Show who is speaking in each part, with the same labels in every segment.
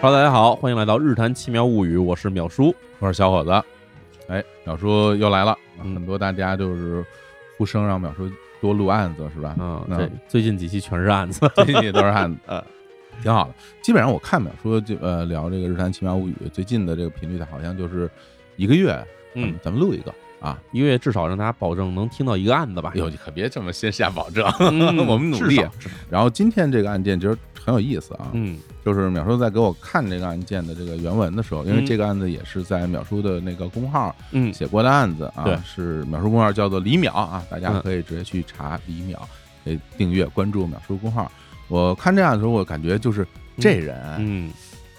Speaker 1: Hello，大家好，欢迎来到《日谈奇妙物语》，我是淼叔。
Speaker 2: 我说小伙子，哎，淼叔又来了，啊
Speaker 1: 嗯
Speaker 2: 很多大家就是呼声让淼叔多录案子是吧？
Speaker 1: 啊，
Speaker 2: 嗯
Speaker 1: 对，最近几期全是案子。
Speaker 2: 最近都是案 子，
Speaker 1: 呃
Speaker 2: 挺好的。基本上我看淼叔就呃聊这个《日谈奇妙物语》最近的这个频率，好像就是一个月，
Speaker 1: 嗯，
Speaker 2: 咱们录一个啊。
Speaker 1: 一个月至少让大家保证能听到一个案子吧
Speaker 2: 哎。 呦，你可别这么先下保证，
Speaker 1: 嗯
Speaker 2: 我们努力啊
Speaker 1: 至少至少
Speaker 2: 然后今天这个案件其实很有意思啊，
Speaker 1: 嗯
Speaker 2: 就是淼叔在给我看这个案件的这个原文的时候，因为
Speaker 1: 嗯
Speaker 2: 这个案子也是在淼叔的那个公号
Speaker 1: 嗯，
Speaker 2: 写过的案子啊
Speaker 1: 对，
Speaker 2: 是秒叔公号叫做李淼啊，大家
Speaker 1: 嗯
Speaker 2: 可以直接去查李淼，可以订阅关注秒叔公号。我看这样的时候，我感觉就是这人
Speaker 1: 嗯，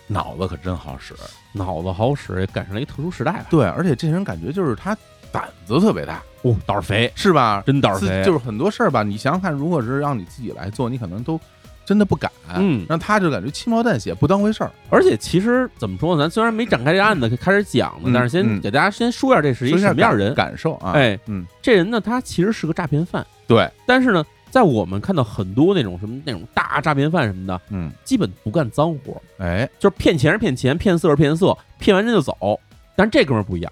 Speaker 2: 脑子可真好使，
Speaker 1: 脑子好使，也赶上了一特殊时代啊吧。
Speaker 2: 对，而且这人感觉就是他胆子特别大，
Speaker 1: 哦，胆儿肥，
Speaker 2: 是吧？
Speaker 1: 真胆儿
Speaker 2: 自
Speaker 1: 肥，
Speaker 2: 就是很多事儿吧，你想想看，如果是让你自己来做，你可能都真的不敢。
Speaker 1: 嗯
Speaker 2: 让他就感觉轻描淡写，不当回事儿。
Speaker 1: 而且其实怎么说呢？咱虽然没展开这案子开始讲呢，
Speaker 2: 嗯
Speaker 1: 但是先
Speaker 2: 嗯
Speaker 1: 给大家先说一下这是一
Speaker 2: 说一下
Speaker 1: 什么样
Speaker 2: 感
Speaker 1: 的人。
Speaker 2: 感受啊？，
Speaker 1: 哎，
Speaker 2: 嗯，
Speaker 1: 这人呢，他其实是个诈骗犯，
Speaker 2: 对，
Speaker 1: 但是呢，在我们看到很多那种什么那种大诈骗犯什么的，
Speaker 2: 嗯，
Speaker 1: 基本不干脏活，
Speaker 2: 哎，
Speaker 1: 就是骗钱是骗钱，骗色是骗色，骗完人就走。但是这哥们儿不一样，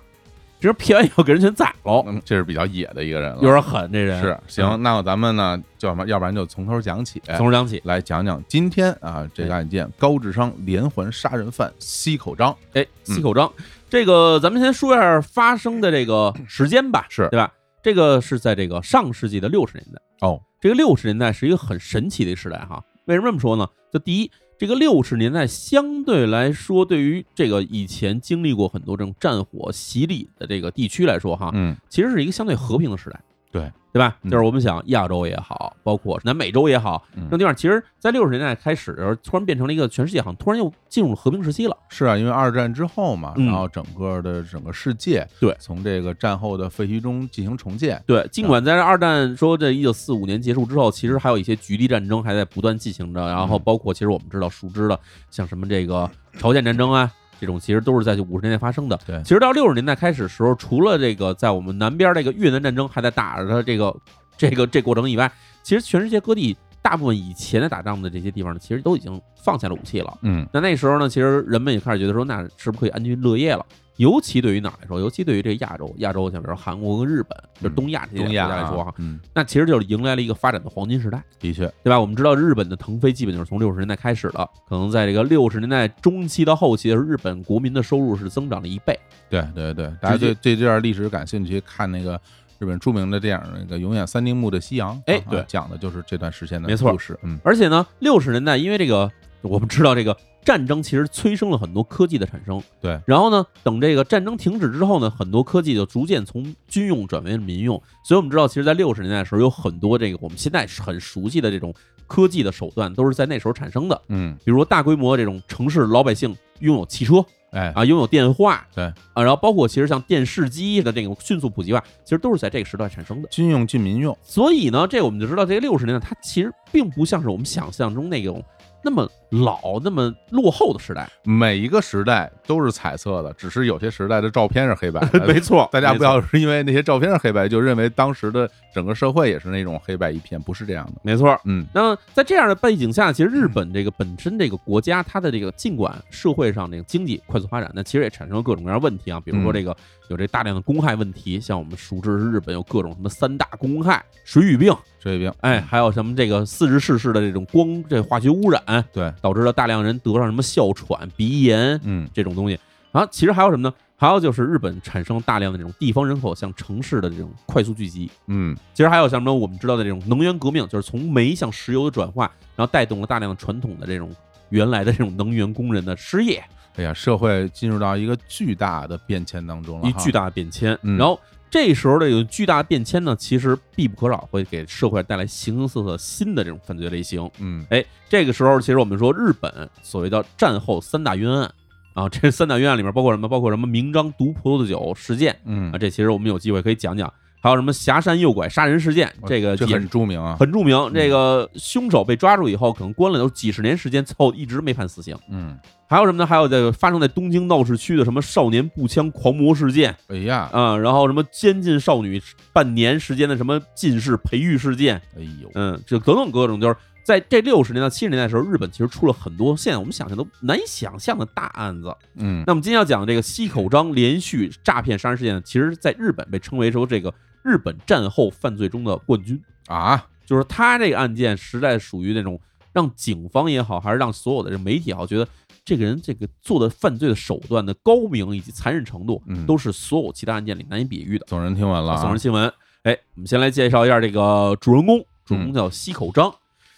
Speaker 1: 只是 骗完以后给人全宰了，
Speaker 2: 嗯这是比较野的一个人了，
Speaker 1: 有点狠。这人嗯
Speaker 2: 是行，那咱们呢，就什么，要不然就从头讲起，
Speaker 1: 从头讲起。
Speaker 2: 来讲讲今天啊这个案件，高智商连环杀人犯西口章
Speaker 1: 哎，西口章，这个咱们先说一下发生的这个时间吧，
Speaker 2: 是
Speaker 1: 对吧？这个是在这个上世纪的六十年代。
Speaker 2: 哦，
Speaker 1: 这个六十年代是一个很神奇的一个时代哈。为什么这么说呢？就第一，这个六十年代相对来说，对于这个以前经历过很多这种战火洗礼的这个地区来说哈，
Speaker 2: 嗯，
Speaker 1: 其实是一个相对和平的时代，
Speaker 2: 对
Speaker 1: 对吧？
Speaker 2: 嗯
Speaker 1: 就是我们想亚洲也好，包括南美洲也好，
Speaker 2: 嗯
Speaker 1: 这种地方其实，在六十年代开始的时候，突然变成了一个全世界好像突然又进入了和平时期了。
Speaker 2: 是啊，因为二战之后嘛，
Speaker 1: 嗯
Speaker 2: 然后整个的整个世界
Speaker 1: 对
Speaker 2: 从这个战后的废墟中进行重建，
Speaker 1: 对，尽管在这二战说这一九四五年结束之后，其实还有一些局地战争还在不断进行着，然后
Speaker 2: 嗯
Speaker 1: 包括其实我们知道熟知的，像什么这个朝鲜战争啊。这种其实都是在五十年代发生的。
Speaker 2: 对
Speaker 1: 其实到六十年代开始的时候，除了这个在我们南边这个越南战争还在打着的这个这个这过程以外，其实全世界各地大部分以前在打仗的这些地方呢，其实都已经放下了武器了。
Speaker 2: 嗯
Speaker 1: 那那时候呢，其实人们也开始觉得说，那是不是可以安居乐业了？尤其对于哪儿来说，尤其对于这个亚洲，亚洲像比如韩国跟日本，就是东亚这些
Speaker 2: 东
Speaker 1: 国
Speaker 2: 亚
Speaker 1: 家
Speaker 2: 啊
Speaker 1: 来说哈，，
Speaker 2: 嗯，
Speaker 1: 那其实就是迎来了一个发展的黄金时代，
Speaker 2: 的确，
Speaker 1: 对吧？我们知道日本的腾飞基本就是从六十年代开始的，可能在这个六十年代中期到后期的时候，日本国民的收入是增长了一倍。
Speaker 2: 对对对，大家对对这段历史感兴趣，看那个。日本著名的电影那个《永远三丁目的夕阳》，
Speaker 1: 哎
Speaker 2: 啊
Speaker 1: 对
Speaker 2: 讲的就是这段时间的
Speaker 1: 没错
Speaker 2: 故事。嗯
Speaker 1: 而且呢，六十年代因为这个，我们知道这个战争其实催生了很多科技的产生。
Speaker 2: 对。
Speaker 1: 然后呢，等这个战争停止之后呢，很多科技就逐渐从军用转为了民用。所以我们知道，其实，在六十年代的时候，有很多这个我们现在很熟悉的这种科技的手段，都是在那时候产生的。
Speaker 2: 嗯，
Speaker 1: 比如说，大规模这种城市老百姓拥有汽车
Speaker 2: 哎，
Speaker 1: 啊，拥有电话，
Speaker 2: 对
Speaker 1: 啊，然后包括其实像电视机的这种迅速普及化，其实都是在这个时代产生的。
Speaker 2: 军用进民用，
Speaker 1: 所以呢，这我们就知道，这个六十年代它其实并不像是我们想象中那种那么老、那么落后的时 代。
Speaker 2: 每一个时代都是彩色的，只是有些时代的照片是黑白的，
Speaker 1: 哎错
Speaker 2: 大家不要是因为那些照片是黑白，就认为当时的整个社会也是那种黑白一片，不是这样的。
Speaker 1: 没错。
Speaker 2: 嗯，
Speaker 1: 那么在这样的背景下，其实日本这个本身这个国家，它的这个尽管社会上这个经济快速发展，那其实也产生了各种各样的问题
Speaker 2: 嗯
Speaker 1: 啊，比如说这个有这大量的公害问题，像我们熟知日本有各种什么三大公害、水俣病，
Speaker 2: 水平，
Speaker 1: 哎，还有什么这个四十世式的这种光这化学污染，
Speaker 2: 对，
Speaker 1: 导致了大量人得上什么哮喘、鼻炎，
Speaker 2: 嗯，
Speaker 1: 这种东西。然后其实还有什么呢？还有就是日本产生大量的这种地方人口向城市的这种快速聚集。
Speaker 2: 嗯，
Speaker 1: 其实还有像什么我们知道的这种能源革命，就是从煤向石油的转化，然后带动了大量的传统的这种原来的这种能源工人的失业，
Speaker 2: 哎呀，社会进入到一个巨大的变迁当中了，
Speaker 1: 一巨，大的变迁。
Speaker 2: 嗯
Speaker 1: 然后这时候这个巨大的变迁呢，其实必不可少会给社会带来形形色色新的这种犯罪类型。
Speaker 2: 嗯，
Speaker 1: 哎，这个时候其实我们说日本所谓的战后三大冤案啊，这三大冤案里面包括什么？包括什么明章毒葡萄酒事件。
Speaker 2: 嗯
Speaker 1: 啊，，这其实我们有机会可以讲讲。还有什么霞山诱拐杀人事件，这个
Speaker 2: 这
Speaker 1: 也
Speaker 2: 很著名啊，
Speaker 1: 很著名。这个凶手被抓住以后，可能关了有几十年时间，最后一直没判死刑。
Speaker 2: 嗯，
Speaker 1: 还有什么呢？还有这个发生在东京闹市区的什么少年步枪狂魔事件
Speaker 2: 哎呀，
Speaker 1: 啊，然后什么监禁少女半年时间的什么近视培育事件，
Speaker 2: 哎呦，
Speaker 1: 嗯，这等等各种就是。在这六十年到七十年代的时候，日本其实出了很多现在我们想象都难以想象的大案子。
Speaker 2: 嗯，
Speaker 1: 那么今天要讲的这个西口章连续诈骗杀人事件呢，其实在日本被称为说这个日本战后犯罪中的冠军，
Speaker 2: 啊，
Speaker 1: 就是他这个案件实在属于那种让警方也好，还是让所有的这媒体也好，觉得这个人这个做的犯罪的手段的高明以及残忍程度，
Speaker 2: 嗯
Speaker 1: 都是所有其他案件里难以比喻的。
Speaker 2: 总人听完了啊，
Speaker 1: 送人新闻。哎，我们先来介绍一下这个主人公，主
Speaker 2: 嗯
Speaker 1: 人公叫西口章。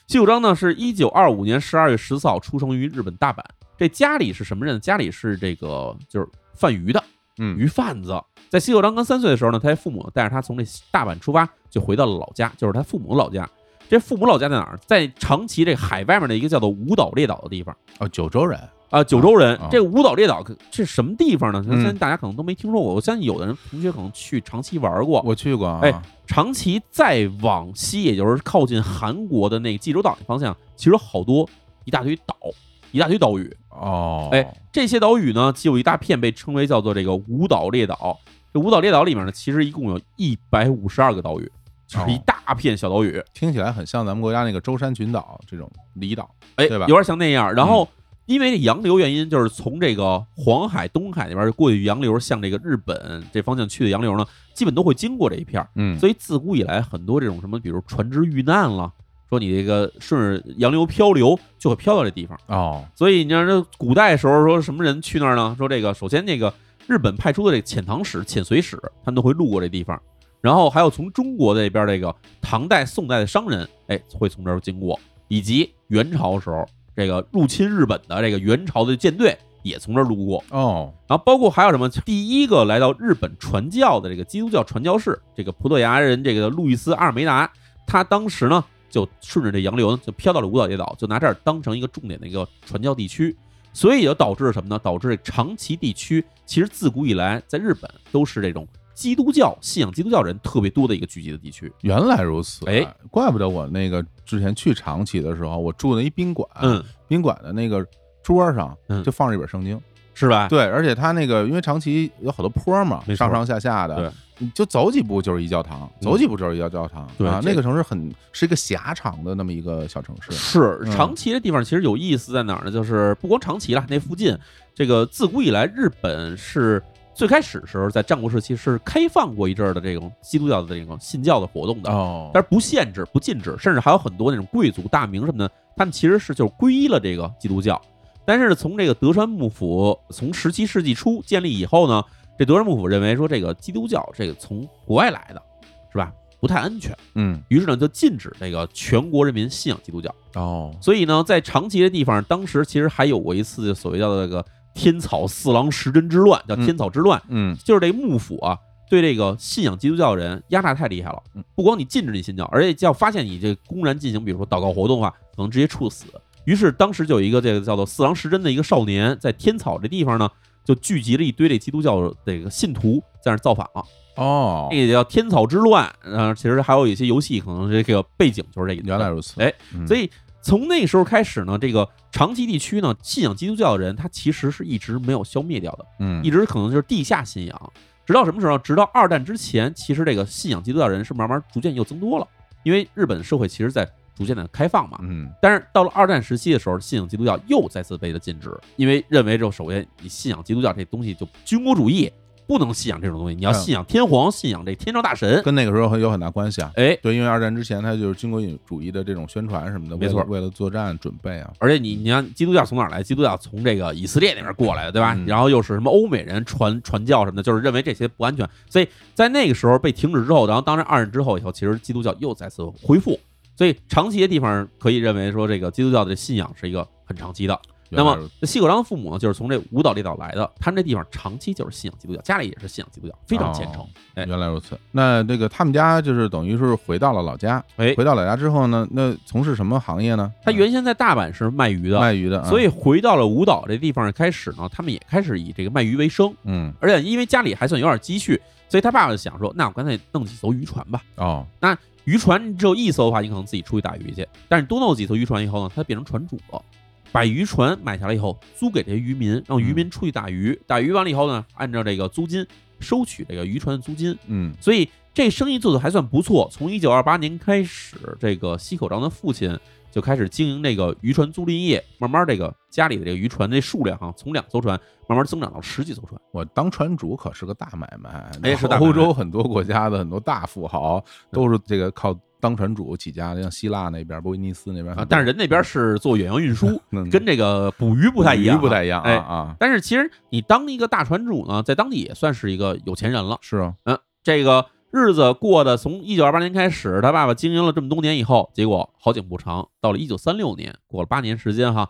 Speaker 1: 西口章呢，是一九二五年十二月十四号出生于日本大阪。这家里是什么人呢？家里是这个就是贩鱼的
Speaker 2: 嗯
Speaker 1: 鱼贩子。在西口章刚三岁的时候呢，他父母带着他从这大阪出发，就回到了老家，就是他父母老家。这父母老家在哪儿？在长崎这海外面的一个叫做五岛列岛的地方
Speaker 2: 哦，九州人，
Speaker 1: 啊、九州人
Speaker 2: 啊。
Speaker 1: 这五岛列岛可这什么地方呢？
Speaker 2: 嗯
Speaker 1: 相信大家可能都没听说过。我相信有的人同学可能去长崎玩过，
Speaker 2: 我去过啊，
Speaker 1: 哎长崎再往西，也就是靠近韩国的那个济州岛那方向，其实有好多一大堆岛，一大堆岛屿。
Speaker 2: 哦，
Speaker 1: 哎，这些岛屿呢，就有一大片被称为叫做这个五岛列岛。这五岛列岛里面呢，其实一共有一百五十二个岛屿，就是一
Speaker 2: 哦
Speaker 1: 大片小岛屿，
Speaker 2: 听起来很像咱们国家那个舟山群岛这种离岛，
Speaker 1: 哎，
Speaker 2: 对吧嗯
Speaker 1: 有点像那样。然后。因为这洋流原因，就是从这个黄海、东海那边过去洋流，向这个日本这方向去的洋流呢，基本都会经过这一片儿。
Speaker 2: 嗯，
Speaker 1: 所以自古以来，很多这种什么，比如船只遇难了，说你这个顺着洋流漂流，就会漂到这地方。
Speaker 2: 哦，
Speaker 1: 所以你看，这古代时候说什么人去那儿呢？说这个首先那个日本派出的这个遣唐使、遣隋使，他们都会路过这地方。然后还有从中国这边这个唐代、宋代的商人，哎，会从这儿经过，以及元朝时候这个入侵日本的这个元朝的舰队也从这儿路过。
Speaker 2: 哦，
Speaker 1: 然后包括还有什么？第一个来到日本传教的这个基督教传教士，这个葡萄牙人这个路易斯阿尔梅达，他当时呢就顺着这洋流呢就飘到了五岛列岛，就拿这儿当成一个重点的一个传教地区，所以也就导致了什么呢？导致这长崎地区其实自古以来在日本都是这种基督教信仰基督教人特别多的一个聚集的地区。
Speaker 2: 原来如此，啊
Speaker 1: 哎，
Speaker 2: 怪不得我那个之前去长崎的时候，我住那一宾馆，，
Speaker 1: 嗯，
Speaker 2: 宾馆的那个桌上
Speaker 1: 嗯
Speaker 2: 就放着一本圣经，
Speaker 1: 是吧？
Speaker 2: 对，而且它那个因为长崎有好多坡嘛，
Speaker 1: 没错
Speaker 2: 上上下下的
Speaker 1: 对，
Speaker 2: 你就走几步就是一教堂，
Speaker 1: 嗯
Speaker 2: 走几步就是一教堂，
Speaker 1: 对
Speaker 2: 啊，
Speaker 1: 这
Speaker 2: 那个城市很是一个狭长的那么一个小城市，
Speaker 1: 是
Speaker 2: 嗯
Speaker 1: 长崎这地方其实有意思在哪儿呢？就是不光长崎了，那附近这个自古以来，日本是最开始时候在战国时期是开放过一阵儿的这种基督教的这种信教的活动的，
Speaker 2: 哦，
Speaker 1: 但是不限制、不禁止，甚至还有很多那种贵族大名什么的，他们其实是就是皈依了这个基督教。但是从这个德川幕府从十七世纪初建立以后呢，这德川幕府认为说这个基督教这个从国外来的，是吧？不太安全，
Speaker 2: 嗯，
Speaker 1: 于是呢就禁止这个全国人民信仰基督教。
Speaker 2: 哦，
Speaker 1: 所以呢，在长崎这地方，当时其实还有过一次所谓叫这个天草四郎时针之乱，叫
Speaker 2: 嗯
Speaker 1: 天草之乱，
Speaker 2: 嗯，
Speaker 1: 就是这幕府啊对这个信仰基督教的人压榨太厉害了
Speaker 2: 嗯，
Speaker 1: 不光你禁止你信教，而且要发现你这公然进行，比如说祷告活动啊，可能直接处死。于是当时就有一个这个叫做四郎时针的一个少年，在天草这地方呢，就聚集了一堆这基督教这个信徒在那儿造反了，
Speaker 2: 哦
Speaker 1: 这，也叫天草之乱。呃，其实还有一些游戏可能这个背景就是这个
Speaker 2: 原来如此，
Speaker 1: 哎
Speaker 2: 嗯，
Speaker 1: 所以从那时候开始呢，这个长崎地区呢，信仰基督教的人，他其实是一直没有消灭掉的，
Speaker 2: 嗯
Speaker 1: 一直可能就是地下信仰。直到什么时候？直到二战之前，其实这个信仰基督教人是慢慢逐渐又增多了，因为日本社会其实在逐渐的开放嘛。
Speaker 2: 嗯，
Speaker 1: 但是到了二战时期的时候，信仰基督教又再次被了禁止，因为认为就首先你信仰基督教这东西就军国主义，不能信仰这种东西，你要
Speaker 2: 嗯
Speaker 1: 信仰天皇，信仰这天照大神。
Speaker 2: 跟那个时候很有很大关系啊。
Speaker 1: 哎，
Speaker 2: 对，因为二战之前，它就是军国主义的这种宣传什么的，
Speaker 1: 没
Speaker 2: 为了
Speaker 1: 错
Speaker 2: 为了作战准备啊。
Speaker 1: 而且你你看基督教从哪儿来？基督教从这个以色列那边过来的，对吧？
Speaker 2: 嗯
Speaker 1: 然后又是什么欧美人传传教什么的，就是认为这些不安全，所以在那个时候被停止之后，然后当然二战之后以后，其实基督教又再次恢复，所以长期的地方可以认为说这个基督教的信仰是一个很长期的。那
Speaker 2: 原来
Speaker 1: 么
Speaker 2: 如此
Speaker 1: 西口章的父母呢，就是从这五岛列岛来的，他们这地方长期就是信仰基督教，家里也是信仰基督教，非常虔诚
Speaker 2: 哦。
Speaker 1: 哎
Speaker 2: 原来如此。那这个他们家就是等于是回到了老家，
Speaker 1: 哎
Speaker 2: 回到老家之后呢，那从事什么行业呢？嗯
Speaker 1: 他原先在大阪是卖鱼的，
Speaker 2: 卖鱼的啊，
Speaker 1: 所以回到了五岛这地方开始呢，他们也开始以这个卖鱼为生。
Speaker 2: 嗯
Speaker 1: 而且因为家里还算有点积蓄，所以他爸爸就想说，那我干脆弄几艘渔船吧。
Speaker 2: 哦
Speaker 1: 渔船只有一艘的话，你可能自己出去打鱼去，但是多弄几艘渔船以后呢，他变成船主了。把渔船买下来以后，租给这些渔民，让渔民出去打鱼。打鱼完了以后呢，按照这个租金收取这个渔船的租金，
Speaker 2: 嗯
Speaker 1: 所以这生意做得还算不错。从一九二八年开始，这个西口章的父亲就开始经营这个渔船租赁业，慢慢这个家里的这个渔船这数量哈、从两艘船慢慢增长到十几艘船。
Speaker 2: 我当船主可是个大买卖，
Speaker 1: 哎是大买卖
Speaker 2: 欧洲很多国家的很多大富豪都是这个靠当船主起家的，像希腊那边、波威尼斯那边
Speaker 1: 啊，但是人那边是做远洋运输，
Speaker 2: 人
Speaker 1: 跟这个捕鱼不太一样、
Speaker 2: 嗯不太
Speaker 1: 一
Speaker 2: 一样啊
Speaker 1: 哎
Speaker 2: 啊，
Speaker 1: 但是其实你当一个大船主呢，在当地也算是一个有钱人了。
Speaker 2: 是啊，
Speaker 1: 这个日子过得从一九二八年开始，他爸爸经营了这么多年以后，结果好景不长，到了一九三六年，过了八年时间哈。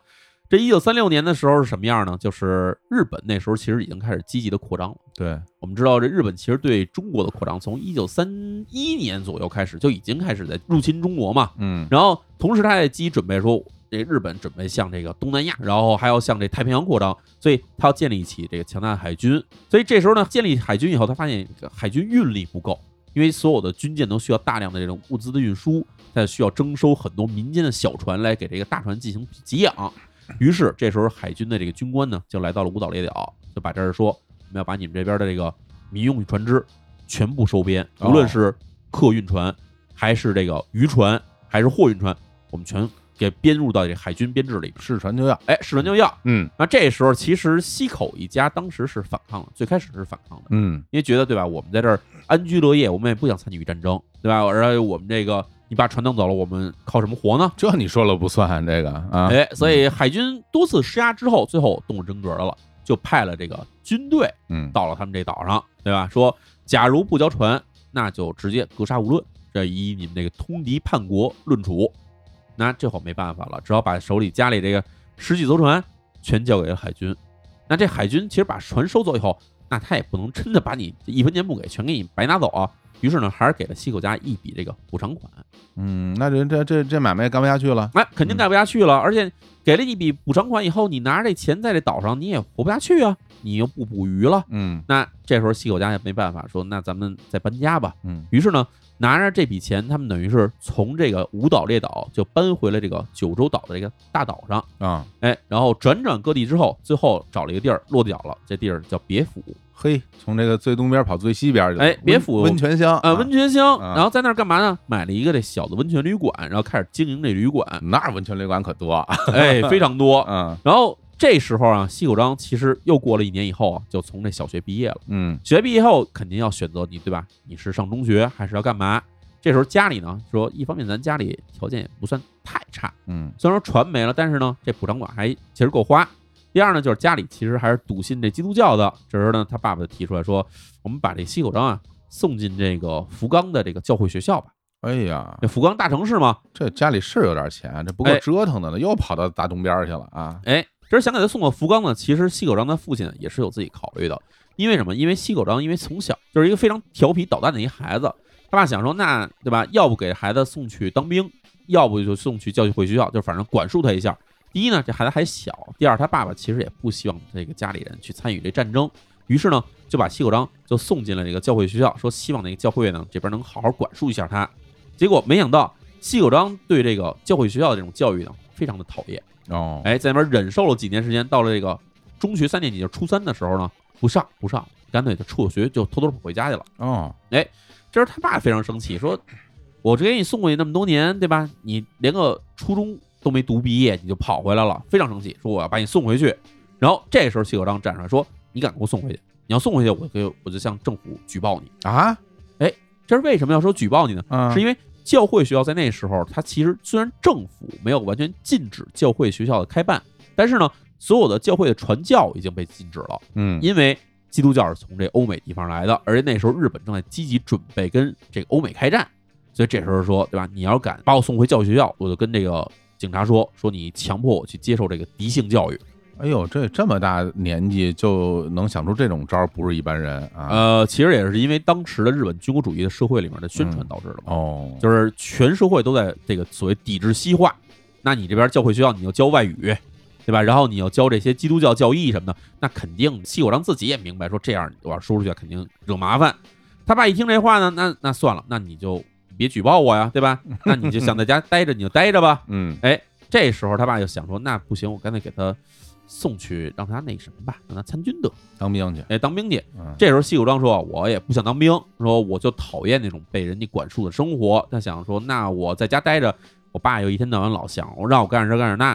Speaker 1: 这一九三六年的时候是什么样呢？就是日本那时候其实已经开始积极的扩张了。
Speaker 2: 对，
Speaker 1: 我们知道，这日本其实对中国的扩张，从一九三一年左右开始就已经开始在入侵中国嘛。
Speaker 2: 嗯
Speaker 1: 然后同时他也积极准备说，这日本准备向这个东南亚，然后还要向这太平洋扩张，所以他要建立起这个强大的海军。所以这时候呢，建立海军以后，他发现这个海军运力不够，因为所有的军舰都需要大量的这种物资的运输，他需要征收很多民间的小船来给这个大船进行给养。于是这时候海军的这个军官呢，就来到了五岛列岛，就把这儿说，我们要把你们这边的这个民用船只全部收编，
Speaker 2: 哦
Speaker 1: 无论是客运船，还是这个渔船，还是货运船，我们全给编入到这海军编制里边。
Speaker 2: 是船就要，
Speaker 1: 哎，是人就要。
Speaker 2: 嗯
Speaker 1: 那这时候，其实西口一家当时是反抗的，最开始是反抗的，
Speaker 2: 嗯
Speaker 1: 因为觉得对吧，我们在这儿安居乐业，我们也不想参与战争，对吧？而且我们这个你把船弄走了，我们靠什么活呢？
Speaker 2: 这你说了不算这个啊，
Speaker 1: 哎，所以海军多次施压之后，最后动了真格了，就派了这个军队
Speaker 2: 嗯，
Speaker 1: 到了他们这岛上，对吧？说假如不交船，那就直接格杀勿论，这以你们这个通敌叛国论处。那这会儿没办法了，只好把手里家里这个十几艘船全交给了海军。那这海军其实把船收走以后，那他也不能真的把你一分钱不给全给你白拿走啊。于是呢，还是给了西口家一笔这个补偿款。
Speaker 2: 嗯，那这这这这买卖干不下去了，
Speaker 1: 哎，肯定干不下去了。而且给了你一笔补偿款以后，你拿着这钱在这岛上你也活不下去啊，你又不捕鱼了。
Speaker 2: 嗯
Speaker 1: 那这时候西口家也没办法，说那咱们再搬家吧。
Speaker 2: 嗯，
Speaker 1: 于是呢，拿着这笔钱，他们等于是从这个五岛列岛就搬回了这个九州岛的这个大岛上。
Speaker 2: 啊，
Speaker 1: 哎，然后转转各地之后，最后找了一个地儿落脚了，这地儿叫别府，
Speaker 2: 嘿，从这个最东边跑最西边去了，
Speaker 1: 哎别
Speaker 2: 温
Speaker 1: 府
Speaker 2: 温泉乡
Speaker 1: 呃，温泉乡。
Speaker 2: 啊
Speaker 1: 然后在那儿干嘛呢？买了一个这小的温泉旅馆，然后开始经营这旅馆，
Speaker 2: 那温泉旅馆可多啊，
Speaker 1: 哎，非常多。
Speaker 2: 嗯
Speaker 1: 然后这时候啊，西口章其实又过了一年以后啊，就从这小学毕业了。
Speaker 2: 嗯
Speaker 1: 学毕业后肯定要选择你对吧？你是上中学还是要干嘛？这时候家里呢说，一方面咱家里条件也不算太差，
Speaker 2: 嗯
Speaker 1: 虽然说船没了，但是呢这补偿款还其实够花。第二呢就是家里其实还是笃信这基督教的，这时候呢他爸爸就提出来说，我们把这西口章啊送进这个福冈的这个教会学校吧。
Speaker 2: 哎呀，
Speaker 1: 这福冈大城市嘛，
Speaker 2: 这家里是有点钱，啊这不够
Speaker 1: 哎
Speaker 2: 折腾的了，又跑到大东边去了啊！
Speaker 1: 哎，这是想给他送到福冈呢。其实西口章他父亲也是有自己考虑的，因为什么？因为西口章因为从小就是一个非常调皮捣蛋的一孩子，他爸想说，那对吧？要不给孩子送去当兵，要不就送去教育会学校，就反正管束他一下。第一呢，这孩子还小；第二，他爸爸其实也不希望这个家里人去参与这战争，于是呢，就把西口章就送进了这个教会学校，说希望那个教会呢这边能好好管束一下他。结果没想到西口章对这个教会学校的这种教育呢，非常的讨厌。
Speaker 2: 哦，
Speaker 1: 哎，在那边忍受了几年时间，到了这个中学三年级，就是初三的时候呢，不上不上，干脆就辍学，就偷偷跑回家去了。
Speaker 2: 哦，
Speaker 1: 这时候他爸非常生气，说：“我这给你送过去那么多年，对吧？你连个初中都没读毕业，你就跑回来了，非常生气，说我要把你送回去。”然后这时候谢可章站出来说：“你敢给我送回去？你要送回去，我就我就向政府举报你。
Speaker 2: 啊，”
Speaker 1: 这是为什么要说举报你呢？
Speaker 2: 嗯，
Speaker 1: 是因为教会学校在那时候，它其实虽然政府没有完全禁止教会学校的开办，但是呢，所有的教会的传教已经被禁止了，
Speaker 2: 嗯
Speaker 1: 因为基督教是从这欧美地方来的，而且那时候日本正在积极准备跟这个欧美开战，所以这时候说，对吧？你要敢把我送回教育学校，我就跟这个警察说，说你强迫我去接受这个敌性教育。
Speaker 2: 哎呦，这这么大年纪就能想出这种招儿，不是一般人啊！
Speaker 1: 呃，其实也是因为当时的日本军国主义的社会里面的宣传导致的嘛。
Speaker 2: 哦，
Speaker 1: 就是全社会都在这个所谓抵制西化。那你这边教会学校，你要教外语，对吧？然后你要教这些基督教教义什么的，那肯定西口章自己也明白，说这样我要说出去肯定惹麻烦。他爸一听这话呢，那那算了，那你就别举报我呀，对吧？那你就想在家待着，你就待着吧。
Speaker 2: 嗯
Speaker 1: 这时候他爸就想说，那不行，我干脆给他送去让他那什么吧，让他参军得，
Speaker 2: 当兵去，
Speaker 1: 哎，当兵去。
Speaker 2: 嗯，
Speaker 1: 这时候西谷章说：“我也不想当兵，说我就讨厌那种被人家管束的生活。他想说，那我在家待着，我爸又一天到晚老想让我干点这干点那，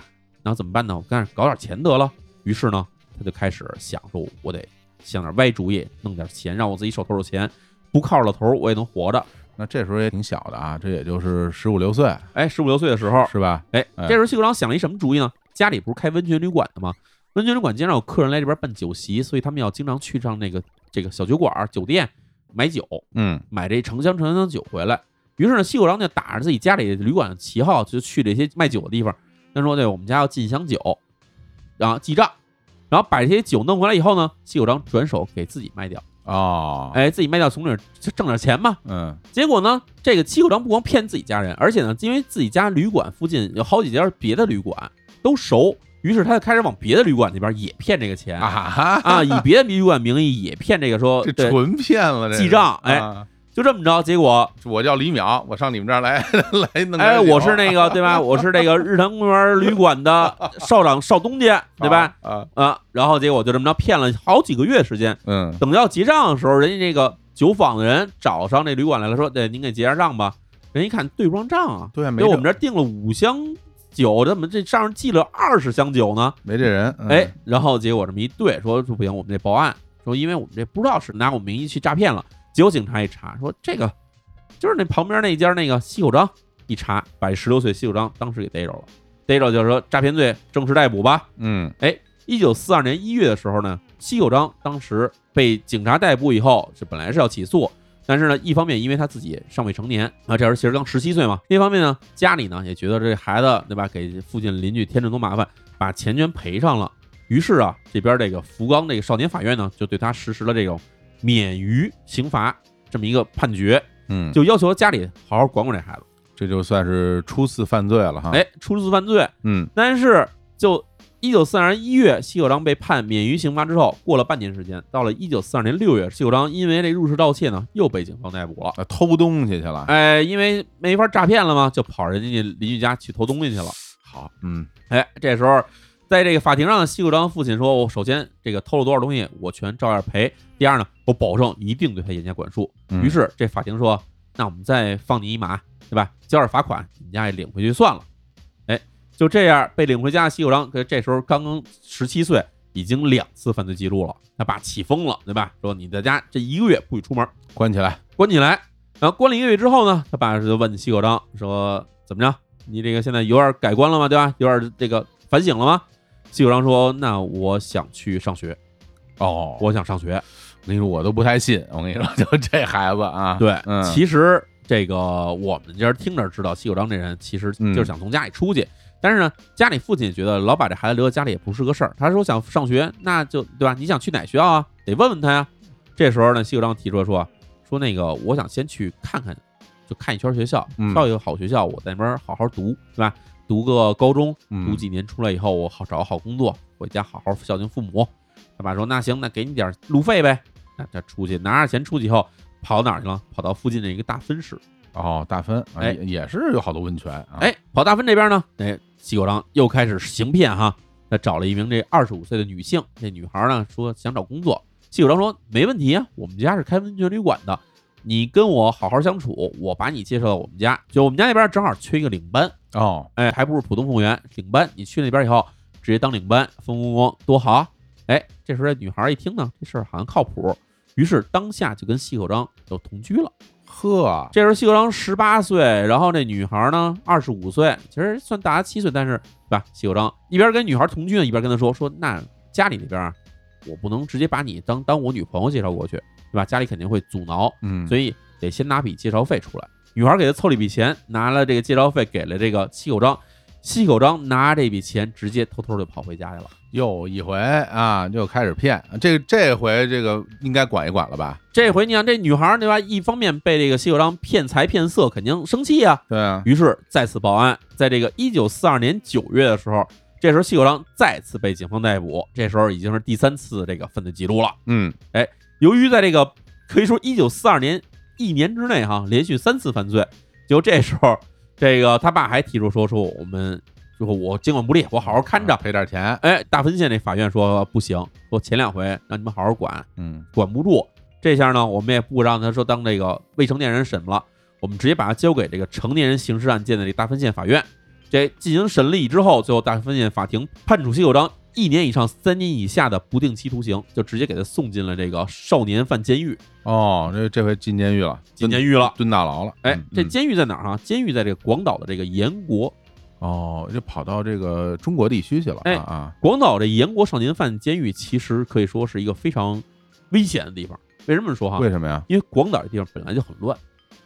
Speaker 1: 然后怎么办呢？我干搞点钱得了。于是呢，他就开始想说，我得想点歪主意，弄点钱，让我自己手头有钱，不靠老头儿我也能活着。
Speaker 2: 那这时候也挺小的啊，这也就是十五六岁，
Speaker 1: 哎，十五六岁的时候，
Speaker 2: 是吧？
Speaker 1: 哎，
Speaker 2: 哎
Speaker 1: 这时候西谷章想了一什么主意呢？家里不是开温泉旅馆的吗？温泉旅馆经常有客人来这边办酒席，所以他们要经常去上那个这个小酒馆儿、酒店买酒。
Speaker 2: 嗯，
Speaker 1: 买这成箱成箱酒回来。于是呢，西谷章就打着自己家里旅馆的旗号，就去这些卖酒的地方，他说：“对，我们家要进箱酒，然后记账，然后把这些酒弄回来以后呢，西谷章转手给自己卖掉，
Speaker 2: 哦，，
Speaker 1: 哎，自己卖掉从这挣点钱嘛。
Speaker 2: 嗯，
Speaker 1: 结果呢，这个西谷章不光骗自己家人，而且呢，因为自己家旅馆附近有好几家别的旅馆都熟，于是他就开始往别的旅馆那边也骗这个钱
Speaker 2: 啊哈，
Speaker 1: 啊以别的旅馆名义也骗这个说，
Speaker 2: 这
Speaker 1: 对，
Speaker 2: 纯骗了，这
Speaker 1: 记账哎
Speaker 2: 哎，
Speaker 1: 就这么着，结果
Speaker 2: 我叫李淼，我上你们这儿来 来弄点酒，啊
Speaker 1: 哎，我是那个对吧？我是这个日坛公园旅馆的少长少东家，对吧？？
Speaker 2: 啊，
Speaker 1: 啊，然后结果就这么着骗了好几个月时间。
Speaker 2: 嗯，
Speaker 1: 等到结账的时候，人家这个酒坊的人找上这旅馆来了，说：“对，您给结下账吧。”人一看对不上账啊，
Speaker 2: 对，没
Speaker 1: 给我
Speaker 2: 这
Speaker 1: 们这儿订了五箱酒，怎么这上面记了二十箱酒呢？
Speaker 2: 没这人，嗯
Speaker 1: 哎，，然后结果这么一对，说说不行，我们这报案，说因为我们这不知道是拿我们名义去诈骗了。结果警察一查，说这个就是那旁边那一家那个西口章，一查把十六岁西口章当时给逮着了，逮着就是说诈骗罪正式逮捕吧。
Speaker 2: 嗯，
Speaker 1: 一九四二年一月的时候呢，西口章当时被警察逮捕以后，是本来是要起诉，但是呢，一方面因为他自己尚未成年啊，这时候其实刚十七岁嘛；另一方面呢，家里呢也觉得这孩子对吧，给附近邻居添这么多麻烦，把钱全赔上了。于是啊，这边这个福冈这个少年法院呢，就对他实施了这种免于刑罚这么一个判决，
Speaker 2: 嗯，
Speaker 1: 就要求家里好好管管这孩子。
Speaker 2: 这就算是初次犯罪了哈，，
Speaker 1: 哎，初次犯罪，
Speaker 2: 嗯，
Speaker 1: 但是就一九四二年一月，西口章被判免于刑罚之后，过了半年时间，到了一九四二年六月，西口章因为这入室盗窃呢，又被警方逮捕了。
Speaker 2: 啊偷东西去了，
Speaker 1: 哎，因为没法诈骗了嘛，就跑人家邻居家去偷东西去了。
Speaker 2: 好，嗯，
Speaker 1: 哎，这时候在这个法庭上，西口章父亲说：“我首先这个偷了多少东西，我全照样赔。第二呢，我保证一定对他严加管束。”
Speaker 2: 嗯
Speaker 1: 于是这法庭说：“那我们再放你一马，对吧？交点罚款，你家也领回去算了。”哎，就这样被领回家的西口章，可这时候刚刚十七岁，已经两次犯罪记录了。他爸气疯了，对吧？说你在家这一个月不许出门，
Speaker 2: 关起来，
Speaker 1: 关起来。然后关了一个月之后呢，他爸就问西口章说：“怎么着？你这个现在有点改观了吗？对吧？有点这个反省了吗？”西口章说：“那我想去上学，
Speaker 2: 哦，
Speaker 1: 我想上学。
Speaker 2: 我跟你说，我都不太信。我跟你说， 就这孩子啊，
Speaker 1: 对，
Speaker 2: 嗯，
Speaker 1: 其实这个我们这儿听着知道，西口章这人其实
Speaker 2: 嗯
Speaker 1: 就是想从家里出去，但是呢，家里父亲也觉得老把这孩子留在家里也不是个事儿。他说想上学，那就对吧？你想去哪学校啊？得问问他呀。这时候呢，西口章提出来说说那个我想先去看看，就看一圈学校
Speaker 2: 嗯，
Speaker 1: 挑一个好学校，我在那边好好读，对吧？读个高中，读
Speaker 2: 嗯
Speaker 1: 几年出来以后，我好找个好工作，回家好好孝敬父母。他爸说：“那行，那给你点儿路费呗。”那他出去拿着钱出去以后，跑哪儿去了？跑到附近的一个大分市。
Speaker 2: 哦，大芬，啊
Speaker 1: 哎
Speaker 2: 也也是有好多温泉啊，，
Speaker 1: 哎，跑大分这边呢，哎，西口章又开始行骗哈。他找了一名这二十五岁的女性，这女孩呢说想找工作。西口章说：“没问题啊，我们家是开温泉旅馆的，你跟我好好相处，我把你介绍到我们家。就我们家那边正好缺一个领班，
Speaker 2: 哦，
Speaker 1: 哎，还不是普通服务员，领班。你去那边以后，直接当领班，风风光多好啊。哎，这时候这女孩一听呢，这事儿好像靠谱，于是当下就跟西口章就同居了。
Speaker 2: 呵，
Speaker 1: 这时候西口章十八岁，然后那女孩呢二十五岁，其实算大她七岁，但是对吧？西口章一边跟女孩同居呢，一边跟她说说，那家里那边啊，我不能直接把你当当我女朋友介绍过去，对吧？家里肯定会阻挠，
Speaker 2: 嗯，
Speaker 1: 所以得先拿笔介绍费出来。女孩给他凑了一笔钱，拿了这个介绍费给了这个西口章，西口章拿这笔钱直接偷偷就跑回家去了。
Speaker 2: 又一回啊，又开始骗。这这回这个应该管一管了吧？
Speaker 1: 这回你看这女孩对吧？一方面被这个西口章骗财骗色，肯定生气啊，
Speaker 2: 对啊，
Speaker 1: 于是再次报案。在这个一九四二年九月的时候，这时候西口章再次被警方逮捕，这时候已经是第三次这个犯罪记录了。
Speaker 2: 嗯，
Speaker 1: 由于在这个可以说一九四二年一年之内哈，连续三次犯罪，就这时候，这个他爸还提出说说我们最后我监管不力，我好好看着。
Speaker 2: 赔点钱，
Speaker 1: 哎，大分县那法院说不行，说前两回让你们好好管，
Speaker 2: 嗯
Speaker 1: 管不住，这下呢，我们也不让他说当这个未成年人审了，我们直接把他交给这个成年人刑事案件的这个大分县法院。这进行审理之后，最后大分县法庭判处谢九章一年以上三年以下的不定期徒刑，就直接给他送进了这个少年犯监狱，
Speaker 2: 哦，这这回进监狱了，
Speaker 1: 进监狱了。
Speaker 2: 蹲大牢了。
Speaker 1: 哎
Speaker 2: 嗯，
Speaker 1: 这
Speaker 2: 嗯
Speaker 1: 监狱在哪儿啊？监狱在这个广岛的这个盐国
Speaker 2: 哦，就跑到这个中国地区去了啊
Speaker 1: 哎
Speaker 2: 啊！
Speaker 1: 广岛这盐国少年犯监狱其实可以说是一个非常危险的地方。为什么说哈？
Speaker 2: 啊为什么呀？
Speaker 1: 因为广岛这地方本来就很乱。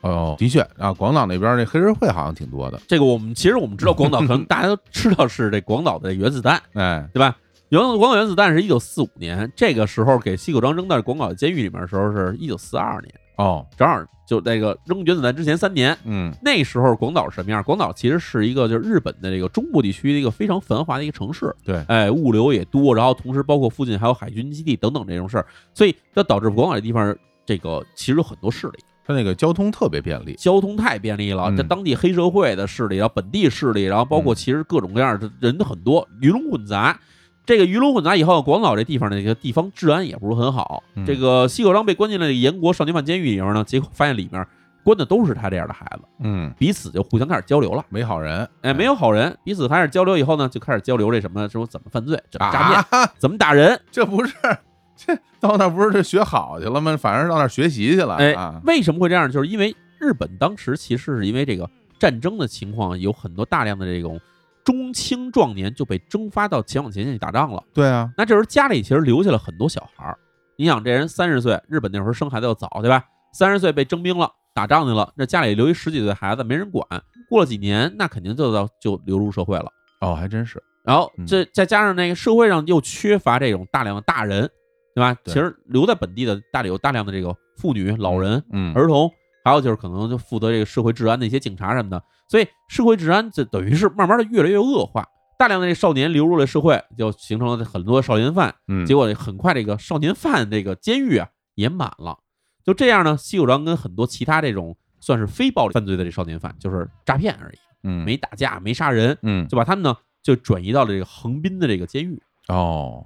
Speaker 2: 哦，的确啊，广岛那边那黑社会好像挺多的。
Speaker 1: 这个我们其实我们知道广岛，可能大家都知道是这广岛的原子弹，
Speaker 2: 哎，
Speaker 1: 对吧？原广岛原子弹是一九四五年，这个时候给西口章扔到广岛监狱里面的时候是一九四二年，
Speaker 2: 哦，
Speaker 1: 正好就那个扔原子弹之前三年。
Speaker 2: 嗯，
Speaker 1: 那时候广岛是什么样？广岛其实是一个就是日本的这个中部地区的一个非常繁华的一个城市，
Speaker 2: 对
Speaker 1: 哎，物流也多，然后同时包括附近还有海军基地等等这种事儿，所以这导致广岛这地方这个其实有很多势力，
Speaker 2: 他那个交通特别便利。
Speaker 1: 交通太便利了，
Speaker 2: 嗯
Speaker 1: 这当地黑社会的势力，然后本地势力，然后包括
Speaker 2: 嗯
Speaker 1: 其实各种各样的人很多，鱼龙混杂。这个鱼龙混杂以后，广岛这地方那个地方治安也不是很好。
Speaker 2: 嗯
Speaker 1: 这个西口章被关进了严国少年犯监狱里面呢，结果发现里面关的都是他这样的孩子，
Speaker 2: 嗯，
Speaker 1: 彼此就互相开始交流了。
Speaker 2: 没好人。
Speaker 1: 哎，没有好人，彼此开始交流以后呢，就开始交流这什么，说怎么犯罪，怎么诈骗，
Speaker 2: 啊，
Speaker 1: 怎么打人。
Speaker 2: 这不是 这到那不是这学好去了吗？反正到那儿学习去了。
Speaker 1: 哎
Speaker 2: 啊，，
Speaker 1: 为什么会这样？就是因为日本当时其实是因为这个战争的情况，有很多大量的这种中青壮年就被征发到前往前线去打仗了。
Speaker 2: 对啊，
Speaker 1: 那这时候家里其实留下了很多小孩儿。你想，这人三十岁，日本那会儿生孩子又早，对吧？三十岁被征兵了，打仗去了，那家里留一十几岁的孩子没人管，过了几年，那肯定就到就流入社会了。
Speaker 2: 哦，还真是。
Speaker 1: 然后
Speaker 2: 嗯
Speaker 1: 这再加上那个社会上又缺乏这种大量的大人，对吧？
Speaker 2: 对
Speaker 1: 其实留在本地的大理有大量的这个妇女、老人、
Speaker 2: 嗯，
Speaker 1: 儿童，还有就是可能就负责这个社会治安的一些警察什么的，所以社会治安就等于是慢慢的越来越恶化，大量的这少年流入了社会，就形成了很多少年犯，
Speaker 2: 嗯
Speaker 1: 结果很快这个少年犯这个监狱啊也满了，就这样呢，西九章跟很多其他这种算是非暴力犯罪的这少年犯，就是诈骗而已，
Speaker 2: 嗯
Speaker 1: 没打架，没杀人，
Speaker 2: 嗯
Speaker 1: 就把他们呢就转移到了这个横滨的这个监狱。
Speaker 2: 哦，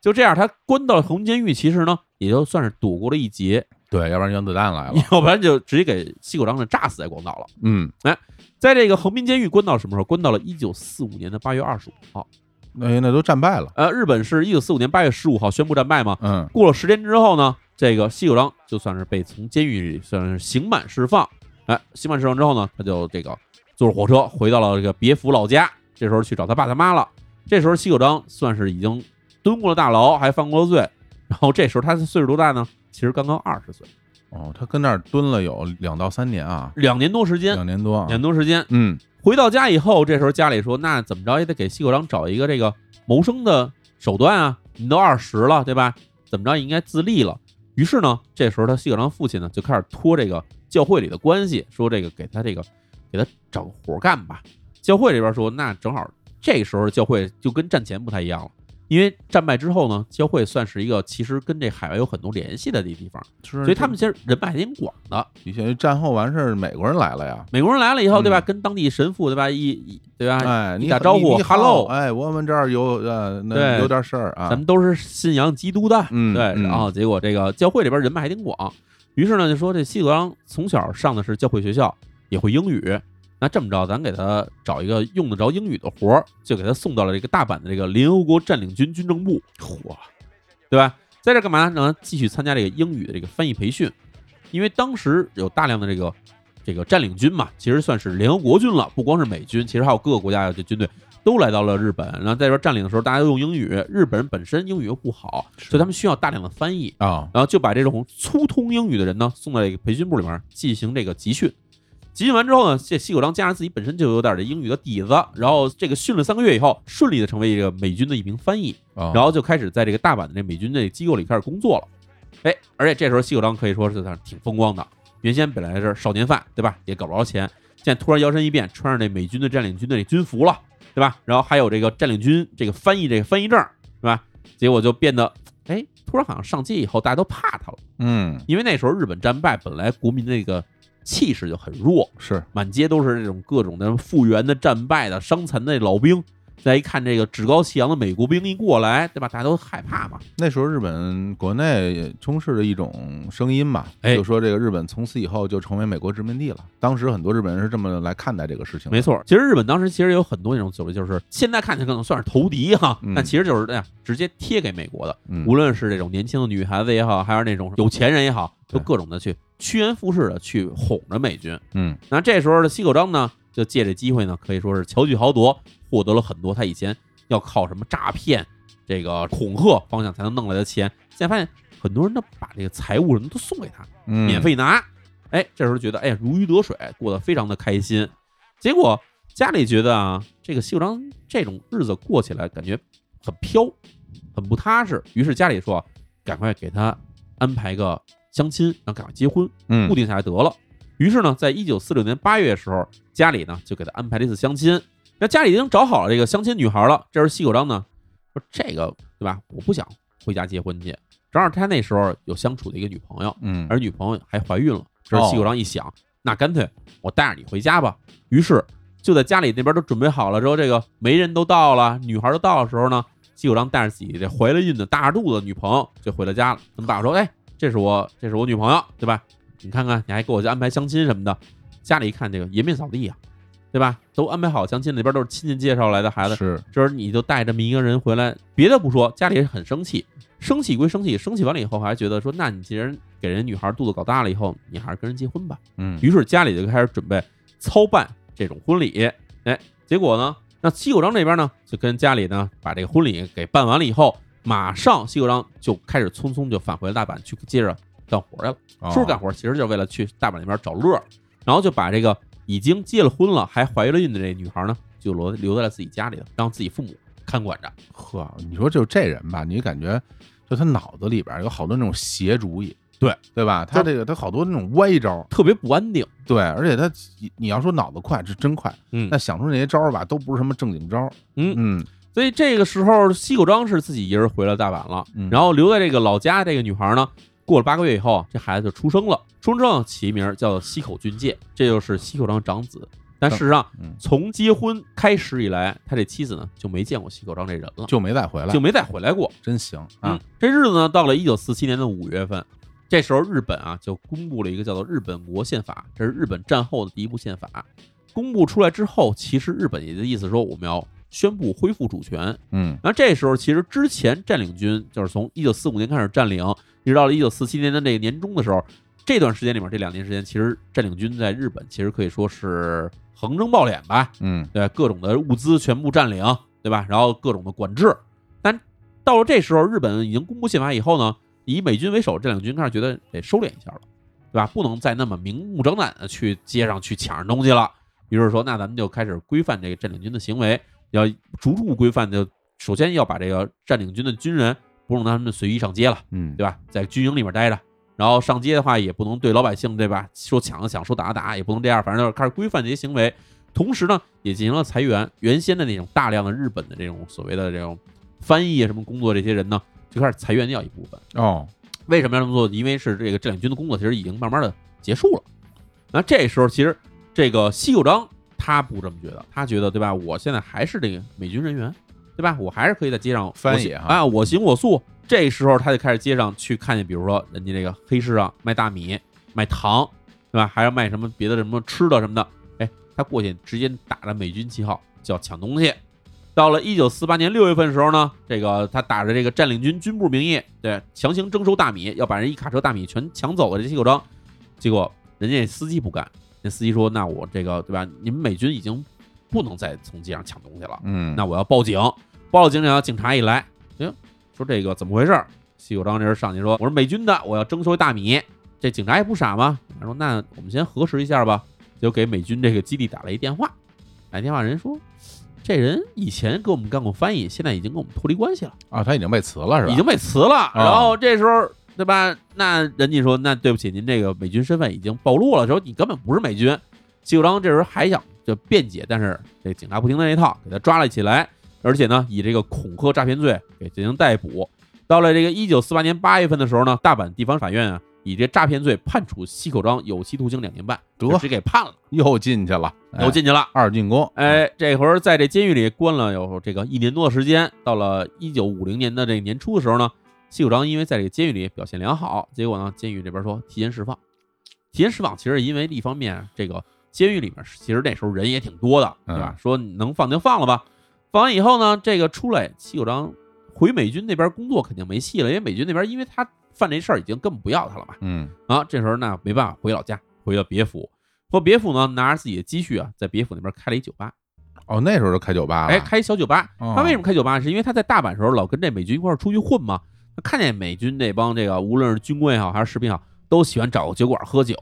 Speaker 1: 就这样，他关到了横滨监狱，其实呢也就算是躲过了一 劫，
Speaker 2: 对，要不然原子弹来了。
Speaker 1: 要不然就直接给西口章给炸死在广岛了。
Speaker 2: 嗯，
Speaker 1: 在这个横滨监狱关到什么时候？关到了一九四五年的八月二十五号。
Speaker 2: 哎那那都战败了。
Speaker 1: 呃，日本是一九四五年八月十五号宣布战败嘛。
Speaker 2: 嗯，
Speaker 1: 过了十天之后呢，这个西九章就算是被从监狱里算是刑满释放。哎，刑满释放之后呢，他就这个坐着火车回到了这个别府老家。这时候去找他爸他妈了。这时候西九章算是已经蹲过了大牢，还犯过了罪。然后这时候他岁数多大呢？其实刚刚二十岁，
Speaker 2: 哦，他跟那儿蹲了有两到三年啊，
Speaker 1: 两年多时间，
Speaker 2: 两年多啊。
Speaker 1: 两年多时间。
Speaker 2: 嗯，
Speaker 1: 回到家以后，这时候家里说，那怎么着也得给西口章找一个这个谋生的手段啊！你都二十了，对吧？怎么着也应该自立了。于是呢，这时候他西口章父亲呢就开始托这个教会里的关系，说这个给他这个给他找个活干吧。教会这边说，那正好这时候教会就跟战前不太一样了，因为战败之后呢，教会算是一个其实跟这海外有很多联系的地方，
Speaker 2: 所
Speaker 1: 所以他们其实人脉还挺广的。
Speaker 2: 以前战后完事儿，美国人来了呀。
Speaker 1: 美国人来了以后，对吧？
Speaker 2: 嗯
Speaker 1: 跟当地神父，对吧？一一对吧？
Speaker 2: 哎，
Speaker 1: 你
Speaker 2: 你
Speaker 1: 打
Speaker 2: 好
Speaker 1: 招
Speaker 2: 你
Speaker 1: 呼
Speaker 2: 你好
Speaker 1: hello
Speaker 2: 哎，我们这儿有呃，那
Speaker 1: 对
Speaker 2: 有点事儿啊
Speaker 1: 咱。们都是信仰基督的，
Speaker 2: 嗯
Speaker 1: 对。
Speaker 2: 嗯
Speaker 1: 然后结果这个教会里边人脉还挺广，于是呢就说这西格朗从小上的是教会学校，也会英语。那这么着，咱给他找一个用得着英语的活儿，就给他送到了这个大阪的这个联合国占领军军政部，嚯，对吧？在这干嘛呢？继续参加这个英语的这个翻译培训，因为当时有大量的这个这个占领军嘛，其实算是联合国军了，不光是美军，其实还有各个国家的军队都来到了日本。然后在这边占领的时候，大家都用英语，日本人本身英语又不好，所以他们需要大量的翻译，
Speaker 2: 啊，
Speaker 1: 然后就把这种粗通英语的人呢送到这个培训部里面进行这个集训。集训完之后呢，这西口章加上自己本身就有点这英语的底子，然后这个训了三个月以后，顺利的成为这个美军的一名翻译。
Speaker 2: 然
Speaker 1: 然后就开始在这个大阪的这美军这机构里开始工作了。哎，而且这时候西口章可以说是他挺风光的，原先本来是少年犯，对吧？也搞不着钱，现在突然摇身一变，穿上这美军的占领军的这军服了，对吧？然后还有这个占领军这个翻译这个翻译证，对吧？结果就变得，哎，突然好像上街以后大家都怕他了，
Speaker 2: 嗯
Speaker 1: 因为那时候日本战败，本来国民那个气势就很弱，
Speaker 2: 是
Speaker 1: 满街都是那种各种的复员的、战败的、伤残的老兵。再一看这个趾高气扬的美国兵一过来，对吧？大家都害怕嘛。
Speaker 2: 那时候日本国内也充斥着一种声音嘛，
Speaker 1: 哎
Speaker 2: 就说这个日本从此以后就成为美国殖民地了。当时很多日本人是这么来看待这个事情的，
Speaker 1: 没错，其实日本当时其实有很多那种所谓就是现在看起来可能算是投敌哈，
Speaker 2: 嗯
Speaker 1: 但其实就是那样直接贴给美国的。
Speaker 2: 嗯，
Speaker 1: 无论是这种年轻的女孩子也好，还是那种有钱人也好，
Speaker 2: 对
Speaker 1: 都各种的去趋炎附势的去哄着美军。
Speaker 2: 嗯
Speaker 1: 那这时候的西口章呢，就借这机会呢，可以说是巧取豪夺，获得了很多他以前要靠什么诈骗、这个恐吓方向才能弄来的钱。现在发现很多人都把这个财物什么都送给他，
Speaker 2: 嗯，
Speaker 1: 免费拿。哎，这时候觉得哎如鱼得水，过得非常的开心。结果家里觉得啊，这个西口章这种日子过起来感觉很飘，很不踏实。于是家里说，赶快给他安排个相亲，然后赶快结婚，
Speaker 2: 嗯
Speaker 1: 固定下来得了。于是呢，在一九四六年八月的时候，家里呢就给他安排了一次相亲。那家里已经找好了这个相亲女孩了。这时候西口章呢说：“这个对吧？我不想回家结婚去。”正好他那时候有相处的一个女朋友，
Speaker 2: 嗯，
Speaker 1: 而女朋友还怀孕了。这时候西口章一想，那干脆我带着你回家吧。于是就在家里那边都准备好了之后，这个媒人都到了，女孩都到的时候呢，西口章带着自己这怀了孕的大着肚子的女朋友就回了家了。他们爸爸说：“哎，这是我，这是我女朋友，对吧？你看看，你还给我安排相亲什么的。”家里一看，这个颜面扫地啊，对吧？都安排好相亲，那边都是亲戚介绍来的孩子，
Speaker 2: 是
Speaker 1: 这时候你就带这么一个人回来，别的不说，家里人很生气，生气归生气，生气完了以后还觉得说，那你既然给人女孩肚子搞大了以后，你还是跟人结婚吧。
Speaker 2: 嗯
Speaker 1: 于是家里就开始准备操办这种婚礼。哎，结果呢，那西口章这边呢，就跟家里呢把这个婚礼给办完了以后，马上西口章就开始匆匆就返回了大阪去接着干活来了。
Speaker 2: 哦
Speaker 1: 叔叔干活其实就是为了去大阪那边找乐儿，然后就把这个已经结了婚了还怀了孕的这女孩呢，就留留在了自己家里了，让自己父母看管
Speaker 2: 嗯
Speaker 1: 着。
Speaker 2: 呵，你说就这人吧，你感觉就他脑子里边有好多那种邪主意，
Speaker 1: 对
Speaker 2: 对吧？他这个他好多那种歪招，
Speaker 1: 特别不安定，
Speaker 2: 对，而且他你要说脑子快是真快，
Speaker 1: 嗯
Speaker 2: 但想出那些招儿吧，都不是什么正经招儿，
Speaker 1: 嗯
Speaker 2: 嗯
Speaker 1: 所以这个时候西口章是自己一人回了大阪了，
Speaker 2: 嗯
Speaker 1: 然后留在这个老家这个女孩呢，过了八个月以后，这孩子就出生了，出生之后起名叫西口俊介，这就是西口章长子。但事实上，
Speaker 2: 嗯，
Speaker 1: 从结婚开始以来，他这妻子呢就没见过西口章这人了，
Speaker 2: 就没再回来，
Speaker 1: 就没再回来过。
Speaker 2: 真行
Speaker 1: 嗯
Speaker 2: 啊，，
Speaker 1: 这日子呢，到了一九四七年的五月份，这时候日本啊就公布了一个叫做《日本国宪法》，这是日本战后的第一部宪法。公布出来之后，其实日本也就意思说我们要宣布恢复主权。
Speaker 2: 嗯
Speaker 1: 那这时候其实之前占领军就是从一九四五年开始占领，一直到了一九四七年的这个年中的时候，这段时间里面这两年时间，其实占领军在日本其实可以说是横征暴敛吧，
Speaker 2: 嗯
Speaker 1: 对，各种的物资全部占领，对吧？然后各种的管制。但到了这时候，日本已经公布宪法以后呢，以美军为首，占领军开始觉得得收敛一下了，对吧？不能再那么明目张胆的去街上去抢人东西了。于是说，那咱们就开始规范这个占领军的行为，要逐步规范的。首先要把这个占领军的军人不能让他们随意上街了，
Speaker 2: 嗯，
Speaker 1: 对吧？在军营里面待着，然后上街的话也不能对老百姓，对吧？说抢就抢，说打就打，也不能这样，反正就是开始规范这些行为。同时呢，也进行了裁员，原先的那种大量的日本的这种所谓的这种翻译啊什么工作，这些人呢就开始裁员掉一部分。
Speaker 2: 哦，
Speaker 1: 为什么要这么做？因为是这个占领军的工作其实已经慢慢的结束了。那这时候其实这个西口章他不这么觉得，他觉得对吧？我现在还是这个美军人员，对吧？我还是可以在街上
Speaker 2: 翻
Speaker 1: 我
Speaker 2: 译
Speaker 1: 行
Speaker 2: 哈
Speaker 1: 啊，我行我素。这时候他就开始街上去看见，比如说人家这个黑市上卖大米、卖糖，对吧？还要卖什么别的什么吃的什么的。哎，他过去直接打着美军旗号就要抢东西。到了一九四八年六月份的时候呢，这个他打着这个占领军军部名义，对，强行征收大米，要把人一卡车大米全抢走了。这西口章，结果人家司机不干，那司机说：“那我这个对吧？你们美军已经不能再从街上抢东西了，
Speaker 2: 嗯，
Speaker 1: 那我要报警。报了警然后警察一来，行，说这个怎么回事儿？”西口章这人上去说：“我是美军的，我要征收大米。”这警察也不傻嘛，他说：“那我们先核实一下吧。”就给美军这个基地打了一电话，打电话人说：“这人以前给我们干过翻译，现在已经跟我们脱离关系了。”
Speaker 2: 啊，他已经被辞了是吧？啊
Speaker 1: 已经被辞了。然后这时候，对吧？那人家说，那对不起，您这个美军身份已经暴露了，说你根本不是美军。西口章这时候还想就辩解，但是这警察不听他那套，给他抓了起来，而且呢，以这个恐吓诈骗罪给进行逮捕。到了这个一九四八年八月份的时候呢，大阪地方法院啊，以这诈骗罪判处西口章有期徒刑两年半，
Speaker 2: 得
Speaker 1: 就只给判了，
Speaker 2: 又进去了，哎
Speaker 1: 又进去了。
Speaker 2: 二进宫，
Speaker 1: 哎，这会儿在这监狱里关了有这个一年多的时间，到了一九五零年的这个年初的时候呢，西口章因为在这个监狱里表现良好，结果呢，监狱这边说提前释放。提前释放其实因为一方面这个监狱里面其实那时候人也挺多的，对吧？
Speaker 2: 嗯
Speaker 1: 说你能放就放了吧。放完以后呢，这个出来西口章回美军那边工作肯定没戏了，因为美军那边因为他犯这事儿已经根本不要他了嘛。
Speaker 2: 嗯
Speaker 1: 啊，这时候那没办法，回老家，回了别府。回别府呢，拿着自己的积蓄啊，在别府那边开了一酒吧，
Speaker 2: 哦，那时候就开酒吧了，
Speaker 1: 哎，开一小酒吧。
Speaker 2: 哦
Speaker 1: 他为什么开酒吧？是因为他在大阪时候老跟这美军一块儿出去混嘛，他看见美军那帮这个无论是军官也好还是士兵也好，都喜欢找个酒馆喝酒。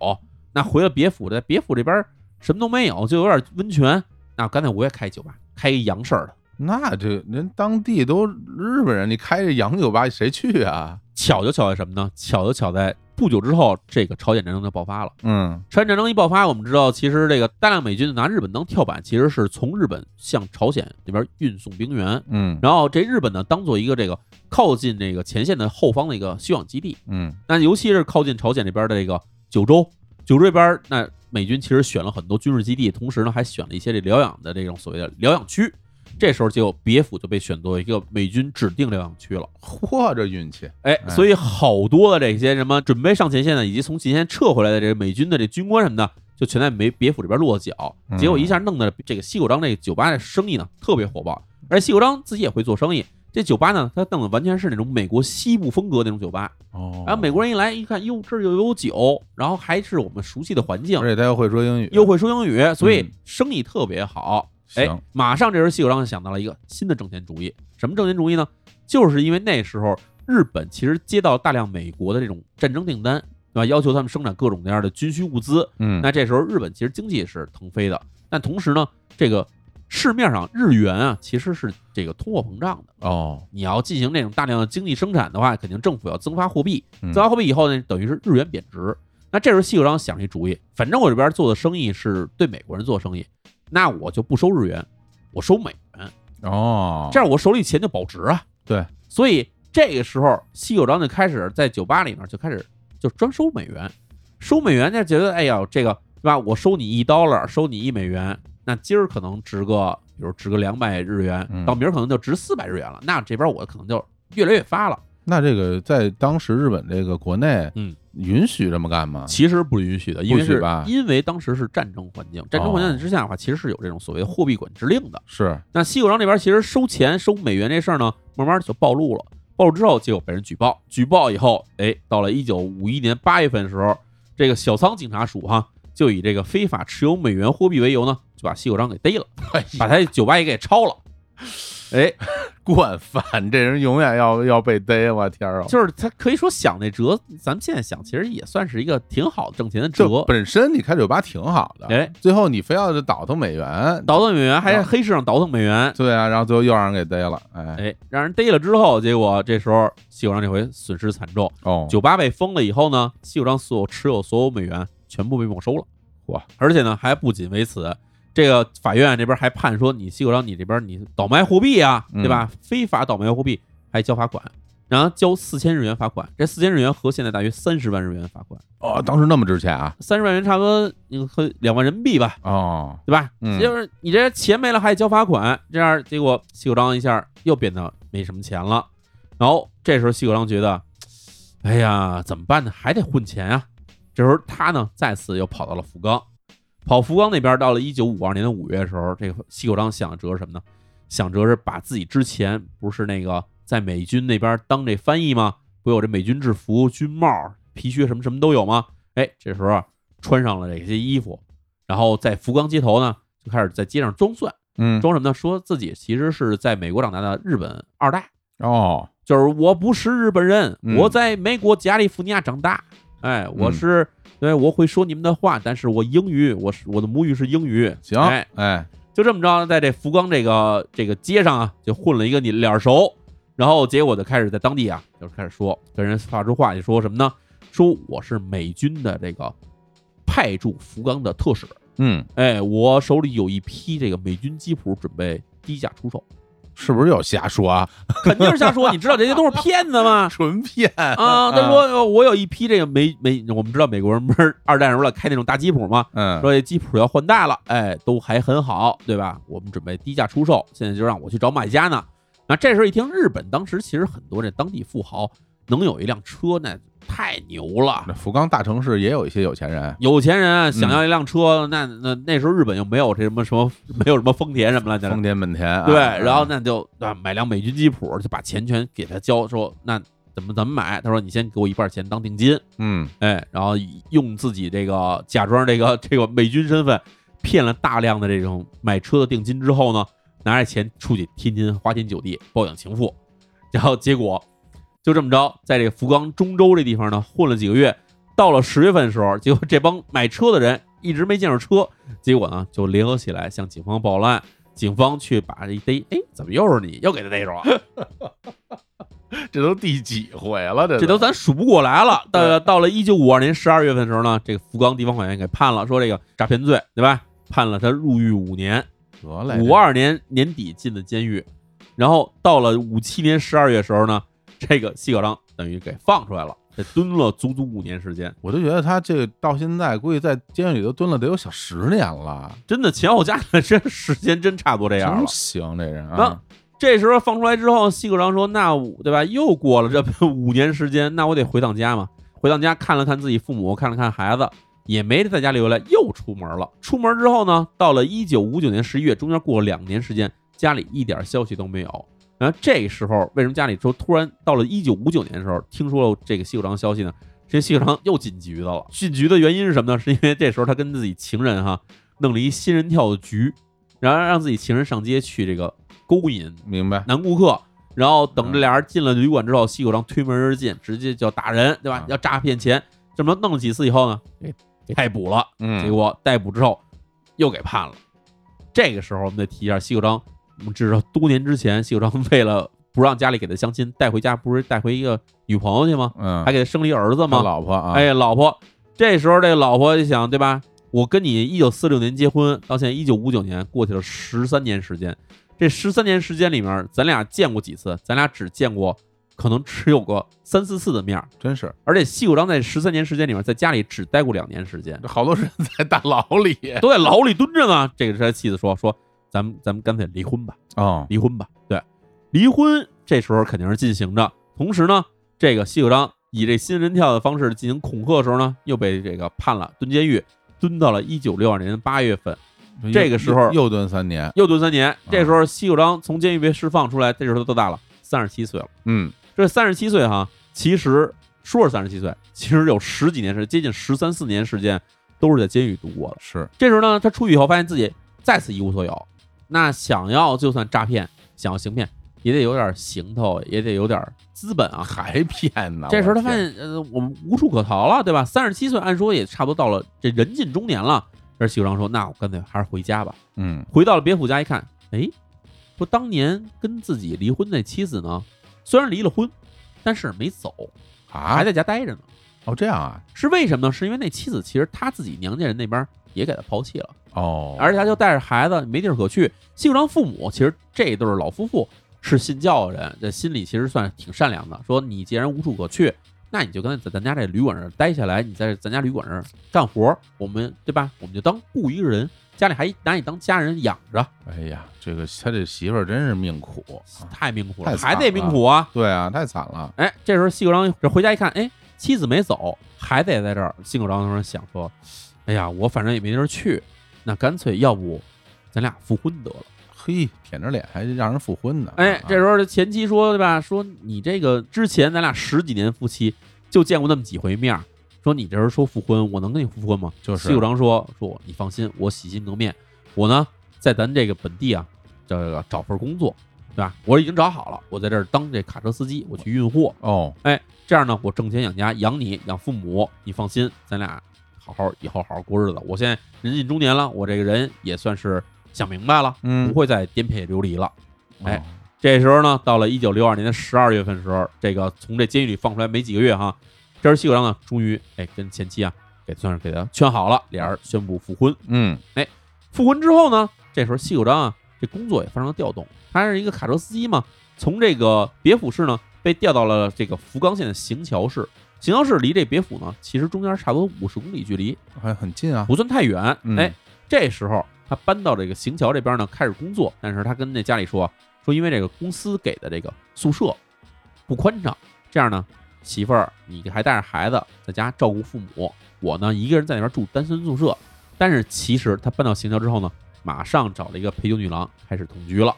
Speaker 1: 那回了别府，在别府这边什么都没有，就有点温泉。那干脆我也开酒吧，开一洋事儿的。
Speaker 2: 那这人当地都日本人，你开着洋酒吧谁去啊？
Speaker 1: 巧就巧在什么呢？巧就巧在不久之后，这个朝鲜战争就爆发了。
Speaker 2: 嗯
Speaker 1: 朝鲜战争一爆发，我们知道，其实这个大量美军拿日本当跳板，其实是从日本向朝鲜那边运送兵员，
Speaker 2: 嗯
Speaker 1: 然后这日本呢当做一个这个靠近这个前线的后方的一个休养基地。
Speaker 2: 嗯
Speaker 1: 那尤其是靠近朝鲜这边的这个九州，九州这边那美军其实选了很多军事基地，同时呢还选了一些这疗养的这种所谓的疗养区。这时候就别府就被选作为一个美军指定疗养区了。
Speaker 2: 嚯，这运气，
Speaker 1: 哎，
Speaker 2: 哎
Speaker 1: 所以好多的这些什么准备上前线的，以及从前线撤回来的这个美军的这军官什么的，就全在美别府这边落脚，
Speaker 2: 嗯
Speaker 1: 结果一下弄得这个西口章这个酒吧的生意呢特别火爆，而西口章自己也会做生意。这酒吧呢，他弄的完全是那种美国西部风格那种酒吧，
Speaker 2: 哦
Speaker 1: 然后啊美国人一来一看，哟，这儿又有酒，然后还是我们熟悉的环境
Speaker 2: 而，且他又会说英语，
Speaker 1: 又会说英语，所以
Speaker 2: 嗯
Speaker 1: 生意特别好。哎
Speaker 2: 行，
Speaker 1: 马上这时候西口章就想到了一个新的挣钱主意，什么挣钱主意呢？就是因为那时候日本其实接到大量美国的这种战争订单，对吧？要求他们生产各种各样的军需物资。
Speaker 2: 嗯
Speaker 1: 那这时候日本其实经济是腾飞的，但同时呢，这个市面上日元啊其实是这个通货膨胀的。
Speaker 2: 哦，
Speaker 1: 你要进行这种大量的经济生产的话，肯定政府要增发货币，
Speaker 2: 嗯
Speaker 1: 增发货币以后呢，等于是日元贬值。那这时候西口章想了一主意，反正我这边做的生意是对美国人做生意，那我就不收日元，我收美元，
Speaker 2: 哦，
Speaker 1: 这样我手里钱就保值啊。
Speaker 2: 对，
Speaker 1: 所以这个时候西口章就开始在酒吧里面就开始就专收美元，收美元就觉得哎呀这个对吧？我收你一 dollar，收你一美元，那今儿可能值个比如值个两百日元，
Speaker 2: 嗯
Speaker 1: 到明儿可能就值四百日元了，那这边我可能就越来越发了。
Speaker 2: 那这个在当时日本这个国内，
Speaker 1: 嗯，
Speaker 2: 允许这么 干吗？
Speaker 1: 其实不允许哦的，因为
Speaker 2: 不许
Speaker 1: 是
Speaker 2: 吧
Speaker 1: 因为当时是战争环境，战争环境之下的话，其实是有这种所谓的货币管制令的。
Speaker 2: 是，
Speaker 1: 那西口章这边其实收钱收美元这事儿呢，慢慢就暴露了。暴露之后，结果被人举报，举报以后，哎，到了一九五一年八月份的时候，这个小仓警察署哈，就以这个非法持有美元货币为由呢，就把西口章给逮了，把他酒吧也给抄了。哎，
Speaker 2: 惯犯，这人永远要要被逮，我天儿啊！
Speaker 1: 就是他可以说想那辙，咱们现在想，其实也算是一个挺好挣钱的辙。
Speaker 2: 就本身你开酒吧挺好的，
Speaker 1: 哎，
Speaker 2: 最后你非要就倒腾美元，
Speaker 1: 倒腾美元，还是黑市上倒腾美元，
Speaker 2: 对啊，然后最后又让人给逮了，哎，
Speaker 1: 哎，让人逮了之后，结果这时候西口章这回损失惨重，
Speaker 2: 哦，
Speaker 1: 酒吧被封了以后呢，西口章所有持有所有美元全部被没收了，
Speaker 2: 哇！
Speaker 1: 而且呢，还不仅为此，这个法院这边还判说你西口章你这边你倒卖货币啊，
Speaker 2: 嗯
Speaker 1: 对吧？非法倒卖货币还交罚款，然后交四千日元罚款，这四千日元合现在大约三十万日元罚款，
Speaker 2: 哦，当时那么值钱啊，
Speaker 1: 三十万元差不多你和两万人民币吧，
Speaker 2: 哦，
Speaker 1: 对吧？
Speaker 2: 嗯
Speaker 1: 就是你这钱没了还交罚款，这样结果西口章一下又变得没什么钱了。然后这时候西口章觉得，哎呀，怎么办呢？还得混钱啊。这时候他呢再次又跑到了福冈，跑福冈那边。到了一九五二年的五月的时候，这个西口章想的辙是什么呢？想辙是把自己之前不是那个在美军那边当这翻译吗？不有这美军制服、军帽、皮靴什么什么都有吗？哎，这时候啊穿上了这些衣服，然后在福冈街头呢，就开始在街上装蒜，
Speaker 2: 嗯，
Speaker 1: 装什么呢？说自己其实是在美国长大的日本二代，
Speaker 2: 哦，
Speaker 1: 就是我不是日本人，
Speaker 2: 嗯
Speaker 1: 我在美国加利福尼亚长大，哎，我是、对，我会说你们的话，但是我英语，我是我的母语是英语，
Speaker 2: 行，
Speaker 1: 哎，
Speaker 2: 哎，
Speaker 1: 就这么着，在这福冈这个这个街上啊，就混了一个你脸熟，然后结果就开始在当地啊，就开始说跟人发出话去，说什么呢？说我是美军的这个派驻福冈的特使。
Speaker 2: 嗯，
Speaker 1: 哎，我手里有一批这个美军吉普，准备低价出售。
Speaker 2: 是不是又瞎说 啊？
Speaker 1: 肯定是瞎说。你知道这些都是骗子吗？
Speaker 2: 纯骗
Speaker 1: 啊，他说呃我有一批这个美美，我们知道美国人不是 二战时候了开那种大吉普嘛，
Speaker 2: 嗯，
Speaker 1: 说这吉普要换代了，哎，都还很好，对吧？我们准备低价出售，现在就让我去找买家呢。那这时候一听，日本当时其实很多这当地富豪能有一辆车，那太牛了。
Speaker 2: 那福冈大城市也有一些有钱人，
Speaker 1: 有钱人想要一辆车，那那那时候日本又没有这什么什么，没有什么丰田什么了，
Speaker 2: 丰田、本田啊，
Speaker 1: 对，然后
Speaker 2: 嗯
Speaker 1: 那就啊买辆美军吉普，就把钱全给他交，说那怎么怎么买？他说你先给我一半钱当定金，
Speaker 2: 嗯，
Speaker 1: 哎，然后用自己这个假装这个这个美军身份骗了大量的这种买车的定金之后呢，拿着钱出去天天花天酒地包养情妇，然后结果就这么着，在这个福冈中州这地方呢混了几个月，到了十月份的时候，结果这帮买车的人一直没见着车，结果呢就联合起来向警方报了案。警方去把这一逮，哎，怎么又是你？又给他逮着了？
Speaker 2: 这都第几回了？这
Speaker 1: 这都咱数不过来了。
Speaker 2: 对
Speaker 1: 到到了一九五二年十二月份的时候呢，这个福冈地方法院给判了，说这个诈骗罪，对吧？判了他入狱五年，
Speaker 2: 得嘞，
Speaker 1: 五二年年底进的监狱，然后到了五七年十二月时候呢，这个西口章等于给放出来了，这蹲了足足五年时间，
Speaker 2: 我都觉得他这到现在估计在监狱里都蹲了得有小十年了，
Speaker 1: 真的前后加起来这时间真差不多这样
Speaker 2: 真
Speaker 1: 了。
Speaker 2: 行这人啊
Speaker 1: 那，这时候放出来之后，西口章说：“那我对吧？又过了这 么五年时间，那我得回趟家嘛。回趟家看了看自己父母，看了看孩子，也没在家留下来，又出门了。出门之后呢，到了一九五九年十一月，中间过了两年时间，家里一点消息都没有。然后这时候，为什么家里说突然到了一九五九年的时候，听说了这个西口章消息呢？这西口章又进局的了。进局的原因是什么呢？是因为这时候他跟自己情人哈弄了一仙人跳的局，然后让自己情人上街去这个勾引
Speaker 2: 明白？
Speaker 1: 男顾客，然后等
Speaker 2: 嗯
Speaker 1: 这俩人进了旅馆之后，西口章推门而进，直接就要打人，对吧
Speaker 2: 嗯？
Speaker 1: 要诈骗钱，这么弄了几次以后呢，给给逮捕了。结
Speaker 2: 嗯，
Speaker 1: 果逮捕之后又给判了。这个时候我们得提一下西口章，我们知道多年之前西口章为了不让家里给他相亲，带回家不是带回一个女朋友去吗？
Speaker 2: 嗯，
Speaker 1: 还给他生了一儿子
Speaker 2: 他
Speaker 1: 吗？
Speaker 2: 老婆啊，
Speaker 1: 哎，老婆，这时候这老婆就想，对吧？我跟你一九四六年结婚，到现在一九五九年，过去了十三年时间。这十三年时间里面，咱俩见过几次？咱俩只见过，可能只有过三四次的面儿。
Speaker 2: 真是
Speaker 1: 而且西谷章在十三年时间里面，在家里只待过两年时间，
Speaker 2: 这好多人在大牢 里
Speaker 1: 都在牢里蹲着呢。这个是他妻子说说，咱们咱们干脆离婚吧。
Speaker 2: 哦，
Speaker 1: 离婚吧。对，离婚这时候肯定是进行着。同时呢，这个西九章以这新人跳的方式进行恐吓的时候呢，又被这个判了蹲监狱，蹲到了一九六二年八月份，这个时候
Speaker 2: 又又蹲三年，
Speaker 1: 又蹲三年。这时候西九章从监狱被释放出来，这时候他多大了？三十七岁了。
Speaker 2: 嗯，
Speaker 1: 这三十七岁哈，其实说是三十七岁，其实有十几年时，接近十三四年时间都是在监狱度过的。
Speaker 2: 是
Speaker 1: 这时候呢，他出狱以后发现自己再次一无所有，那想要就算诈骗，想要行骗，也得有点行头，也得有点资本啊。
Speaker 2: 还骗呢。
Speaker 1: 这时候他
Speaker 2: 我
Speaker 1: 发
Speaker 2: 天
Speaker 1: 现，呃，我们无处可逃了，对吧？三十七岁，按说也差不多到了这人近中年了。而许章说：“那我干脆还是回家吧。”
Speaker 2: 嗯，
Speaker 1: 回到了别府家一看，哎，说当年跟自己离婚那妻子呢，虽然离了婚，但是没走，
Speaker 2: 啊
Speaker 1: 还，在家待着呢。
Speaker 2: 哦这样啊，
Speaker 1: 是为什么呢？是因为那妻子其实他自己娘家人那边也给他抛弃了。
Speaker 2: 哦，
Speaker 1: 而且他就带着孩子没地儿可去。西谷章父母其实这一对儿老夫妇是信教的人，这心里其实算挺善良的。说你既然无处可去，那你就跟在咱家这旅馆这儿待下来，你在咱家旅馆这儿干活儿，我们对吧？我们就当雇一个人，家里还拿你当家人养着，
Speaker 2: 哎呀，这个他这媳妇儿真是命苦，啊
Speaker 1: 太命苦
Speaker 2: 太
Speaker 1: 了，
Speaker 2: 惨
Speaker 1: 还
Speaker 2: 了
Speaker 1: 得命苦啊！
Speaker 2: 对啊，太惨了，
Speaker 1: 哎，这时候西谷章这回家一看，哎，妻子没走，还得在这儿。西谷章当时想说，哎呀，我反正也没地儿去，那干脆要不咱俩复婚得了。
Speaker 2: 嘿，舔着脸还让人复婚呢，
Speaker 1: 哎
Speaker 2: 啊，
Speaker 1: 这时候这前妻说对吧？说你这个之前咱俩十几年夫妻就见过那么几回面儿，说你这人说复婚，我能跟你复婚吗？
Speaker 2: 就是啊
Speaker 1: 西谷章说说你放心，我喜新革面，我呢在咱这个本地啊，这个找份工作，对吧？我已经找好了，我在这儿当这卡车司机，我去运货，
Speaker 2: 哦，
Speaker 1: 这样呢我挣钱养家，养你养父母，你放心，咱俩好好以后好好过日子。我现在人近中年了，我这个人也算是想明白了，
Speaker 2: 嗯
Speaker 1: 不，会再颠沛流离了。哎
Speaker 2: 哦，
Speaker 1: 这时候呢，到了一九六二年的十二月份的时候，这个从这监狱里放出来没几个月哈，这时西口章呢，终于哎跟前妻啊给算是给他劝好了，俩人宣布复婚。
Speaker 2: 嗯，
Speaker 1: 复婚之后呢，这时候西口章啊这工作也发生了调动。他是一个卡车司机嘛，从这个别府市呢被调到了这个福冈县的行桥市。行桥市离这别府呢，其实中间差不多五十公里距离，
Speaker 2: 还很近啊。
Speaker 1: 不算太远。
Speaker 2: 嗯
Speaker 1: 哎，这时候他搬到这个行桥这边呢，开始工作。但是他跟那家里说啊，说因为这个公司给的这个宿舍不宽敞，这样呢，媳妇儿你还带着孩子在家照顾父母，我呢一个人在那边住单身宿舍。但是其实他搬到行桥之后呢，马上找了一个陪酒女郎开始同居了。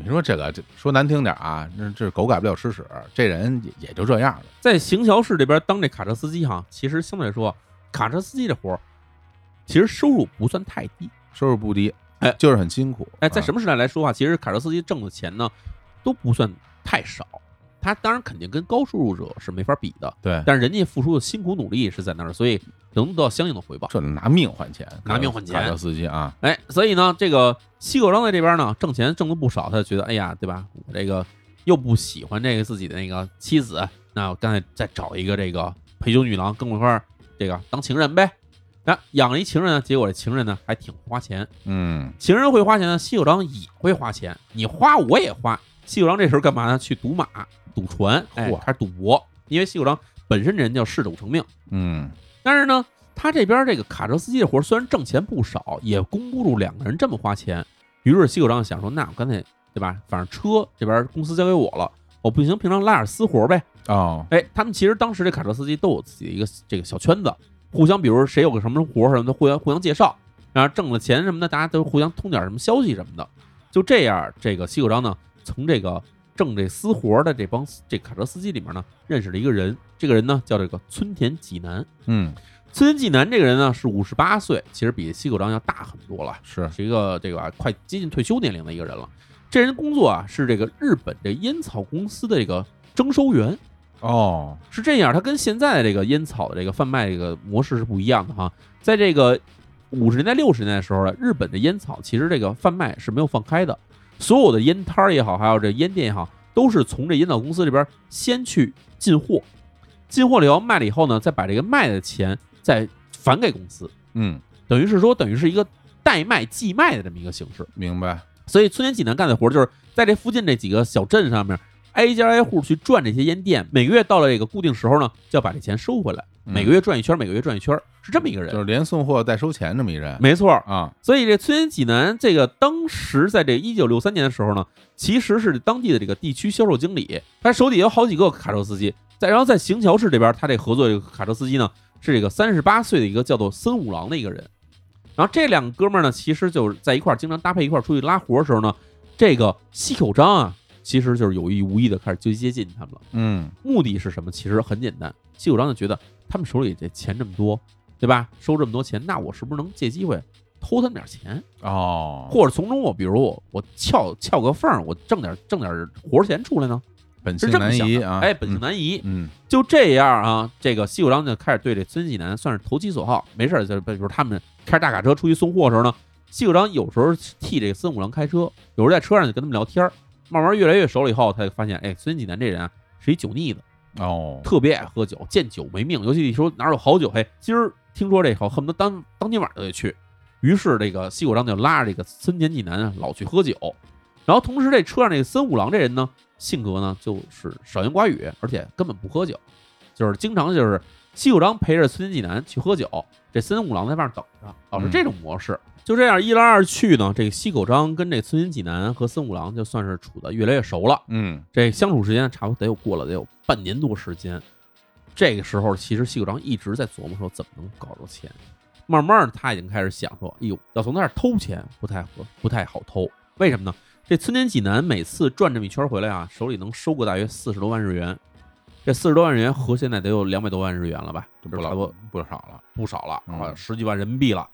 Speaker 2: 你说这个，这说难听点啊，那这狗改不了吃屎，这人也也就这样了。
Speaker 1: 在行桥市这边当这卡车司机哈，其实相对来说，卡车司机这活儿其实收入不算太低。
Speaker 2: 收入不低，
Speaker 1: 哎
Speaker 2: 就是很辛苦。
Speaker 1: 哎，在
Speaker 2: 啊
Speaker 1: 什么时代来说啊，其实卡车司机挣的钱呢，都不算太少。他当然肯定跟高收入者是没法比的，
Speaker 2: 对，
Speaker 1: 但是人家付出的辛苦努力是在那儿，所以能得到相应的回报。
Speaker 2: 这拿命换钱，
Speaker 1: 拿命换钱
Speaker 2: 卡车司机啊，
Speaker 1: 哎，所以呢，这个西口章在这边呢挣钱挣的不少，他就觉得，哎呀，对吧？我这个又不喜欢这个自己的那个妻子，那我干脆再找一个这个陪酒女郎跟我一块儿这个当情人呗。那、养了一情人呢，结果这情人呢还挺花钱，
Speaker 2: 嗯，
Speaker 1: 情人会花钱呢，西九章也会花钱，你花我也花。西九章这时候干嘛呢？去赌马、赌船，哎
Speaker 2: 嚯，
Speaker 1: 开始赌博。因为西九章本身人叫嗜赌成命，
Speaker 2: 嗯，
Speaker 1: 但是呢，他这边这个卡车司机的活儿虽然挣钱不少，也供不住两个人这么花钱。于是西九章想说，那我干脆对吧？反正车这边公司交给我了，我不行，平常拉点私活呗。
Speaker 2: 哦，
Speaker 1: 哎，他们其实当时这卡车司机都有自己的一个这个小圈子，互相比如谁有个什么活儿什么的，互相互相介绍，然后挣了钱什么的，大家都互相通点什么消息什么的。就这样，这个西口章呢，从这个挣这私活儿的这帮这卡车司机里面呢，认识了一个人，这个人呢叫这个村田济南。
Speaker 2: 嗯，
Speaker 1: 村田济南这个人呢是五十八岁，其实比西口章要大很多了，
Speaker 2: 是，
Speaker 1: 是一个这个啊快接近退休年龄的一个人了。这人工作啊是这个日本这烟草公司的这个征收员，
Speaker 2: 哦，
Speaker 1: 是这样，它跟现在的这个烟草的这个贩卖这个模式是不一样的哈。在这个五十年代、六十年代的时候呢，日本的烟草其实这个贩卖是没有放开的，所有的烟摊儿也好，还有这烟店也好，都是从这烟草公司这边先去进货，进货了以后卖了以后呢，再把这个卖的钱再返给公司，
Speaker 2: 嗯，
Speaker 1: 等于是说等于是一个代卖寄卖的这么一个形式。
Speaker 2: 明白，
Speaker 1: 所以村田济南干的活儿就是在这附近这几个小镇上面，挨家挨户去转这些烟店，每个月到了这个固定时候呢，就要把这钱收回来，
Speaker 2: 嗯
Speaker 1: 每个月转一圈，每个月转一圈，是这么一个人。
Speaker 2: 就是连送货带收钱这么一人，
Speaker 1: 没错儿，
Speaker 2: 啊，
Speaker 1: 所以这村田济南这个当时在这一九六三年的时候呢，其实是当地的这个地区销售经理，他手底下有好几个卡车司机。再然后在行桥市这边，他这合作这个卡车司机呢，是这个三十八岁的一个叫做森五郎的一个人。然后这两个哥们儿呢，其实就是在一块儿经常搭配一块儿出去拉活的时候呢，这个西口章啊，其实就是有意无意的开始就接近他们了。
Speaker 2: 嗯，
Speaker 1: 目的是什么？其实很简单，西九章就觉得他们手里这钱这么多，对吧？收这么多钱，那我是不是能借机会偷他们点钱，
Speaker 2: 哦，
Speaker 1: 或者从中我比如我我撬撬个缝儿，我挣点挣点活钱出来呢？
Speaker 2: 本性
Speaker 1: 是这么
Speaker 2: 难
Speaker 1: 想
Speaker 2: 移
Speaker 1: 的，
Speaker 2: 啊，
Speaker 1: 哎，本性难移。
Speaker 2: 嗯，
Speaker 1: 就这样啊，这个西九章就开始对这孙济南算是投其所好，没事儿就是比如他们开着大卡车出去送货的时候呢，西九章有时候替这个孙五郎开车，有时候在车上就跟他们聊天儿，慢慢越来越熟了以后，他就发现，哎，孙济南这人啊是一酒腻子。
Speaker 2: 嗯，哦，
Speaker 1: 特别爱喝酒，见酒没命，尤其一说哪有好酒，嘿，今儿听说这口，恨不得当当天晚上就得啊去。于是这个西口章就拉着这个森田纪男啊，老去喝酒，然后同时这车上这个森五郎这人呢，性格呢就是少言寡语，而且根本不喝酒，就是经常就是西口章陪着森田纪男去喝酒，这森五郎在外面等着，老是
Speaker 2: 嗯
Speaker 1: 这种模式。就这样一来二去呢，这个西口章跟这森田纪男和森五郎就算是处的越来越熟了。
Speaker 2: 嗯，
Speaker 1: 这相处时间差不多得有过了得有半年多时间。这个时候，其实西口章一直在琢磨说怎么能搞着钱。慢慢的，他已经开始想说，哎呦，要从那儿偷钱不太合，不太好偷。为什么呢？这村田济南每次转这么一圈回来啊，手里能收个大约四十多万日元。这四十多万日元合现在得有两百多万日元了吧？
Speaker 2: 就
Speaker 1: 这差
Speaker 2: 不老
Speaker 1: 不多
Speaker 2: 不少了，
Speaker 1: 不少了，
Speaker 2: 嗯
Speaker 1: 啊，十几万人民币了。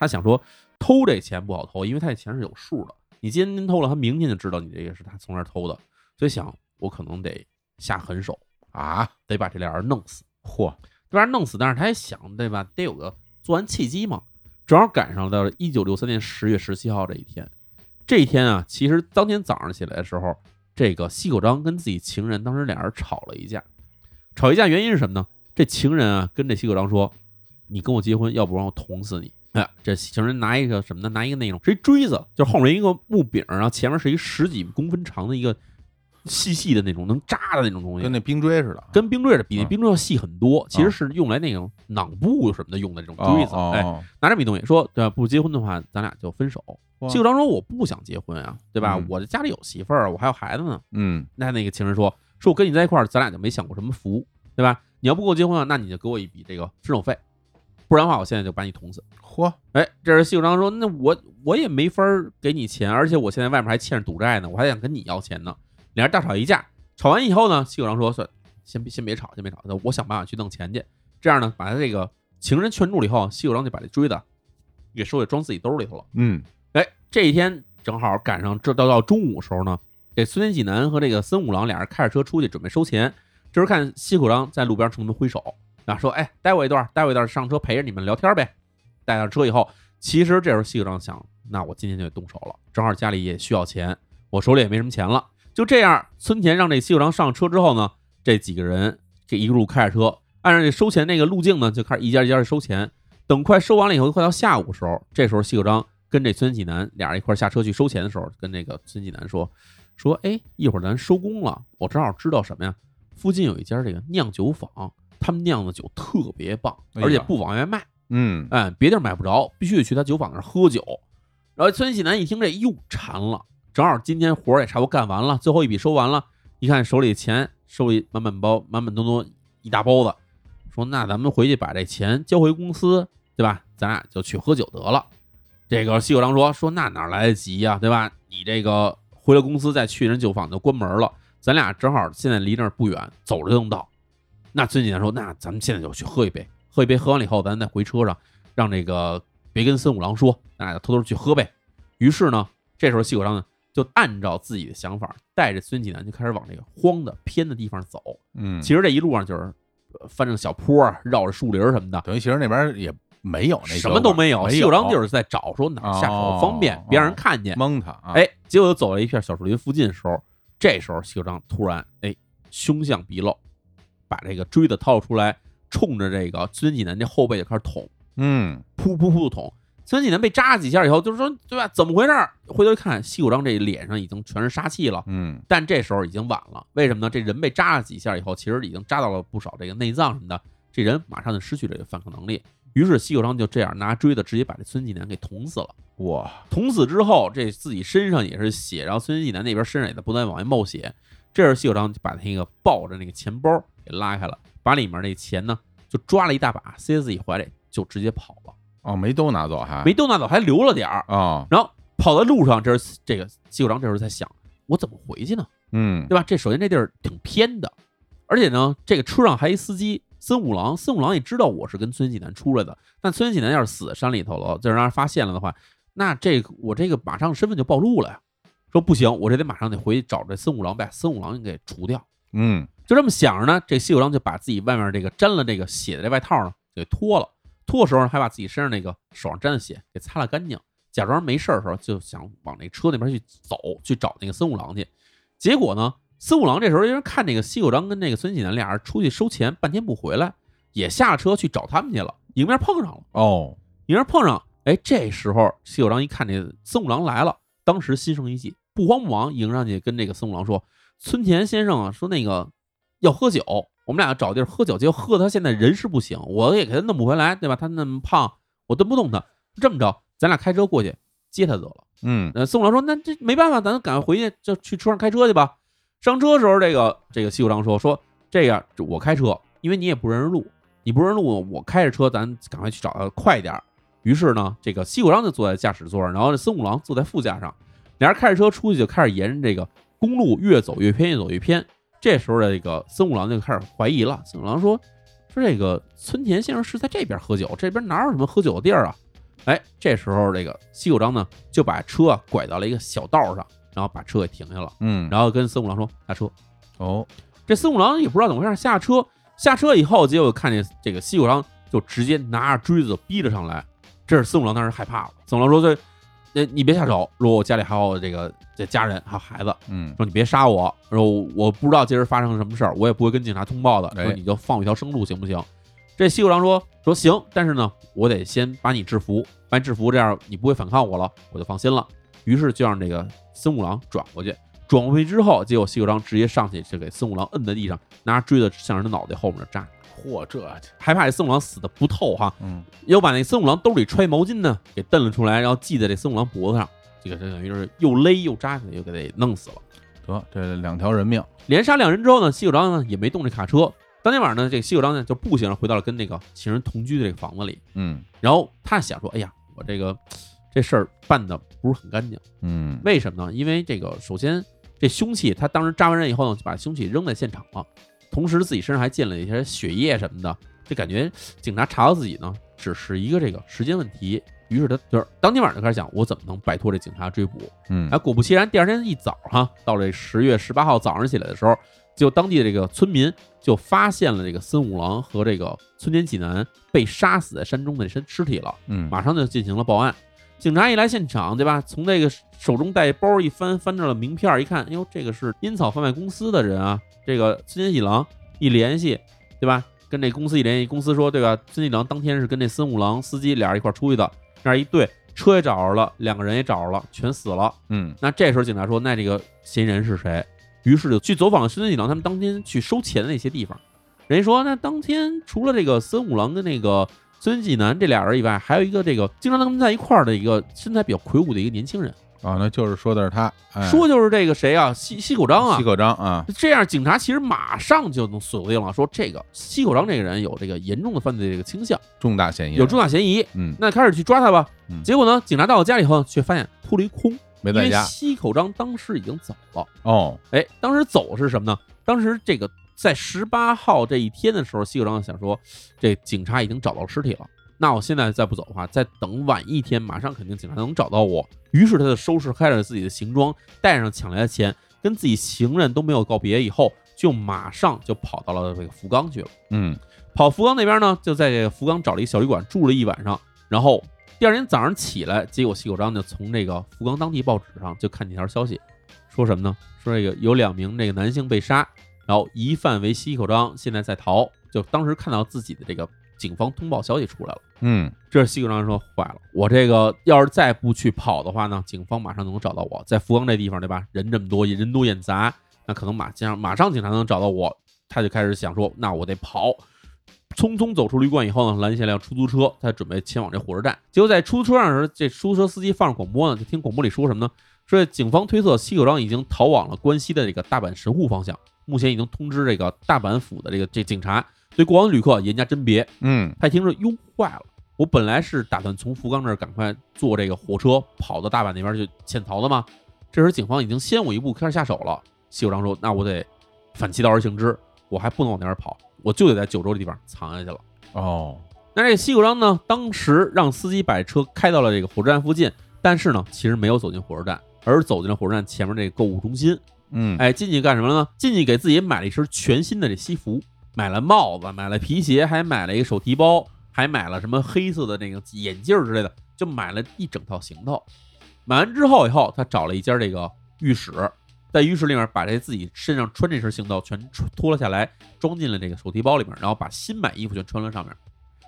Speaker 1: 他想说偷这钱不好偷，因为他这钱是有数的。你今天偷了，他明天就知道你这个是他从那儿偷的，所以想我可能得下狠手，
Speaker 2: 啊，
Speaker 1: 得把这俩人弄死。
Speaker 2: 嚯，
Speaker 1: 这俩人弄死，但是他也想对吧，得有个作案契机嘛。正好赶上到一九六三年十月十七号这一天，这一天啊，其实当天早上起来的时候，这个西口章跟自己情人当时俩人吵了一架，吵一架原因是什么呢？这情人啊跟这西口章说：“你跟我结婚，要不然我捅死你。”哎，这行人拿一个什么呢？拿一个那种是一锥子，就后面一个木柄，然后前面是一十几公分长的一个细细的那种能扎的那种东西
Speaker 2: 跟，那冰锥似的，
Speaker 1: 跟冰锥的比那
Speaker 2: 嗯啊
Speaker 1: 冰锥要细很多，其实是用来那种囊布什么的用的这种锥子。
Speaker 2: 哦
Speaker 1: 哎，，
Speaker 2: 哦
Speaker 1: 拿这么一东西说，对吧？不结婚的话，咱俩就分手。
Speaker 2: 哇
Speaker 1: 结果当时我不想结婚啊，对吧？
Speaker 2: 嗯
Speaker 1: 我这家里有媳妇儿，我还有孩子呢。
Speaker 2: 嗯，
Speaker 1: 那那个情人说，说我跟你在一块儿，咱俩就没享过什么福，对吧？你要不跟我结婚啊，那你就给我一笔这个分手费，不然的话，我现在就把你捅死。
Speaker 2: 嚯，
Speaker 1: 哎，这是谢永章说，那我我也没法儿给你钱，而且我现在外面还欠着赌债呢，我还想跟你要钱呢。俩人大吵一架，吵完以后呢，谢永章说，算，先别先别吵，先别吵，我想办法去弄钱去。这样呢，把他这个情人劝住了以后，谢永章就把这锥子给收起，装自己兜里头了。
Speaker 2: 嗯，
Speaker 1: 哎，这一天正好赶上这到到中午时候呢，这孙田纪南和这个森五郎俩人开着车出去准备收钱，这时候看西口章在路边冲他们挥手，然后说：“哎，待我一段，待我一段，上车陪着你们聊天呗。”带上车以后，其实这时候西口章想，那我今天就得动手了，正好家里也需要钱，我手里也没什么钱了。就这样，村田让这西口章上车之后呢，这几个人这一路开着车，按照这收钱那个路径呢，就开始一家一家的收钱。等快收完了以后，快到下午时候，这时候西口章跟这孙纪南俩人一块儿下车去收钱的时候，跟这个孙纪南说说，哎，一会儿咱收工了，我正好知道什么呀？附近有一家这个酿酒坊，他们酿的酒特别棒，
Speaker 2: 哎呀
Speaker 1: 而且不往外卖，
Speaker 2: 嗯，
Speaker 1: 哎，别地儿买不着，必须得去他酒坊那儿喝酒。然后孙喜南一听这又馋了，正好今天活儿也差不多干完了，最后一笔收完了，一看手里钱手里满满包满满东东一大包子，说那咱们回去把这钱交回公司，对吧？咱俩就去喝酒得了。这个西九郎说说那哪来得及呀、对吧？你这个回了公司再去人酒坊就关门了，咱俩正好现在离那儿不远，走着就能到。那孙锦南说：“那咱们现在就去喝一杯，喝一杯，喝完了以后，咱再回车上，让这个别跟森五郎说，咱俩就偷偷去喝呗。”于是呢，这时候西口章呢就按照自己的想法，带着孙锦南就开始往这个荒的偏的地方走。
Speaker 2: 嗯，
Speaker 1: 其实这一路上就是呃翻着小坡啊，绕着树林儿什么的，
Speaker 2: 等于其实那边也没有那哎
Speaker 1: 什么都没有。西口章就是是在找说哪儿下手方便
Speaker 2: 哦，
Speaker 1: 别让人看见。
Speaker 2: 蒙他啊，，
Speaker 1: 哎，结果就走了一片小树林附近的时候，这时候西九章突然哎凶相毕露，把这个锥子掏出来，冲着这个孙纪南这后背就开始捅，
Speaker 2: 嗯，
Speaker 1: 噗噗噗地捅。孙纪南被扎几下以后，就是说对吧？怎么回事儿？回头一看，西九章这脸上已经全是杀气了。
Speaker 2: 嗯，
Speaker 1: 但这时候已经晚了，为什么呢？这人被扎了几下以后，其实已经扎到了不少这个内脏什么的，这人马上就失去这个反抗能力。于是西九章就这样拿锥子直接把这孙纪南给捅死了。
Speaker 2: 哇，
Speaker 1: 捅死之后，这自己身上也是血，然后孙纪南那边身上也在不断往外冒血。这时候西九章就把那个抱着那个钱包给拉开了，把里面那钱呢就抓了一大把，塞自己怀里就直接跑了，
Speaker 2: 哦，没都拿走还
Speaker 1: 没动拿走，还留了点儿。
Speaker 2: 哦，
Speaker 1: 然后跑在路上，这是这个西九章这时候才想，我怎么回去呢？
Speaker 2: 嗯，
Speaker 1: 对吧？这首先这地儿挺偏的，而且呢，这个车上还一司机森五郎，森五郎也知道我是跟孙喜南出来的。那孙喜南要是死在山里头了，再让人发现了的话，那这个我这个马上身份就暴露了呀。说不行，我这得马上得回去找这森五郎，把森五郎给除掉。
Speaker 2: 嗯，
Speaker 1: 就这么想着呢，这西九郎就把自己外面这个沾了这个血的这外套呢给脱了，脱的时候呢还把自己身上那个手上沾的血给擦了干净，假装没事儿的时候就想往那车那边去走，去找那个森五郎去。结果呢，森五郎这时候因为看那个西九章跟那个孙喜南俩人出去收钱，半天不回来，也下车去找他们去了，迎面碰上了。
Speaker 2: 哦，
Speaker 1: 你让人碰上，哎，这时候西九章一看这森五郎来了，当时心生一计，不慌不忙迎上去跟这个森五郎说：“村田先生啊，说那个要喝酒，我们俩找地儿喝酒，结果喝他现在人是不行，我也给他弄不回来，对吧？他那么胖，我蹬不动他。这么着，咱俩开车过去接他得了。”
Speaker 2: 嗯，
Speaker 1: 呃，宋老说：“那这没办法，咱赶快回去，就去车上开车去吧。”上车的时候，这个这个西九章说：“说这样这我开车，因为你也不认识路，你不认识路，我开着车，咱赶快去找他，快一点儿。”于是呢，这个西九章就坐在驾驶座上，然后这森五郎坐在副驾上，俩人开着车出去，就开始沿着这个公路越走越偏，越走越偏。这时候的这个森五郎就开始怀疑了。森五郎说：“说这个村田先生是在这边喝酒，这边哪有什么喝酒的地儿啊？”哎，这时候这个西九章呢就把车啊拐到了一个小道上，然后把车给停下了，
Speaker 2: 嗯，
Speaker 1: 然后跟森五郎说下车。
Speaker 2: 哦，
Speaker 1: 这森五郎也不知道怎么回事，下车下车以后，结果看见这个西九章就直接拿着锥子逼了上来。这是森五郎当时害怕了，森五郎说：“这，呃，你别下手，说我家里还有这个这家人还有孩子，
Speaker 2: 嗯，
Speaker 1: 说你别杀我，说我不知道今儿发生什么事儿，我也不会跟警察通报的，
Speaker 2: 哎
Speaker 1: 说你就放我一条生路行不行？这西九郎说说行，但是呢，我得先把你制服，卖制服，这样你不会反抗我了，我就放心了。于是就让这个森五郎转过去，转过去之后，结果西九章直接上去就给森五郎摁在地上，拿锥子向人的脑袋后面扎，
Speaker 2: 嚯，这
Speaker 1: 还怕这森五郎死的不透哈，
Speaker 2: 嗯
Speaker 1: 又把那森五郎兜里揣毛巾呢给蹬了出来，然后系在这森五郎脖子上，这个这等于是又勒又扎，又给给弄死了。
Speaker 2: 得这两条人命，
Speaker 1: 连杀两人之后呢，西九章呢也没动这卡车。当天晚上呢，这个西九章呢就步行回到了跟那个情人同居的这个房子里。
Speaker 2: 嗯
Speaker 1: 然后他想说：“哎呀，我这个这事儿办的不是很干净，
Speaker 2: 嗯
Speaker 1: 为什么呢？因为这个首先这凶器，他当时扎完人以后呢，就把凶器扔在现场了，同时自己身上还溅了一些血液什么的，这感觉警察查到自己呢，只是一个这个时间问题。于是他就是当天晚上就开始想，我怎么能摆脱这警察追捕？
Speaker 2: 嗯
Speaker 1: 哎，果不其然，第二天一早哈，到了十月十八号早上起来的时候，就当地的这个村民就发现了这个森五郎和这个村田纪男被杀死在山中的身尸体了，
Speaker 2: 嗯
Speaker 1: 马上就进行了报案。警察一来现场，对吧？从那个手中带包一翻，翻着了名片儿，一看，哎呦，这个是烟草贩卖公司的人啊！这个村田喜郎一联系，对吧？跟这公司一联系，公司说，对吧？村田喜郎当天是跟这森五郎司机俩人一块儿出去的，那儿一对车也找着了，两个人也找着了，全死了。
Speaker 2: 嗯
Speaker 1: 那这时候警察说，那这个嫌疑人是谁？于是就去走访了孙田锦郎他们当天去收钱的那些地方。人家说，那当天除了这个森五郎跟那个孙纪南这俩人以外，还有一个这个经常跟他们在一块儿的一个身材比较魁梧的一个年轻人，
Speaker 2: 啊，那就是说的是他，哎
Speaker 1: 说就是这个谁啊，西西口章啊
Speaker 2: 西。口章啊，
Speaker 1: 这样，警察其实马上就能锁定了，说这个西口章这个人有这个严重的犯罪这个倾向，
Speaker 2: 重大嫌疑人
Speaker 1: 有重大嫌疑，
Speaker 2: 嗯
Speaker 1: 那开始去抓他吧
Speaker 2: 嗯。
Speaker 1: 结果呢，警察到了家里以后，却发现扑了一空，
Speaker 2: 没
Speaker 1: 因
Speaker 2: 在
Speaker 1: 为
Speaker 2: 家
Speaker 1: 西口章当时已经走了。
Speaker 2: 哦，
Speaker 1: 哎，当时走是什么呢？当时这个在十八号这一天的时候，西九章想说，这警察已经找到尸体了。那我现在再不走的话，再等晚一天，马上肯定警察能找到我。于是他就收拾开了自己的行装，带上抢来的钱，跟自己情人都没有告别以后，就马上就跑到了这个福冈去了。
Speaker 2: 嗯
Speaker 1: 跑福冈那边呢，就在这个福冈找了一小旅馆住了一晚上，然后第二天早上起来，结果西口章就从这个福冈当地报纸上就看见一条消息，说什么呢？说这个有两名这个男性被杀，然后疑犯为西口章，现在在逃。就当时看到自己的这个警方通报消息出来了，
Speaker 2: 嗯
Speaker 1: 这西口章说坏了，我这个要是再不去跑的话呢，警方马上就能找到我，在福冈这地方对吧？人这么多，人多眼杂，那可能马上马上警察能找到我，他就开始想说，那我得跑。匆匆走出旅馆以后呢，拦下辆出租车，他准备前往这火车站。结果在出租车上的时候，这出租车司机放着广播呢，就听广播里说什么呢？说警方推测西口章已经逃往了关西的这个大阪神户方向，目前已经通知这个大阪府的这个这警察对过往旅客严加甄别。
Speaker 2: 嗯
Speaker 1: 他一听说，哟，坏了！我本来是打算从福冈这儿赶快坐这个火车跑到大阪那边去潜逃的嘛。这时候警方已经先我一步开始下手了。西九章说：“那我得反其道而行之，我还不能往那边跑，我就得在九州这地方藏下去了。
Speaker 2: 哦”
Speaker 1: 那这个西九章呢，当时让司机把车开到了这个火车站附近，但是呢，其实没有走进火车站，而是走进了火车站前面这个购物中心。
Speaker 2: 嗯
Speaker 1: 哎，进去干什么了呢？进去给自己买了一身全新的这西服，买了帽子，买了皮鞋，还买了一个手提包，还买了什么黑色的那个眼镜儿之类的，就买了一整套行头。买完之后以后，他找了一家这个浴室，在浴室里面把这自己身上穿这身行头全穿脱了下来，装进了这个手提包里面，然后把新买衣服全穿了上面。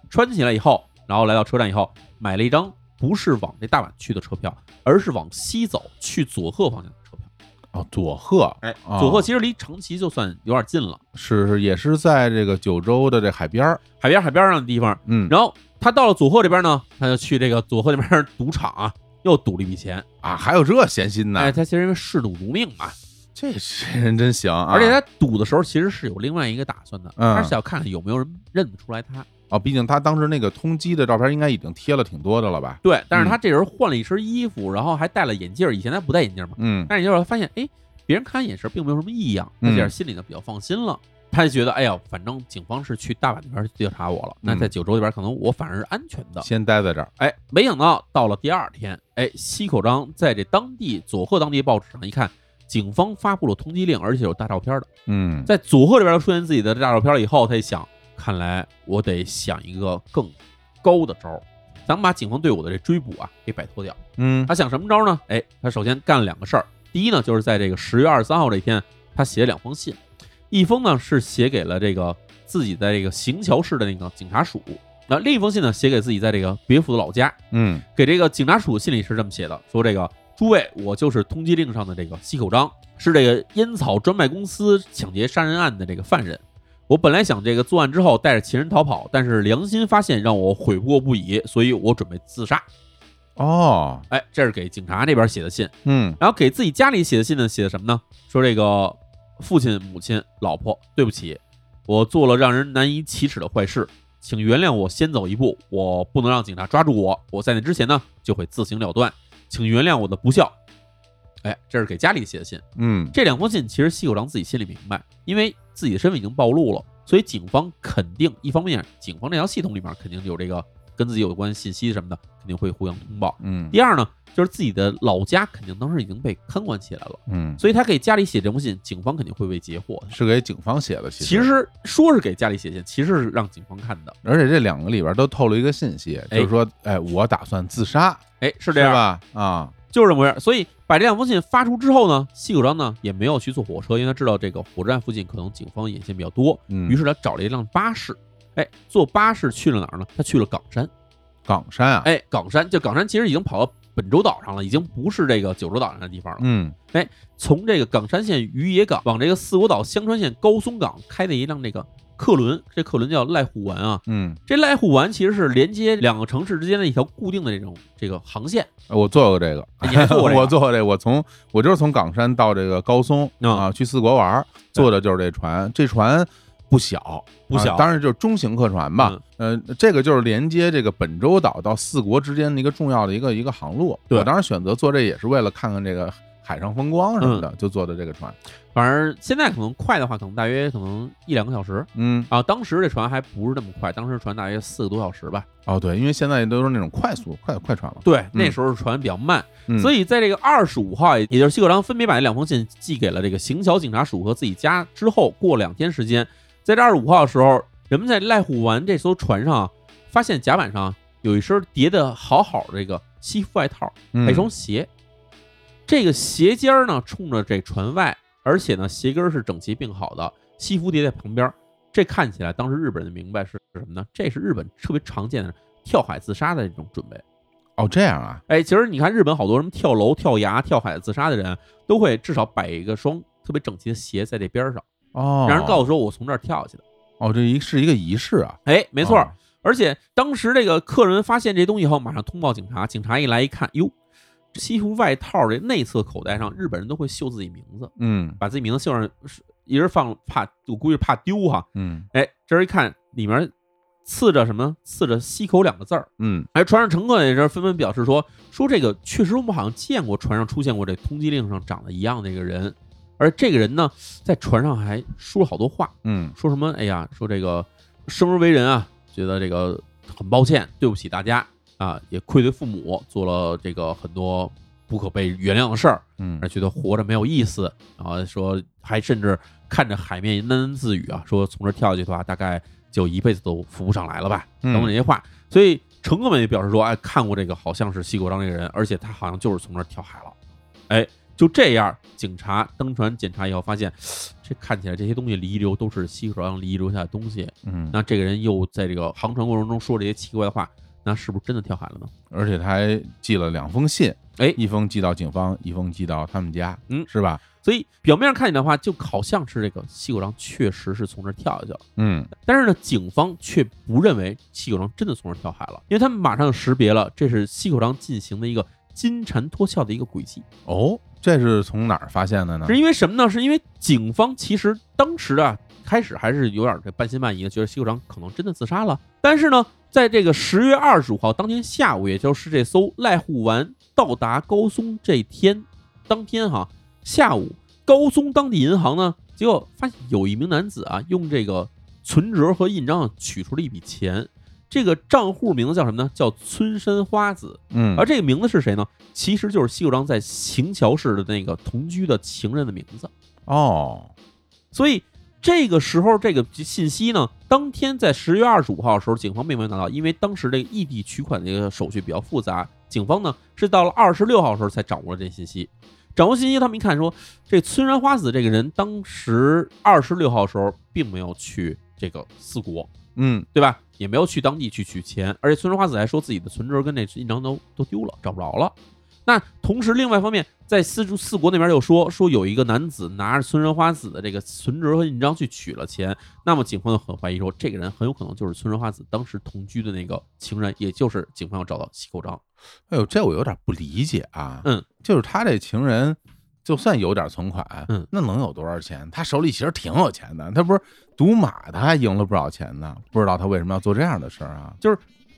Speaker 1: 穿起来以后，然后来到车站以后，买了一张不是往这大阪去的车票，而是往西走去佐贺方向的车票。
Speaker 2: 哦，佐贺
Speaker 1: 哎，
Speaker 2: 啊
Speaker 1: 佐贺其实离长崎就算有点近了，
Speaker 2: 是是也是在这个九州的这海边儿，
Speaker 1: 海边海边上的地方。
Speaker 2: 嗯
Speaker 1: 然后他到了佐贺这边呢，他就去这个佐贺那边赌场啊，又赌了一笔钱。
Speaker 2: 啊，还有这闲心呢
Speaker 1: 哎，，他其实因为嗜赌如命嘛，
Speaker 2: 这人真行啊！
Speaker 1: 而且他赌的时候其实是有另外一个打算的，
Speaker 2: 嗯
Speaker 1: 他是想看看有没有人认得出来他。
Speaker 2: 哦，毕竟他当时那个通缉的照片应该已经贴了挺多的了吧？
Speaker 1: 对，但是
Speaker 2: 嗯
Speaker 1: 他这人换了一身衣服，然后还戴了眼镜儿，以前他不戴眼镜嘛。
Speaker 2: 嗯
Speaker 1: 但是就是发现，哎，别人看眼神并没有什么异样，那
Speaker 2: 嗯
Speaker 1: 这样心里呢比较放心了。他就觉得，哎呀，反正警方是去大阪那边调查我了，那
Speaker 2: 嗯
Speaker 1: 在九州这边可能我反而是安全的。
Speaker 2: 先待在这儿，
Speaker 1: 哎，没想到到了第二天，哎，西口章在这当地佐贺当地报纸上一看，警方发布了通缉令，而且有大照片的。
Speaker 2: 嗯，
Speaker 1: 在佐贺这边出现自己的大照片以后，他一想，看来我得想一个更高的招儿，想把警方对我的这追捕啊给摆脱掉。
Speaker 2: 嗯
Speaker 1: 他想什么招呢？哎，他首先干了两个事儿。第一呢，就是在这个十月二十三号这天，他写了两封信，一封呢是写给了这个自己在这个行桥市的那个警察署，那另一封信呢，写给自己在这个别府的老家，
Speaker 2: 嗯
Speaker 1: 给这个警察署信里是这么写的，说这个诸位，我就是通缉令上的这个西口章，是这个烟草专卖公司抢劫杀人案的这个犯人。我本来想这个作案之后带着情人逃跑，但是良心发现让我悔过不已，所以我准备自杀。
Speaker 2: 哦
Speaker 1: 哎，这是给警察那边写的信，
Speaker 2: 嗯
Speaker 1: 然后给自己家里写的信呢，写的什么呢？说这个父亲、母亲、老婆，对不起，我做了让人难以启齿的坏事，请原谅我先走一步，我不能让警察抓住我，我在那之前呢就会自行了断，请原谅我的不孝。哎，这是给家里写的信。
Speaker 2: 嗯
Speaker 1: 这两封信其实西口章自己心里明白，因为自己的身份已经暴露了，所以警方肯定一方面，警方这条系统里面肯定有这个跟自己有关信息什么的，肯定会互相通报。
Speaker 2: 嗯
Speaker 1: 第二呢，就是自己的老家肯定当时已经被看管起来了，
Speaker 2: 嗯，
Speaker 1: 所以他给家里写这封信，警方肯定会被截获的。
Speaker 2: 是给警方写的，
Speaker 1: 其实说是给家里写信，其实是让警方看的。
Speaker 2: 而且这两个里边都透露一个信息，
Speaker 1: 哎
Speaker 2: 就是说，哎，我打算自杀，
Speaker 1: 哎，是
Speaker 2: 是
Speaker 1: 这样，
Speaker 2: 吧？啊，
Speaker 1: 就是这么回事儿。所以把这两封信发出之后呢，西口章呢也没有去坐火车，因为他知道这个火车站附近可能警方眼线比较多，
Speaker 2: 嗯，
Speaker 1: 于是他找了一辆巴士。哎，坐巴士去了哪儿呢？他去了冈山。
Speaker 2: 冈山啊，
Speaker 1: 哎，冈山，就冈山其实已经跑到本州岛上了，已经不是这个九州岛上的地方了。
Speaker 2: 嗯
Speaker 1: 从这个冈山县于野港往这个四国岛香川县高松港开的一辆这个客轮，这客轮叫濑户丸啊。
Speaker 2: 嗯，
Speaker 1: 这濑户丸其实是连接两个城市之间的一条固定的这种这个航线。
Speaker 2: 我做过这个，
Speaker 1: 哎你还坐过这个
Speaker 2: 我做过这个，我从我就是从冈山到这个高松
Speaker 1: 嗯
Speaker 2: 啊，去四国玩儿，坐的就是这船，这船。不小，
Speaker 1: 不小嗯
Speaker 2: 啊当然就是中型客船吧。呃，这个就是连接这个本州岛到四国之间的一个重要的一个一个航路。
Speaker 1: 对
Speaker 2: 我当时选择坐这也是为了看看这个海上风光什
Speaker 1: 嗯
Speaker 2: 么的，就坐的这个船。
Speaker 1: 反正现在可能快的话，可能大约可能一两个小时
Speaker 2: 嗯，
Speaker 1: 啊。当时这船还不是那么快，当时船大约四个多小时吧。
Speaker 2: 哦，对，因为现在都是那种快速快快船了，
Speaker 1: 对，那时候船比较慢，
Speaker 2: 嗯、
Speaker 1: 所
Speaker 2: 以
Speaker 1: 以在这个二十五号，也也就是西口章分别把这两封信寄给了这个行桥警察署和自己家之后，过两天时间，在这二十五号的时候，人们在濑户丸这艘船上啊发现甲板上有一身叠的好好的这个西服外套，
Speaker 2: 嗯
Speaker 1: 还有一双鞋。这个鞋尖儿呢冲着这船外，而且呢鞋跟儿是整齐并好的，西服叠在旁边儿。这看起来当时日本人明白是什么呢？这是日本特别常见的跳海自杀的这种准备。
Speaker 2: 哦这样啊，
Speaker 1: 哎，其实你看日本好多什么跳楼、跳崖、跳海自杀的人，都会至少摆一个双特别整齐的鞋在这边儿上，
Speaker 2: 哦，
Speaker 1: 让人告诉说我从这儿跳下去的。
Speaker 2: 哦，这一是一个仪式啊，
Speaker 1: 哎，没错儿。
Speaker 2: 哦
Speaker 1: 而且当时这个客人发现这东西以后，马上通报警察。警察一来一看，哟，西服外套这内侧口袋上，日本人都会绣自己名字，
Speaker 2: 嗯
Speaker 1: 把自己名字绣上，是一人放怕，我估计怕丢哈。
Speaker 2: 嗯
Speaker 1: 哎，这人一看里面刺着什么？刺着“西口”两个字儿。
Speaker 2: 嗯，
Speaker 1: 哎，船上乘客也是纷纷表示说，说这个确实我们好像见过船上出现过这通缉令上长得一样的一个人，而这个人呢，在船上还说了好多话，
Speaker 2: 嗯
Speaker 1: 说什么哎呀，说这个生而为人啊，觉得这个很抱歉，对不起大家啊，也愧对父母，做了这个很多不可被原谅的事儿，
Speaker 2: 嗯
Speaker 1: 而觉得活着没有意思，然后说还甚至看着海面喃喃自语啊，说从这跳下去的话，大概就一辈子都浮不上来了吧，等等这些话。所以乘客们也表示说，哎，看过这个好像是西国章这个人，而且他好像就是从这儿跳海了。哎，就这样，警察登船检查以后发现，这看起来这些东西遗留都是西国章遗留下的东西。
Speaker 2: 嗯，
Speaker 1: 那这个人又在这个航船过程中说这些奇怪的话，那是不是真的跳海了呢？
Speaker 2: 而且他还寄了两封信，
Speaker 1: 哎
Speaker 2: 一封寄到警方，一封寄到他们家，
Speaker 1: 嗯
Speaker 2: 是吧？
Speaker 1: 所以表面上看起来的话，就好像是这个西国章确实是从这儿跳下去了。
Speaker 2: 嗯
Speaker 1: 但是呢，警方却不认为西口章真的从这儿跳海了，因为他们马上识别了这是西口章进行的一个金蝉脱壳的一个轨迹。
Speaker 2: 哦，这是从哪儿发现的呢？
Speaker 1: 是因为什么呢？是因为警方其实当时啊，开始还是有点这半信半疑的，觉得西口章可能真的自杀了。但是呢，在这个十月二十五号当天下午，也就是这艘濑户丸到达高松这天，当天哈下午，高松当地银行呢，结果发现有一名男子啊，用这个存折和印章啊取出了一笔钱。这个账户名字叫什么呢？叫村山花子。
Speaker 2: 嗯，
Speaker 1: 而这个名字是谁呢？其实就是西口章在行桥市的那个同居的情人的名字。
Speaker 2: 哦，
Speaker 1: 所以这个时候，这个信息呢，当天在十月二十五号的时候，警方并没有拿到，因为当时这个异地取款的这个手续比较复杂，警方呢是到了二十六号的时候才掌握了这信息。掌握信息，他们一看说，这村山花子这个人当时二十六号的时候并没有去这个四国，
Speaker 2: 嗯，
Speaker 1: 对吧？也没有去当地去取钱，而且村上花子还说自己的存折跟那印章都都丢了，找不着了。那同时，另外一方面，在四柱四国那边又说说有一个男子拿着村上花子的这个存折和印章去取了钱，那么警方就很怀疑说，这个人很有可能就是村上花子当时同居的那个情人，也就是警方要找到西口章。
Speaker 2: 哎呦，这我有点不理解啊。
Speaker 1: 嗯，
Speaker 2: 就是他这情人，就算有点存款，
Speaker 1: 嗯，
Speaker 2: 那能有多少钱？他手里其实挺有钱的，他不是赌马，他还赢了不少钱呢。不知道他为什么要做这样的事儿啊？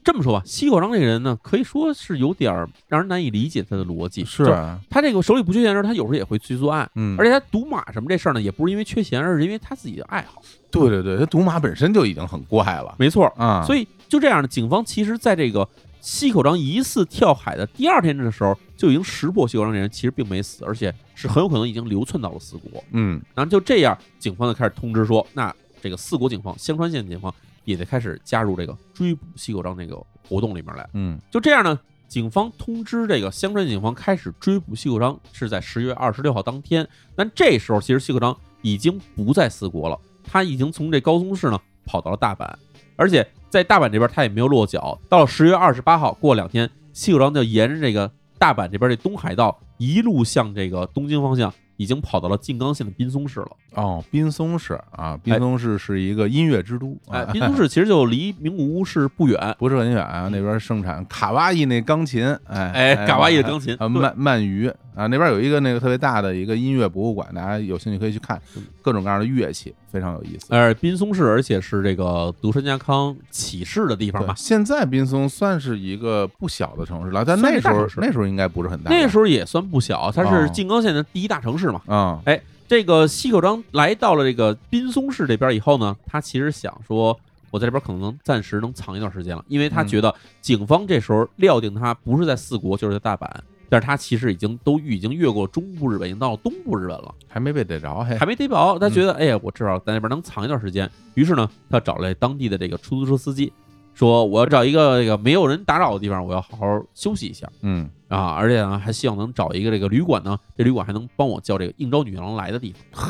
Speaker 1: 这么说吧，西口章这个人呢，可以说是有点儿让人难以理解他的逻辑。
Speaker 2: 是
Speaker 1: 就
Speaker 2: 啊，
Speaker 1: 他这个手里不缺钱的时候，他有时候也会去作案，
Speaker 2: 嗯，
Speaker 1: 而且他赌马什么这事儿呢，也不是因为缺钱，而是因为他自己的爱好。
Speaker 2: 对对对，他赌马本身就已经很怪了
Speaker 1: 没错，
Speaker 2: 啊。
Speaker 1: 所以就这样呢，警方其实在这个西口章疑似跳海的第二天的时候，就已经识破西口章这人其实并没死，而且是很有可能已经流窜到了四国。
Speaker 2: 嗯，
Speaker 1: 然后就这样，警方就开始通知说，那这个四国警方、香川县警方也得开始加入这个追捕西口章这个活动里面来。
Speaker 2: 嗯
Speaker 1: 就这样呢，警方通知这个香川警方开始追捕西口章，是在十月二十六号当天。但这时候，其实西口章已经不在四国了，他已经从这高松市呢跑到了大阪，而且在大阪这边他也没有落脚。到了十月二十八号，过两天，西口章就沿着这个大阪这边这东海道一路向这个东京方向，已经跑到了静冈县的滨松市了。
Speaker 2: 哦，滨松市啊，滨松市是一个音乐之都
Speaker 1: 哎，
Speaker 2: 啊，
Speaker 1: 滨松市其实就离名古屋市不远。
Speaker 2: 不是很远啊，那边盛产卡哇伊那钢琴，哎
Speaker 1: 哎，嘎哇伊的钢琴，
Speaker 2: 啊，
Speaker 1: 对
Speaker 2: 鳗鳗鱼啊，那边有一个那个特别大的一个音乐博物馆，大家有兴趣可以去看
Speaker 1: 嗯，
Speaker 2: 各种各样的乐器，非常有意思。
Speaker 1: 呃，滨松市，而且是这个德川家康起事的地方
Speaker 2: 对
Speaker 1: 嘛，。
Speaker 2: 现在滨松算是一个不小的城市了，但
Speaker 1: 算
Speaker 2: 那
Speaker 1: 是
Speaker 2: 时
Speaker 1: 大
Speaker 2: 候
Speaker 1: 城市
Speaker 2: 那时候应该不是很大吧。
Speaker 1: 那时候也算不小，啊它
Speaker 2: 哦
Speaker 1: 是静冈县的第一大城市嘛。
Speaker 2: 候啊，
Speaker 1: 这个西口章来到了这个滨松市这边以后呢，他其实想说，我在这边可能暂时能藏一段时间了，因为他
Speaker 2: 嗯
Speaker 1: 觉得警方这时候料定他不是在四国就是在大阪，但是他其实已经都已经越过中部日本，已经到了东部日本了。
Speaker 2: 还没被逮着，还
Speaker 1: 还没逮着，
Speaker 2: 嗯
Speaker 1: 他觉得哎呀，我至少在那边能藏一段时间。于是呢，他找来当地的这个出租车司机，说我要找一个这个没有人打扰的地方，我要好好休息一下
Speaker 2: 嗯
Speaker 1: 啊！而且呢，还希望能找一个这个旅馆呢，这旅馆还能帮我叫这个应招女郎来的地方。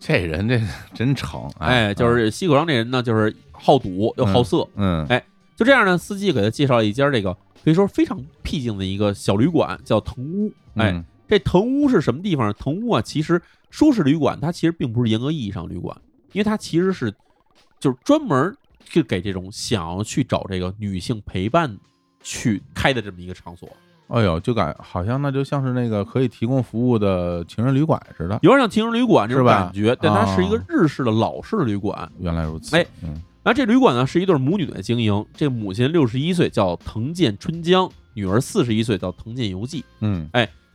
Speaker 2: 这人这 真啊成，
Speaker 1: 哎，就是西口章这人呢，就是好赌又好色，
Speaker 2: 嗯
Speaker 1: 哎就这样呢，司机给他介绍了一家这个可以说非常僻静的一个小旅馆，叫藤屋。哎，
Speaker 2: 嗯
Speaker 1: 这藤屋是什么地方呢？藤屋啊，其实说是旅馆，它其实并不是严格意义上的旅馆，因为它其实是就是专门去给这种想要去找这个女性陪伴去开的这么一个场所，
Speaker 2: 哎呦，就感好像那就像是那个可以提供服务的情人旅馆似的。
Speaker 1: 有点像情人旅馆这种
Speaker 2: 是吧
Speaker 1: 感觉，但它是一个
Speaker 2: 啊
Speaker 1: 日式的老式的旅馆。
Speaker 2: 原来如此，
Speaker 1: 哎
Speaker 2: 嗯，
Speaker 1: 然后这旅馆呢是一对母女在经营，这母亲六十一岁，叫藤见春江，女儿四十一岁，叫藤见由纪。
Speaker 2: 嗯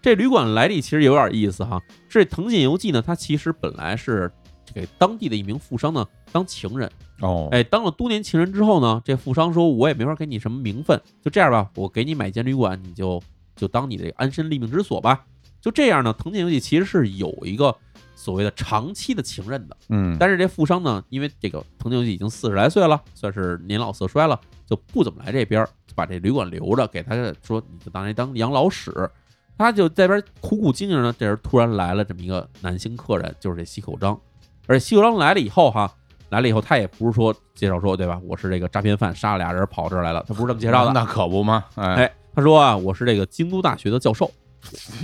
Speaker 1: 这旅馆来历其实有点意思哈。这藤见由纪呢，他其实本来是给当地的一名富商呢当情人，
Speaker 2: 哦，
Speaker 1: 哎，当了多年情人之后呢，这富商说我也没法给你什么名分，就这样吧，我给你买间旅馆，你就就当你的安身立命之所吧。就这样呢，藤见由纪其实是有一个所谓的长期的情人的，
Speaker 2: 嗯，
Speaker 1: 但是这富商呢，因为这个藤见由纪已经四十来岁了，算是年老色衰了，就不怎么来这边儿，就把这旅馆留着，给他说你就当这当养老使。他就在边苦苦经营呢，这时候突然来了这么一个男性客人，就是这西口章。而且西口章来了以后哈，来了以后他也不是说介绍说对吧，我是这个诈骗犯，杀了俩人跑这儿来了，他不是这么介绍的。
Speaker 2: 那可不嘛，哎，
Speaker 1: 哎，他说啊，我是这个京都大学的教授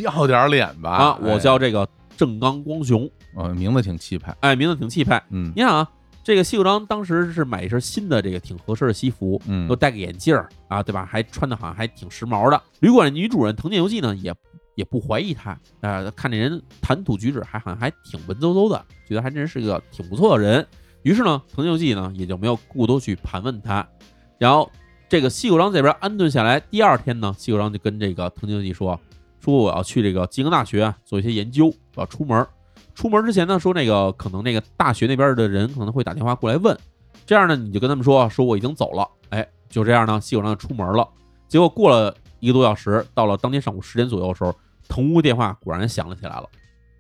Speaker 2: 要点脸吧
Speaker 1: 啊，我
Speaker 2: 哎
Speaker 1: 叫这个正刚光雄，
Speaker 2: 哦，名字挺气派，
Speaker 1: 哎，名字挺气派。
Speaker 2: 嗯
Speaker 1: 你看啊，这个西口章当时是买一身新的这个挺合适的西服，
Speaker 2: 嗯
Speaker 1: 又戴个眼镜儿啊，对吧？还穿的好像还挺时髦的。旅馆女主人藤见由纪呢，也也不怀疑他，呃，看这人谈吐举止还好像还挺文绉绉的，觉得还真是个挺不错的人。于是呢，藤见由纪呢也就没有过多去盘问他。然后这个西口章这边安顿下来，第二天呢，西口章就跟这个藤见由纪说，说我要去这个京大学啊做一些研究，我要出门儿。出门之前呢，说那个可能那个大学那边的人可能会打电话过来问，这样呢你就跟他们说说我已经走了，哎，就这样呢，西口章就出门了。结果过了一个多小时，到了当天上午十点左右的时候，藤屋电话果然响了起来了。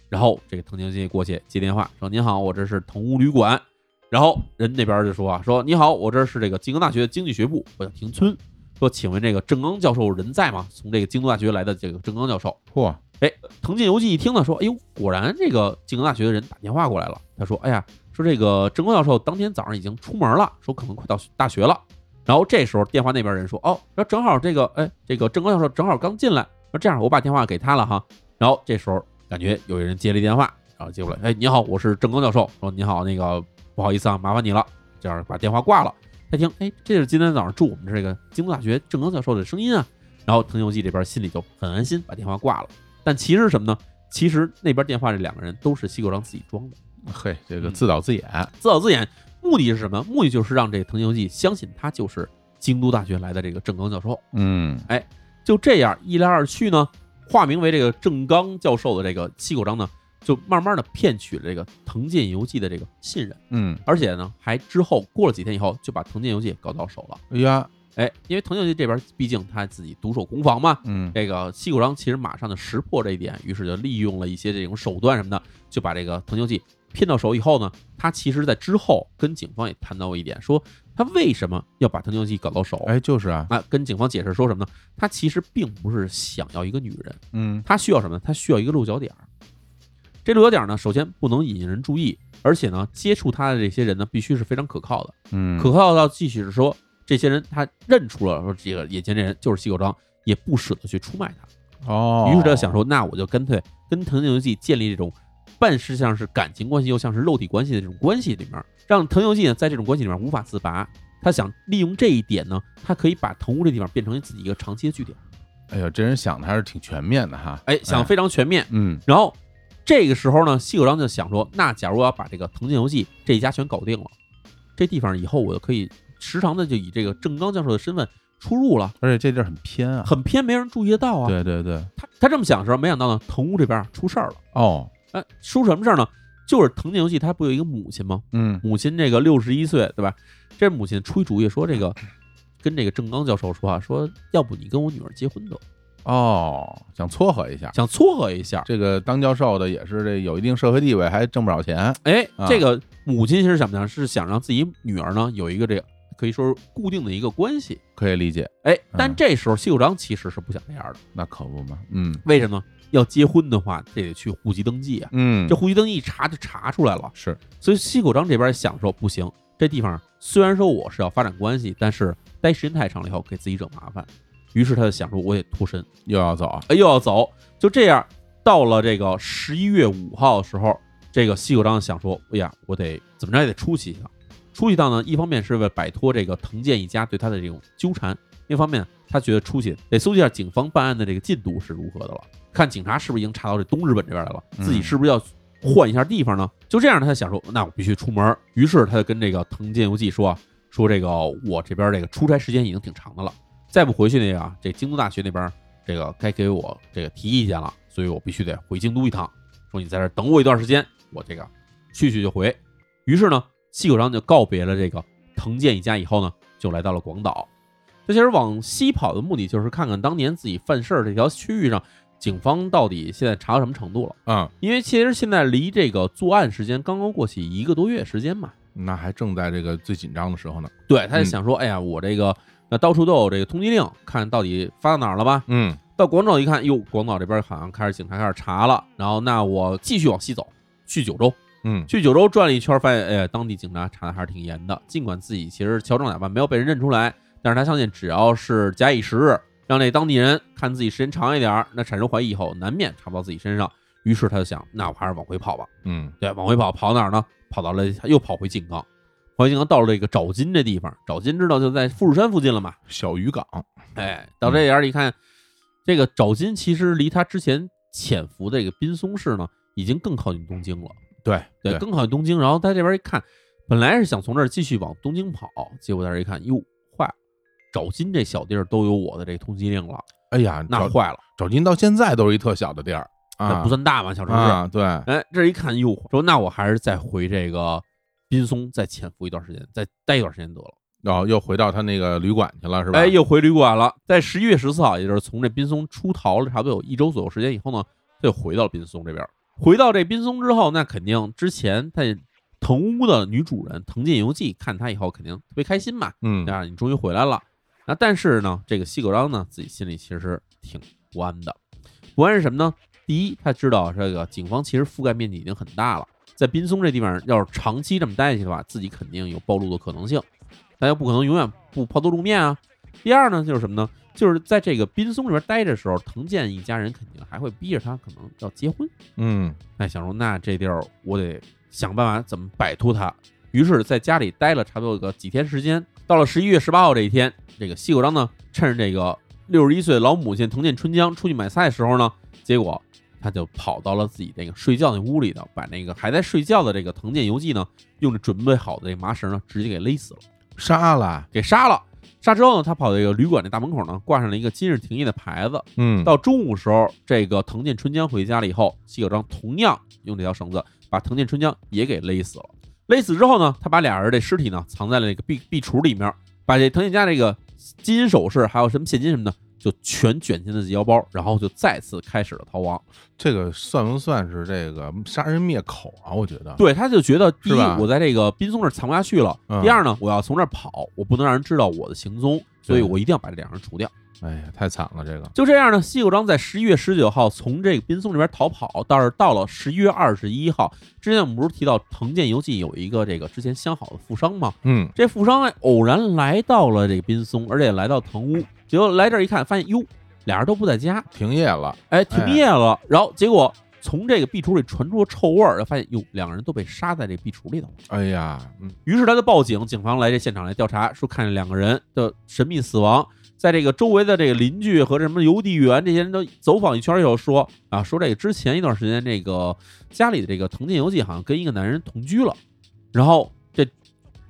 Speaker 1: 然后这个藤井信过去接电话，说：“您好，我这是藤屋旅馆。”然后人那边就说啊：“说你好，我这是这个京都大学的经济学部，我叫平村。说，请问这个郑刚教授人在吗？从这个京都大学来的这个郑刚教授。”
Speaker 2: 嚯，
Speaker 1: 哎，藤见由纪一听呢，说：“哎呦，果然这个静冈大学的人打电话过来了。”他说：“哎呀，说这个郑光教授当天早上已经出门了，说可能快到大学了。然后这时候电话那边人说，哦，说正好这个，哎，这个郑光教授正好刚进来，说这样我把电话给他了哈。然后这时候感觉有人接了一电话，然后接过来，哎，你好，我是郑光教授，说你好，那个不好意思啊，麻烦你了，这样把电话挂了。他听，哎，这是今天早上住我们这个京都大学郑刚教授的声音啊。然后藤游记这边心里就很安心，把电话挂了。但其实是什么呢？其实那边电话这两个人都是西狗章自己装的，
Speaker 2: 嘿，这个
Speaker 1: 嗯
Speaker 2: 自导自演，
Speaker 1: 自导自演。目的是什么？目的就是让这个藤游记相信他就是京都大学来的这个郑刚教授。
Speaker 2: 嗯
Speaker 1: 就这样一来二去呢，化名为这个郑刚教授的这个西狗章呢，就慢慢的骗取了这个藤见游记的这个信任，
Speaker 2: 嗯，
Speaker 1: 而且呢，还之后过了几天以后就把藤见游记搞到手了。
Speaker 2: 哎呀，
Speaker 1: 哎，因为藤秀基这边毕竟他自己独守空房嘛，
Speaker 2: 嗯
Speaker 1: 这个西谷章其实马上就识破这一点，于是就利用了一些这种手段什么的，就把这个藤秀基骗到手以后呢，他其实在之后跟警方也谈到过一点，说他为什么要把藤秀基搞到手。
Speaker 2: 哎，就是啊，
Speaker 1: 啊，跟警方解释说什么呢？他其实并不是想要一个女人，
Speaker 2: 嗯
Speaker 1: 他需要什么呢？他需要一个落脚点儿。这落脚点儿呢，首先不能引人注意，而且呢，接触他的这些人呢，必须是非常可靠的。
Speaker 2: 嗯，
Speaker 1: 可靠到即使是说这些人他认出了说这个眼前这人就是西狗章，也不舍得去出卖他。
Speaker 2: 哦，
Speaker 1: 于是他想，说，那我就干脆跟藤井游纪建立这种半是像是感情关系又像是肉体关系的这种关系里面，让藤井游纪呢在这种关系里面无法自拔。他想利用这一点呢，他可以把藤屋这地方变成自己一个长期的据点。
Speaker 2: 哎呦，这人想的还是挺全面的哈，
Speaker 1: 哎，想得非常全面。
Speaker 2: 嗯
Speaker 1: 然后这个时候呢，西狗章就想说，那假如我要把这个藤井游纪这一家全搞定了，这地方以后我就可以时常的就以这个正刚教授的身份出入了，
Speaker 2: 而且这地儿很偏啊，
Speaker 1: 很偏，没人注意得到啊。
Speaker 2: 对对对，
Speaker 1: 他他这么想的时候，没想到呢，藤屋这边出事儿了。
Speaker 2: 哦，
Speaker 1: 哎，出什么事儿呢？就是藤井游纪他不有一个母亲吗？
Speaker 2: 嗯
Speaker 1: 母亲这个六十一岁，对吧？这母亲出一主意说，这个跟这个正刚教授说啊，说要不你跟我女儿结婚得了，
Speaker 2: 哦，想撮合一下。
Speaker 1: 想撮合一下。
Speaker 2: 这个当教授的也是这有一定社会地位，还挣不少钱。
Speaker 1: 哎
Speaker 2: 啊，
Speaker 1: 这个母亲是想不想是想让自己女儿呢有一个这个可以说是固定的一个关系。
Speaker 2: 可以理解，
Speaker 1: 哎，但
Speaker 2: 嗯
Speaker 1: 这时候西谷章其实是不想这样的，
Speaker 2: 那可不嘛，嗯
Speaker 1: 为什么？要结婚的话，这得去户籍登记啊，
Speaker 2: 嗯
Speaker 1: 这户籍登记一查就查出来了。
Speaker 2: 是
Speaker 1: 所以西谷章这边想说，不行，这地方虽然说我是要发展关系，但是待时间太长了以后给自己整麻烦。于是他就想说，我得脱身，
Speaker 2: 又要走啊，
Speaker 1: 哎，又要走。就这样，到了这个十一月五号的时候，这个西谷章想说，哎呀，我得怎么着也得出去一趟。出去一趟呢，一方面是为了摆脱这个藤健一家对他的这种纠缠，另一方面他觉得出去得搜集一下警方办案的这个进度是如何的了，看警察是不是已经查到这东日本这边来了，
Speaker 2: 嗯
Speaker 1: 自己是不是要换一下地方呢？就这样，他想说，那我必须出门儿。于是他就跟这个藤健游纪说啊，说这个我这边这个出差时间已经挺长的了，再不回去那个啊这京都大学那边这个该给我这个提意见了，所以我必须得回京都一趟。说你在这儿等我一段时间，我这个去去就回。于是呢，西口章就告别了这个藤健一家以后呢，就来到了广岛。他其实往西跑的目的就是看看当年自己犯事儿这条区域上，警方到底现在查到什么程度了。
Speaker 2: 嗯，
Speaker 1: 因为其实现在离这个作案时间刚刚过去一个多月时间嘛，
Speaker 2: 那还正在这个最紧张的时候呢。
Speaker 1: 对，他就
Speaker 2: 嗯
Speaker 1: 想说，哎呀，我这个那到处都有这个通缉令，看到底发到哪儿了吧？
Speaker 2: 嗯，
Speaker 1: 到广岛一看，哟，广岛这边好像开始警察开始查了，然后那我继续往西走，去九州，
Speaker 2: 嗯，
Speaker 1: 去九州转了一圈，发现哎，当地警察查的还是挺严的。尽管自己其实乔装打扮没有被人认出来，但是他相信只要是假以时日，让那当地人看自己时间长一点儿，那产生怀疑以后，难免查不到自己身上。于是他就想，那我还是往回跑吧。
Speaker 2: 嗯，
Speaker 1: 对，往回跑，跑哪儿呢？跑到了又跑回静冈，跑回静冈到了这个沼津这地方，沼津知道就在富士山附近了嘛。
Speaker 2: 小渔港，
Speaker 1: 哎，到这点儿一看，这个沼津其实离他之前潜伏的这个滨松市呢，已经更靠近东京了。
Speaker 2: 对
Speaker 1: 对，更靠近东京。然后他这边一看，本来是想从这儿继续往东京跑，结果在这儿一看，哟，坏了，沼津这小地儿都有我的这通缉令了，
Speaker 2: 哎呀，
Speaker 1: 那
Speaker 2: 找
Speaker 1: 坏了，
Speaker 2: 找您到现在都是一特小的地儿
Speaker 1: 那
Speaker 2: 啊，
Speaker 1: 不算大嘛，小城市。
Speaker 2: 啊，对，
Speaker 1: 哎，这一看，哟，说那我还是再回这个滨松，再潜伏一段时间，再待一段时间得了。
Speaker 2: 然后又回到他那个旅馆去了，是吧？
Speaker 1: 哎，又回旅馆了。在十一月十四号，也就是从这滨松出逃了差不多有一周左右时间以后呢，他又回到了滨松这边。回到这滨松之后，那肯定之前在藤屋的女主人藤见由纪看他以后，肯定特别开心嘛。
Speaker 2: 嗯
Speaker 1: 啊，你终于回来了。那但是呢，这个西狗章呢，自己心里其实挺不安的。不安是什么呢？第一，他知道这个警方其实覆盖面积已经很大了，在滨松这地方要是长期这么待下去的话，自己肯定有暴露的可能性，大家不可能永远不抛头露面啊。第二呢，就是什么呢？就是在这个滨松里边待着的时候，藤健一家人肯定还会逼着他可能要结婚。
Speaker 2: 嗯
Speaker 1: 哎，想说那这地儿我得想办法怎么摆脱它。于是，在家里待了差不多有个几天时间，到了十一月十八号这一天，这个西口章呢，趁着这个六十一岁的老母亲藤见春江出去买菜的时候呢，结果他就跑到了自己这个睡觉那屋里头，把那个还在睡觉的这个藤见游纪呢，用着准备好的这麻绳呢，直接给勒死了，
Speaker 2: 杀了，
Speaker 1: 给杀了。杀之后呢，他跑到这个旅馆的大门口呢，挂上了一个今日停业的牌子，
Speaker 2: 嗯
Speaker 1: 到中午时候，这个藤见春江回家了以后，西九章同样用这条绳子把藤见春江也给勒死了。勒死之后呢，他把俩人的尸体呢藏在了这个壁壁橱里面，把这藤见家这个金银首饰还有什么现金什么的，就全卷进了自己腰包，然后就再次开始了逃
Speaker 2: 啊
Speaker 1: 亡。
Speaker 2: 这个算不算是这个杀人灭口啊？我觉得，
Speaker 1: 对，他就觉得第一
Speaker 2: 是吧，
Speaker 1: 我在这个滨松这儿藏不下去了；
Speaker 2: 嗯
Speaker 1: 第二呢，我要从这儿跑，我不能让人知道我的行踪，所以
Speaker 2: 对
Speaker 1: 我一定要把这两人除掉。
Speaker 2: 哎呀，太惨了，这个，
Speaker 1: 就这样呢，西口章在十一月十九号从这个滨松这边逃跑，倒是到了十一月二十一号。之前我们不是提到藤见由纪有一个这个之前相好的富商吗？
Speaker 2: 嗯
Speaker 1: 这富商哎偶然来到了这个滨松，而且来到藤屋，结果来这儿一看，发现哟，俩人都不在家，
Speaker 2: 停业了，
Speaker 1: 哎，停业了。然后结果从这个壁橱里传出了臭味儿，然后发现哟，两个人都被杀在这壁橱里头了。
Speaker 2: 哎呀，嗯
Speaker 1: 于是他就报警，警方来这现场来调查，说看见两个人的神秘死亡，在这个周围的这个邻居和什么邮递员这些人都走访一圈以后说啊，说这个之前一段时间这个家里的这个藤见由纪好像跟一个男人同居了，然后这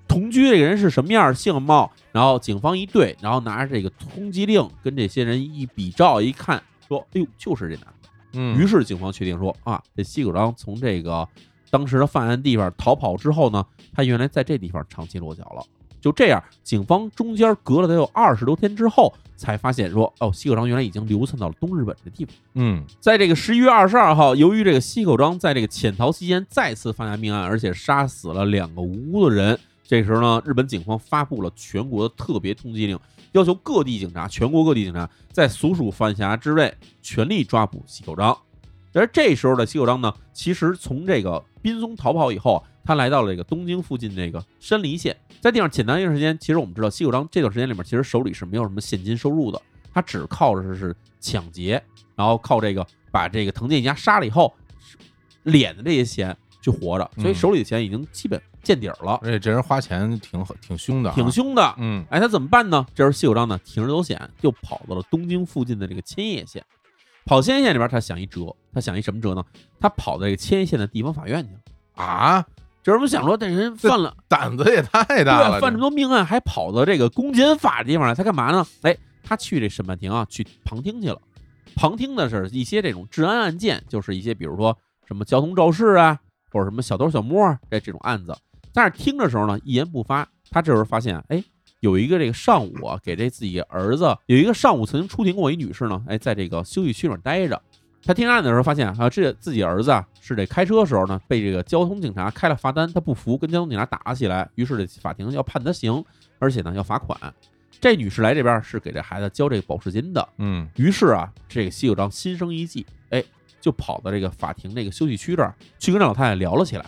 Speaker 1: 同居这个人是什么样姓貌，然后警方一对，然后拿着这个通缉令跟这些人一比照一看，说哎呦就是这男的。
Speaker 2: 嗯
Speaker 1: 于是警方确定说啊，这西口章从这个当时的犯案地方逃跑之后呢，他原来在这地方长期落脚了。就这样，警方中间隔了得有二十多天之后，才发现说，哦，西口章原来已经流窜到了东日本的地方。
Speaker 2: 嗯，
Speaker 1: 在这个十一月二十二号，由于这个西口章在这个潜逃期间再次犯下命案，而且杀死了两个无辜的人。这时候呢，日本警方发布了全国的特别通缉令，要求各地警察，全国各地警察在所属管辖之内全力抓捕西口章。而这时候的西口章呢，其实从这个滨松逃跑以后啊，他来到了这个东京附近这个山梨县，在地上潜藏一段时间。其实我们知道，西口章这段时间里面，其实手里是没有什么现金收入的，他只靠着是抢劫，然后靠这个把这个藤见一家杀了以后，敛的这些钱去活着，所以
Speaker 2: 嗯
Speaker 1: 手里的钱已经基本见底儿了，
Speaker 2: 而且这人花钱挺挺凶的，
Speaker 1: 挺，凶的。
Speaker 2: 嗯
Speaker 1: 哎，他怎么办呢？这时候西口章呢铤而走险，就跑到了东京附近的这个千叶县。跑千叶县里边，他想一辙，他想一什么辙呢？他跑到这个千叶县的地方法院去了。
Speaker 2: 啊，
Speaker 1: 这时候我们想说，这人
Speaker 2: 这
Speaker 1: 犯了
Speaker 2: 胆子也太
Speaker 1: 对
Speaker 2: 大
Speaker 1: 啊，
Speaker 2: 了，
Speaker 1: 犯这么
Speaker 2: 这
Speaker 1: 多命案，还跑到这个公检法的地方来，他干嘛呢？哎，他去这审判庭啊，去旁听去了。旁听的是一些这种治安案件，就是一些比如说什么交通肇事啊，或者什么小偷小摸啊这这种案子。但是听的时候呢，一言不发。他这时候发现，哎，有一个这个上午啊，给这自己儿子有一个上午曾经出庭过一女士呢，哎，在这个休息区里面待着。他听案的时候发现啊，这自己儿子啊是这开车时候呢被这个交通警察开了罚单，他不服，跟交通警察打了起来，于是这法庭要判他刑，而且呢要罚款。这女士来这边是给这孩子交这个保释金的，
Speaker 2: 嗯
Speaker 1: 于是啊，这个西九章心生一计，哎，就跑到这个法庭这个休息区这儿去跟这老太太聊了起来。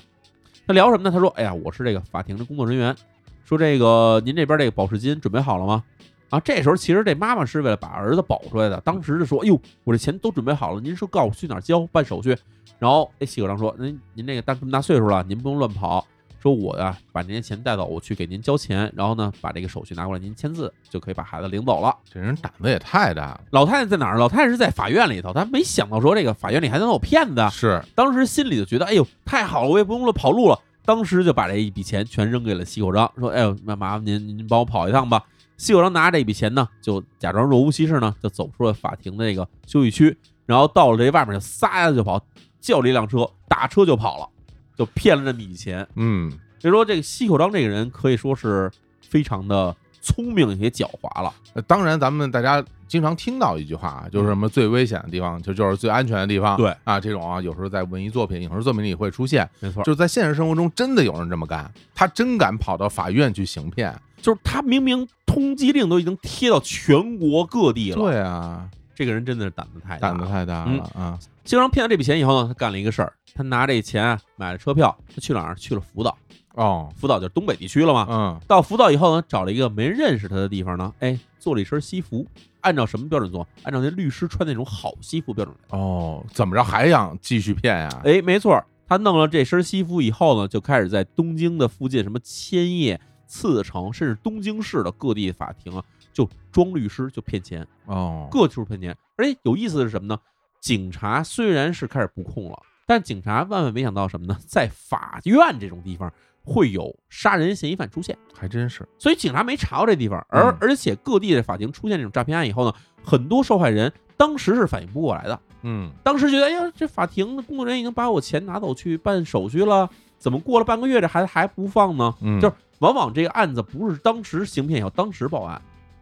Speaker 1: 他聊什么呢？他说：“哎呀，我是这个法庭的工作人员，说这个您这边这个保释金准备好了吗？”啊，这时候其实这妈妈是为了把儿子保出来的，当时就说：“哎呦，我这钱都准备好了，您说告诉我去哪儿交办手续。”然后哎，西九章说：“您您这个大这么大岁数了，您不用乱跑。”说我呀、把这些钱带走，我去给您交钱，然后呢，把这个手续拿过来，您签字就可以把孩子领走了。
Speaker 2: 这人胆子也太大了，
Speaker 1: 老太太在哪儿？老太太是在法院里头，她没想到说这个法院里还能有骗子，啊
Speaker 2: 是，
Speaker 1: 当时心里就觉得，哎呦，太好了，我也不用了跑路了。当时就把这一笔钱全扔给了西口章，说，哎呦，那麻烦您，您帮我跑一趟吧。西口章拿着这笔钱呢，就假装若无其事呢，就走出了法庭的这个休息区，然后到了这外面就撒丫子就跑，叫了一辆车，打车就跑了，就骗了这笔钱。
Speaker 2: 嗯，
Speaker 1: 所以说，这个西口章这个人可以说是非常的聪明也狡猾了。
Speaker 2: 呃当然咱们大家经常听到一句话啊，就是什么最危险的地方，就就是最安全的地方，
Speaker 1: 嗯对
Speaker 2: 啊，这种啊，有时候在文艺作品、影视作品里会出现，
Speaker 1: 没错，
Speaker 2: 就是在现实生活中真的有人这么干，他真敢跑到法院去行骗，
Speaker 1: 就是他明明通缉令都已经贴到全国各地了，
Speaker 2: 对啊，
Speaker 1: 这个人真的是胆子太大
Speaker 2: 胆
Speaker 1: 了。嗯
Speaker 2: 子太大了啊！
Speaker 1: 经商骗了这笔钱以后呢，他干了一个事儿，他拿这钱啊买了车票，他去哪儿？去了福岛，
Speaker 2: 哦，
Speaker 1: 福岛就是东北地区了嘛。
Speaker 2: 嗯，
Speaker 1: 到福岛以后呢，找了一个没人认识他的地方呢，哎，做了一身西服，按照什么标准做？按照那律师穿那种好西服标准来。
Speaker 2: 哦，怎么着还想继续骗呀？
Speaker 1: 哎，没错儿，他弄了这身西服以后呢，就开始在东京的附近，什么千叶、次城，甚至东京市的各地法庭啊，就装律师，就骗钱，
Speaker 2: 哦，
Speaker 1: 各处骗钱。而且有意思的是什么呢？警察虽然是开始布控了，但警察万万没想到什么呢？在法院这种地方会有杀人嫌疑犯出现，
Speaker 2: 还真是，
Speaker 1: 所以警察没查过这地方。而
Speaker 2: 嗯
Speaker 1: 而且各地的法庭出现这种诈骗案以后呢，很多受害人当时是反应不过来的。
Speaker 2: 嗯，
Speaker 1: 当时觉得，哎呀，这法庭的工作人员已经把我钱拿走去办手续了，怎么过了半个月这孩子还不放呢？
Speaker 2: 嗯，
Speaker 1: 就是往往这个案子不是当时行骗以后当时报案，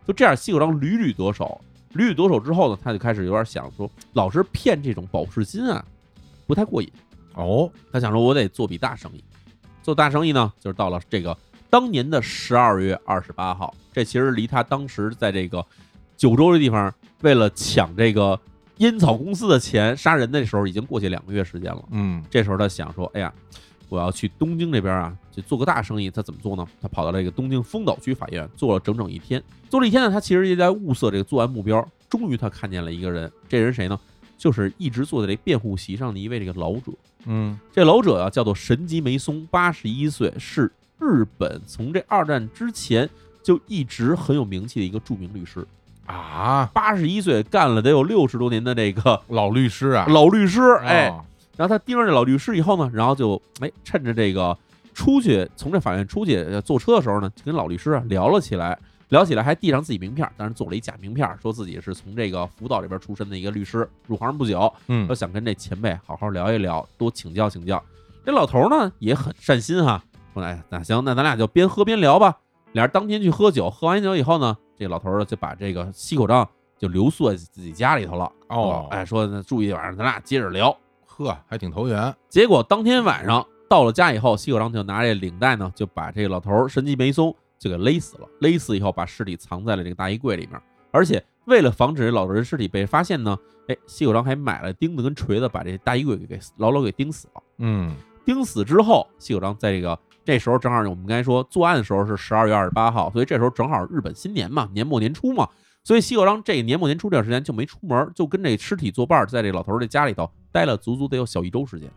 Speaker 1: 就这样西口章屡屡得手，屡屡得手之后呢，他就开始有点想说，老是骗这种保释金啊，不太过瘾。
Speaker 2: 哦，
Speaker 1: 他想说，我得做笔大生意。做大生意呢，就是到了这个当年的十二月二十八号，这其实离他当时在这个九州这地方为了抢这个烟草公司的钱杀人的时候，已经过去两个月时间了。
Speaker 2: 嗯，
Speaker 1: 这时候他想说，哎呀，我要去东京这边啊，去做个大生意。他怎么做呢？他跑到这个东京丰岛区法院做了整整一天。做了一天呢，他其实也在物色这个作案目标。终于，他看见了一个人，这人谁呢？就是一直坐在这辩护席上的一位这个老者。
Speaker 2: 嗯，
Speaker 1: 这老者啊叫做神吉梅松，八十一岁，是日本从这二战之前就一直很有名气的一个著名律师。
Speaker 2: 啊，
Speaker 1: 八十一岁干了得有六十多年的这个
Speaker 2: 老律师啊，
Speaker 1: 老律师，哎，
Speaker 2: 哦，
Speaker 1: 然后他盯上这老律师以后呢，然后就哎趁着这个出去从这法院出去呃坐车的时候呢，就跟老律师啊聊了起来，聊起来还递上自己名片儿，当然做了一假名片儿，说自己是从这个福岛这边出身的一个律师，入行不久，
Speaker 2: 嗯
Speaker 1: 说，想跟这前辈好好聊一聊，多请教请教。这老头儿呢也很善心哈，说哎那行，那咱俩就边喝边聊吧。俩人当天去喝酒，喝完酒以后呢，这老头儿就把这个西口章就留宿在自己家里头了。
Speaker 2: 哦，
Speaker 1: 哎，，说那住一晚上，咱俩接着聊。
Speaker 2: 呵，还挺投缘，
Speaker 1: 结果当天晚上到了家以后，西口章就拿这领带呢，就把这老头儿神机梅松就给勒死了。勒死以后，把尸体藏在了这个大衣柜里面。而且为了防止这老头儿的尸体被发现呢，哎，西口章还买了钉子跟锤子，把这大衣柜给牢牢给钉死了。
Speaker 2: 嗯，
Speaker 1: 钉死之后，西口章在这个这时候正好我们刚才说作案的时候是十二月二十八号，所以这时候正好日本新年嘛，年末年初嘛，所以西口章这个年末年初这段时间就没出门，就跟这尸体作伴儿，在这老头儿这家里头待了足足得有小一周时间，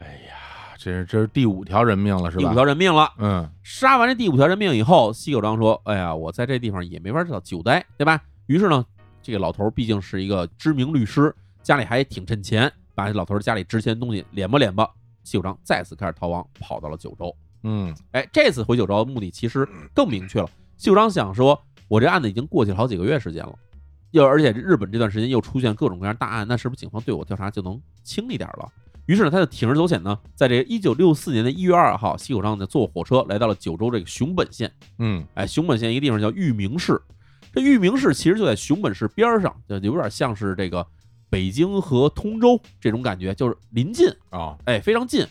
Speaker 2: 哎呀，这是这是第五条人命了，是
Speaker 1: 第
Speaker 2: 吧？
Speaker 1: 五条人命了。
Speaker 2: 嗯，
Speaker 1: 杀完这第五条人命以后，西九章说：“哎呀，我在这地方也没法久待，对吧？”于是呢，这个老头儿毕竟是一个知名律师，家里还挺趁钱，把这老头儿家里值钱的东西敛吧敛吧。西九章再次开始逃亡，跑到了九州。
Speaker 2: 嗯，
Speaker 1: 哎，这次回九州的目的其实更明确了。西九章想说，我这案子已经过去了好几个月时间了，又而且日本这段时间又出现各种各样大案，那是不是警方对我调查就能轻一点了？于是呢，他就铤而走险呢，在这一九六四年的一月二号，西口章呢坐火车来到了九州这个熊本县。
Speaker 2: 嗯，
Speaker 1: 哎，熊本县一个地方叫玉名市，这玉名市其实就在熊本市边儿上，就有点像是这个北京和通州这种感觉，就是临近，
Speaker 2: 哦，
Speaker 1: 哎，非常近。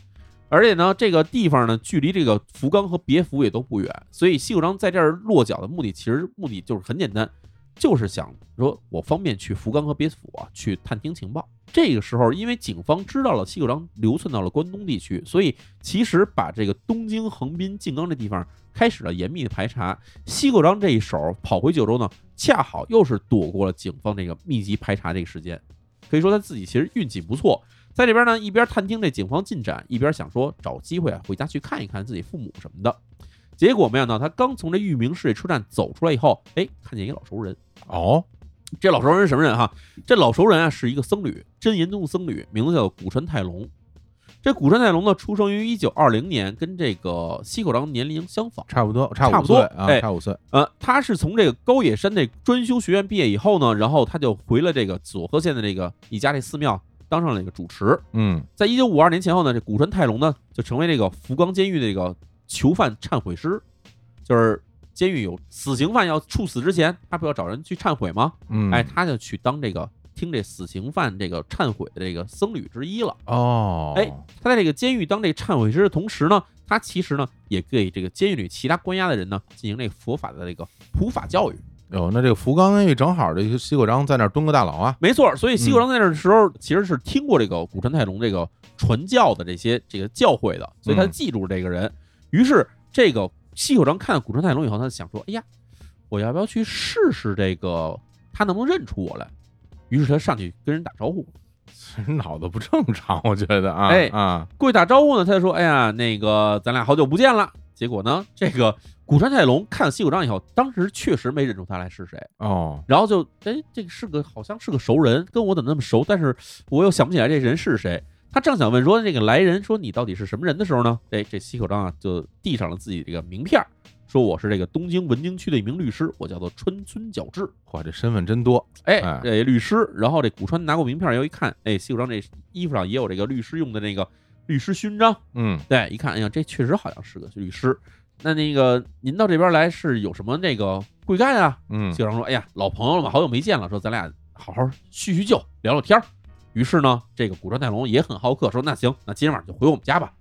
Speaker 1: 而且呢，这个地方呢，距离这个福冈和别府也都不远，所以西口章在这儿落脚的目的，其实目的就是很简单，就是想说我方便去福冈和别府啊，去探听情报。这个时候，因为警方知道了西口章流窜到了关东地区，所以其实把这个东京、横滨、静冈这地方开始了严密的排查。西口章这一手跑回九州呢，恰好又是躲过了警方这个密集排查这个时间，可以说他自己其实运气不错，在这边呢，一边探听这警方进展，一边想说找机会啊回家去看一看自己父母什么的。结果没想到，他刚从这裕明市这车站走出来以后，哎，看见一老熟人。
Speaker 2: 哦，
Speaker 1: 这老熟人是什么人哈、这老熟人啊是一个僧侣，真言宗僧侣，名字叫古川泰隆。这古川泰隆呢，出生于一九二零年，跟这个西口章年龄相仿。
Speaker 2: 差不多，差
Speaker 1: 差
Speaker 2: 五
Speaker 1: 不多
Speaker 2: 岁啊，
Speaker 1: 哎
Speaker 2: 差五岁，
Speaker 1: 呃，他是从这个高野山这专修学院毕业以后呢，然后他就回了这个佐贺县的这个一家这寺庙，当上了这个主持。
Speaker 2: 嗯，
Speaker 1: 在一九五二年前后呢，这古川泰隆呢就成为这个福冈监狱的这个囚犯忏悔师，就是监狱有死刑犯要处死之前，他不要找人去忏悔吗？
Speaker 2: 嗯，
Speaker 1: 哎，，他就去当这个听这死刑犯这个忏悔的这个僧侣之一了。
Speaker 2: 哦，
Speaker 1: 哎，他在这个监狱当这个忏悔师的同时呢，他其实呢也给这个监狱里其他关押的人呢进行这个佛法的这个普法教育。
Speaker 2: 哟，那这个福冈监狱正好，这个西口章在那儿蹲个大牢啊。
Speaker 1: 没错，所以西口章在那时候其实是听过这个古川泰隆这个传教的这些这个教诲的，所以他
Speaker 2: 嗯
Speaker 1: 记住这个人。于是这个西口章看古川泰隆以后，他想说：“哎呀，我要不要去试试这个他能不能认出我来？”于是他上去跟人打招呼。
Speaker 2: 脑子不正常，我觉得啊，
Speaker 1: 哎
Speaker 2: 啊，
Speaker 1: 过去打招呼呢，他就说：“哎呀，那个咱俩好久不见了。”结果呢， 这个古川泰隆看西口章以后，当时确实没认出他来是谁。
Speaker 2: 哦，
Speaker 1: 然后就哎，这个是个好像是个熟人，跟我怎么那么熟？但是我又想不起来这人是谁。他正想问说这个来人说你到底是什么人的时候呢，哎，这西口章啊就递上了自己这个名片儿，说我是这个东京文京区的一名律师，我叫做春村角志。
Speaker 2: 嚯，这身份真多，
Speaker 1: 哎
Speaker 2: 哎，
Speaker 1: 这律师。然后这古川拿过名片儿以后一看，哎，西口章这衣服上也有这个律师用的那个律师勋章，
Speaker 2: 嗯，
Speaker 1: 对，一看，哎呀，这确实好像是个律师。那那个您到这边来是有什么那个贵干啊？
Speaker 2: 嗯，
Speaker 1: 谢长说：“哎呀，老朋友了嘛，好久没见了，说咱俩好好叙叙旧，聊聊天儿。”于是呢，这个古川泰隆也很好客，说：“那行，那今天晚上就回我们家吧。”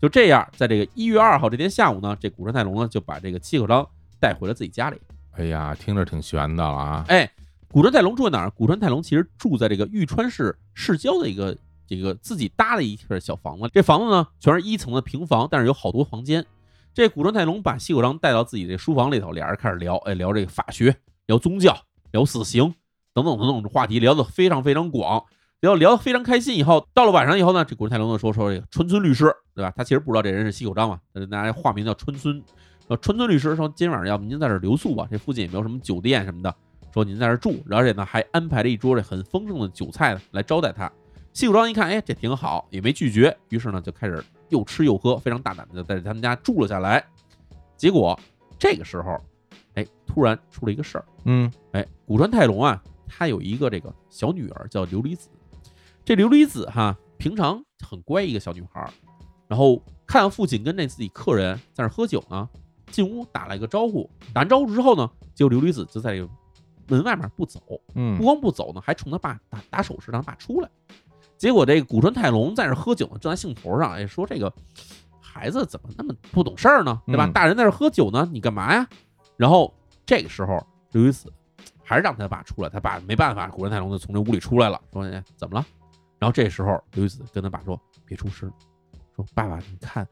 Speaker 1: 就这样，在这个一月二号这天下午呢，这古川泰隆呢就把这个七口章带回了自己家里。
Speaker 2: 哎呀，听着挺悬的了啊，
Speaker 1: 哎，古川泰隆住在哪儿？古川泰隆其实住在这个玉川市市郊的一个这个自己搭的一片小房子。这房子呢，全是一层的平房，但是有好多房间。这古川泰隆把西口章带到自己这书房里头，俩人开始聊，哎，聊这个法学，聊宗教，聊死刑等等等等话题，聊得非常非常广。聊聊得非常开心，以后到了晚上以后呢，这古川泰隆就说说这个川村律师，对吧？他其实不知道这人是西口章嘛，呃拿这化名叫川村。呃，川村律师说今晚上要不您在这儿留宿吧，这附近也没有什么酒店什么的，说您在这儿住，而且呢还安排了一桌这很丰盛的酒菜呢来招待他。西口章一看，哎，这挺好，也没拒绝，于是呢就开始又吃又喝，非常大胆的就在他们家住了下来。结果这个时候，哎，突然出了一个事儿，
Speaker 2: 嗯，
Speaker 1: 哎，古川泰隆啊，他有一个这个小女儿叫琉璃子，这琉璃子哈，平常很乖一个小女孩儿，然后看父亲跟那自己客人在那儿喝酒呢，进屋打了一个招呼，打完招呼之后呢，结果琉璃子就在这个门外面不走，不
Speaker 2: 嗯，
Speaker 1: 光不走呢，还冲他爸打打手势，让他爸出来。结果这个古川泰隆在那儿喝酒呢，正在兴头上，哎，说这个孩子怎么那么不懂事儿呢，对吧？
Speaker 2: 嗯
Speaker 1: 大人在这儿喝酒呢，你干嘛呀？然后这个时候，刘一死还是让他爸出来，他爸没办法，古川泰隆就从这屋里出来了，说：“哎，怎么了？”然后这时候，刘一死跟他爸说：“别出声，说爸爸，你看，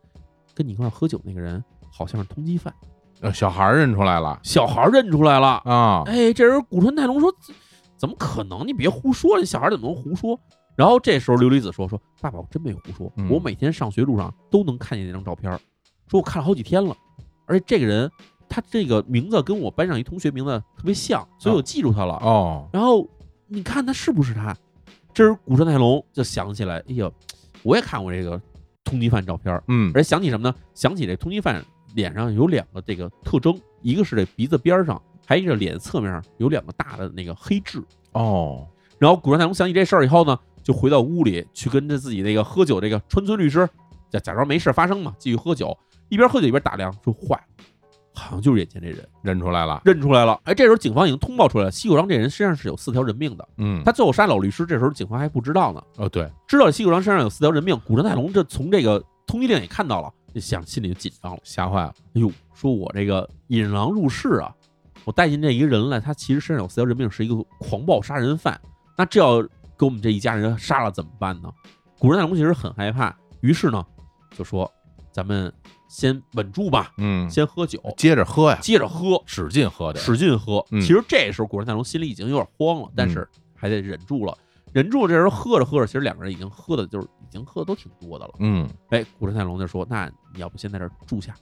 Speaker 1: 跟你一块儿喝酒那个人好像是通缉犯，
Speaker 2: 呃小孩儿认出来了
Speaker 1: 小孩儿认出来了。”
Speaker 2: 啊，
Speaker 1: 哎，这人古川泰隆说：“怎怎么可能？你别胡说，你小孩怎么能胡说？”然后这时候琉璃子说：“说爸爸，我真没胡说，
Speaker 2: 嗯
Speaker 1: 我每天上学路上都能看见那张照片儿，说我看了好几天了，而且这个人他这个名字跟我班上一同学名字特别像，所以我记住他了。
Speaker 2: 哦，
Speaker 1: 然后你看他是不是他？”这时候古川泰隆就想起来：“哎呀，我也看过这个通缉犯照片儿，
Speaker 2: 嗯，
Speaker 1: 而想起什么呢？想起这通缉犯脸上有两个这个特征，一个是这鼻子边儿上，还有一个脸侧面上有两个大的那个黑痣。
Speaker 2: 哦，
Speaker 1: 然后古川泰隆想起这事儿以后呢，就回到屋里去跟着自己那个喝酒这个川村律师，假假装没事发生嘛，继续喝酒，一边喝酒一边打量，说坏了，好像就是眼前这人，
Speaker 2: 认出来了，
Speaker 1: 认出来了。哎，这时候警方已经通报出来了，西口章这人身上是有四条人命的，
Speaker 2: 嗯，
Speaker 1: 他最后杀老律师，这时候警方还不知道呢。
Speaker 2: 哦，对，
Speaker 1: 知道西口章身上有四条人命，古川泰隆这从这个通缉令也看到了，就想心里就紧张了。
Speaker 2: 吓坏了，
Speaker 1: 哎呦，说我这个引狼入室啊，我带进这一个人来，他其实身上有四条人命，是一个狂暴杀人犯。那这要给我们这一家人杀了怎么办呢？古人大龙其实很害怕，于是呢就说：“咱们先稳住吧，
Speaker 2: 嗯，
Speaker 1: 先喝酒，
Speaker 2: 接着喝呀，
Speaker 1: 接着喝，
Speaker 2: 使劲喝点，
Speaker 1: 使劲喝。”
Speaker 2: 嗯
Speaker 1: 其实这时候古人大龙心里已经有点慌了，但是还得忍住了。忍住了，这时候喝着喝着，其实两个人已经喝的就是已经喝的都挺多的了。
Speaker 2: 嗯，
Speaker 1: 哎，古川泰隆就说：“那你要不先在这儿住下，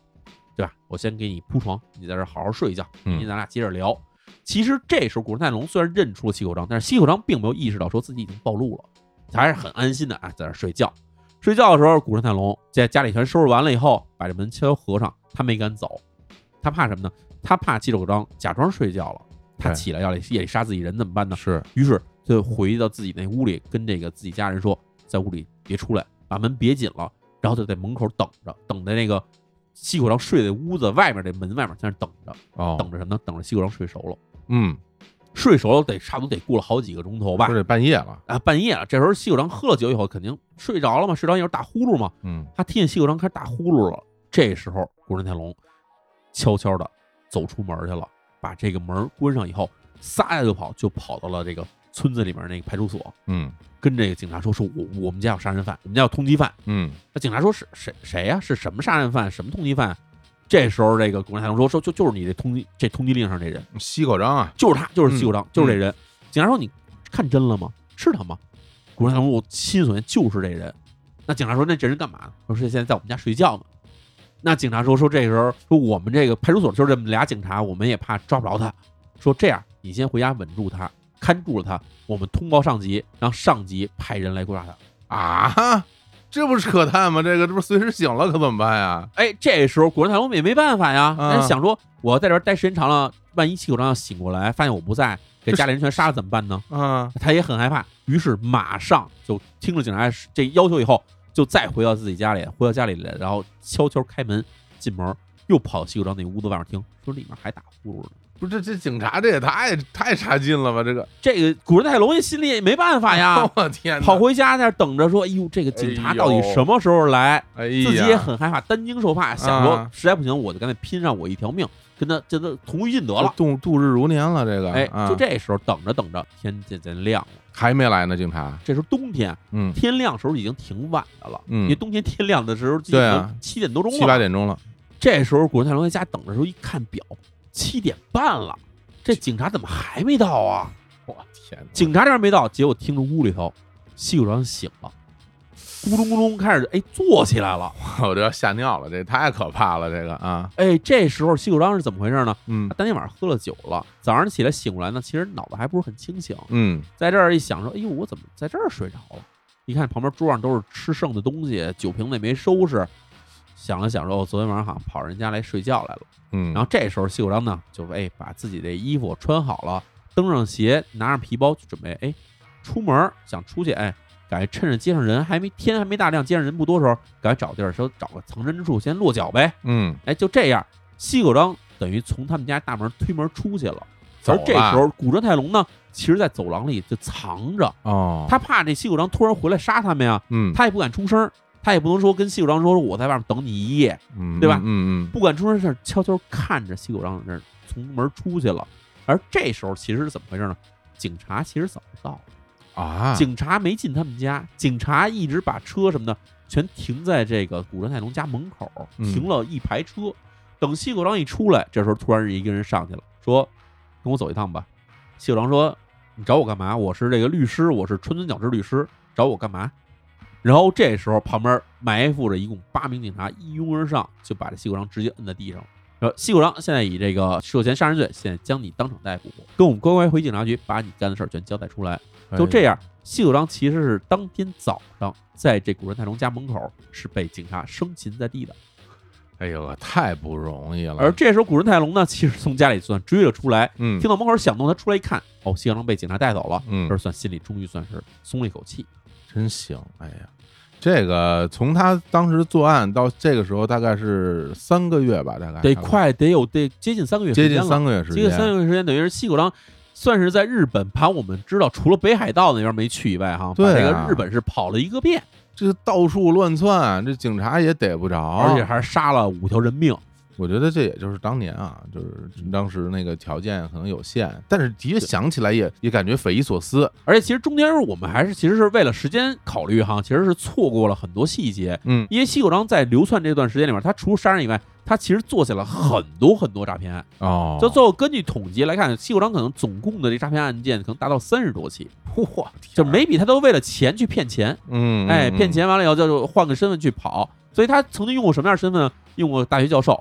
Speaker 1: 对吧？我先给你铺床，你在这儿好好睡一觉，明天
Speaker 2: 嗯，
Speaker 1: 咱俩接着聊。其实这时候，古川泰隆虽然认出了西口章，但是西口章并没有意识到说自己已经暴露了，他还是很安心的啊，在这儿睡觉。睡觉的时候，古川泰隆在家里全收拾完了以后，把这门悄悄合上，他没敢走，他怕什么呢？他怕西口章假装睡觉了，他
Speaker 2: 对
Speaker 1: 起来要来夜里杀自己人怎么办呢？
Speaker 2: 是，
Speaker 1: 于是他就回到自己那屋里，跟这个自己家人说，在屋里别出来，把门别紧了，然后就在门口等着，等在那个西口章睡在屋子外面这门外面，在那等着，
Speaker 2: 哦，
Speaker 1: 等着什么呢？等着西口章睡熟了，
Speaker 2: 嗯，
Speaker 1: 睡熟了得差不多得过了好几个钟头吧
Speaker 2: 说，这半夜了，
Speaker 1: 啊，半夜了，这时候西口章喝了酒以后肯定睡着了嘛，睡着以后打呼噜嘛，
Speaker 2: 嗯，
Speaker 1: 他听见西口章开始打呼噜了，这时候古人泰隆悄悄的走出门去了，把把这个门儿关上以后，撒丫就跑，就跑到了这个村子里面那个派出所，
Speaker 2: 嗯
Speaker 1: 跟这个警察说：“说我我们家有杀人犯，我们家有通缉犯。
Speaker 2: 嗯”
Speaker 1: 那警察说：“是谁谁呀、是什么杀人犯？什么通缉犯啊？”这时候，这个龚家强说：“说就就是你这通缉这通缉令上这人，
Speaker 2: 西口章啊，
Speaker 1: 就是他，就是
Speaker 2: 嗯
Speaker 1: 西口章，就是这人。警察说：“你看真了吗？是他吗？”龚家强说：“我亲眼所见就是这人。”那警察说：“那这人干嘛呢？”我说：“现在在我们家睡觉呢。”那警察说：“说这时候说我们这个派出所就这么俩警察，我们也怕抓不着他。说这样，你先回家稳住他，看住了他，我们通报上级，让上级派人来抓他。”
Speaker 2: 啊，这不是扯淡吗？这个这不是随时醒了可怎么办呀？
Speaker 1: 哎，这时候果仁太郎也没办法呀，
Speaker 2: 嗯
Speaker 1: 他想说我要在这儿待时间长了，万一气口章要醒过来，发现我不在，给家里人全杀了怎么办呢？
Speaker 2: 啊，
Speaker 1: 他也很害怕，于是马上就听了警察这要求以后，就再回到自己家里，回到家里来，然后悄悄开门进门，又跑到西口章那屋子外面听，说里面还打呼噜呢。
Speaker 2: 不是这这警察这也太太差劲了吧？这个，，
Speaker 1: 这个古仁太郎也心里也没办法呀
Speaker 2: 我天哪，
Speaker 1: 跑回家在那儿等着说，哦哎呦，这个警察到底什么时候来？
Speaker 2: 哎
Speaker 1: 自
Speaker 2: 呀，
Speaker 1: 己也很害怕，担惊受怕，想说
Speaker 2: 啊
Speaker 1: 实在不行，我就干脆拼上我一条命，跟他跟他同归于尽得了。
Speaker 2: 度度日如年了，这个，
Speaker 1: 哎，
Speaker 2: 啊
Speaker 1: 就这时候等着等着，天渐渐亮了。
Speaker 2: 还没来呢，警察，
Speaker 1: 这时候冬天，
Speaker 2: 嗯，
Speaker 1: 天亮时候已经挺晚的了，
Speaker 2: 嗯
Speaker 1: 因为冬天天亮的时候
Speaker 2: 对啊
Speaker 1: 七点多钟了。
Speaker 2: 七八点钟了，
Speaker 1: 这时候古仁太郎在家等的时候，一看表，七点半了，这警察怎么还没到啊？
Speaker 2: 我天哪，
Speaker 1: 警察这边没到，结果听着屋里头西谷章醒了，咕咚咕咚开始哎坐起来了。
Speaker 2: 我这要吓尿了，这太可怕了，这个啊，
Speaker 1: 哎，这时候西谷章是怎么回事呢？
Speaker 2: 嗯
Speaker 1: 他当天晚上喝了酒了，早上起来醒过来呢，其实脑子还不是很清醒，
Speaker 2: 嗯
Speaker 1: 在这儿一想说，哎呦，我怎么在这儿睡着了？一看旁边桌上都是吃剩的东西，酒瓶子也没收拾，想了想说，哦，昨天晚上好像跑人家来睡觉来了。
Speaker 2: 嗯，
Speaker 1: 然后这时候西口章呢，就哎把自己的衣服穿好了，蹬上鞋，拿上皮包，就准备哎出门儿，想出去哎，赶紧趁着街上人还没天还没大亮，街上人不多时候，赶紧找地儿说找个藏身之处先落脚呗。
Speaker 2: 嗯，
Speaker 1: 哎，就这样，西口章等于从他们家大门推门出去了。
Speaker 2: 走
Speaker 1: 而
Speaker 2: 了
Speaker 1: 这时候，古哲泰隆呢，其实在走廊里就藏着，
Speaker 2: 哦，
Speaker 1: 他怕这西口章突然回来杀他们呀，
Speaker 2: 嗯，
Speaker 1: 他也不敢出声儿，他也不能说跟西口章说我在外面等你一夜，
Speaker 2: 嗯
Speaker 1: 对吧
Speaker 2: 嗯嗯
Speaker 1: 不敢出声，是悄悄看着西口章在那儿从门出去了。而这时候其实是怎么回事呢？警察其实早就到了，
Speaker 2: 嗯啊，
Speaker 1: 警察没进他们家，警察一直把车什么的全停在这个古川泰隆家门口，
Speaker 2: 嗯
Speaker 1: 停了一排车。等西口章一出来，这时候突然一个人上去了，说：“跟我走一趟吧。”西口章说：“你找我干嘛？我是这个律师，我是春村角之律师，找我干嘛？”然后这时候旁边埋伏着一共八名警察，一拥而上，就把这西口章直接摁在地上了。然后西口章现在以这个涉嫌杀人罪，现在将你当场逮捕，跟我们乖乖回警察局，把你干的事儿全交代出来。
Speaker 2: 哎
Speaker 1: 就这样，西九章其实是当天早上在这古人太龙家门口是被警察生擒在地的。
Speaker 2: 哎呦，太不容易了。
Speaker 1: 而这时候，古人太龙呢，其实从家里算追了出来，
Speaker 2: 嗯
Speaker 1: 听到门口响动，他出来一看，哦，西九章被警察带走了，
Speaker 2: 嗯
Speaker 1: 这，算心里终于算是松了一口气。
Speaker 2: 真行，哎呀，这个从他当时作案到这个时候，大概是三个月吧，大概
Speaker 1: 得
Speaker 2: 差不多
Speaker 1: 快得有得接近三个月时
Speaker 2: 哎接
Speaker 1: 间
Speaker 2: 近
Speaker 1: 了，
Speaker 2: 三个月时
Speaker 1: 接近三
Speaker 2: 间。
Speaker 1: 个月时间，等于是西九章。算是在日本盘，我们知道除了北海道那边没去以外，哈，把
Speaker 2: 对
Speaker 1: 这
Speaker 2: 啊哦
Speaker 1: 个日本是跑了一个遍，
Speaker 2: 这到处乱窜，这警察也逮不着，
Speaker 1: 而且还杀了五条人命。
Speaker 2: 我觉得这也就是当年啊，就是当时那个条件可能有限，但是的确想起来也也感觉匪夷所思。
Speaker 1: 而且其实中间我们还是其实是为了时间考虑哈，其实是错过了很多细节。
Speaker 2: 嗯，
Speaker 1: 因为西口章在流窜这段时间里面，他除了杀人以外，他其实做下了很多很多诈骗案。
Speaker 2: 哦，
Speaker 1: 就最后根据统计来看，西口章可能总共的这诈骗案件可能达到三十多起，
Speaker 2: 嚯，
Speaker 1: 就每笔他都为了钱去骗钱，
Speaker 2: 嗯，嗯
Speaker 1: 哎，
Speaker 2: 嗯
Speaker 1: 骗钱完了以后就换个身份去跑。所以他曾经用过什么样的身份呢？用过大学教授，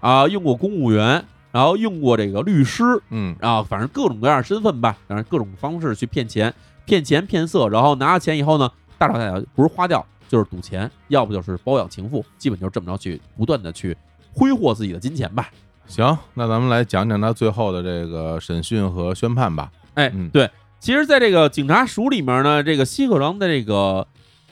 Speaker 1: 啊，用过公务员，然后用过这个律师，
Speaker 2: 嗯，
Speaker 1: 啊，反正各种各样的身份吧，反正各种方式去骗钱，骗钱骗色，然后拿了钱以后呢，大手大脚不是花掉就是赌钱，要不就是包养情妇，基本就是这么着去不断的去挥霍自己的金钱吧。
Speaker 2: 行，那咱们来讲讲他最后的这个审讯和宣判吧。
Speaker 1: 哎，
Speaker 2: 嗯
Speaker 1: 对，其实在这个警察署里面呢，这个西口章的这个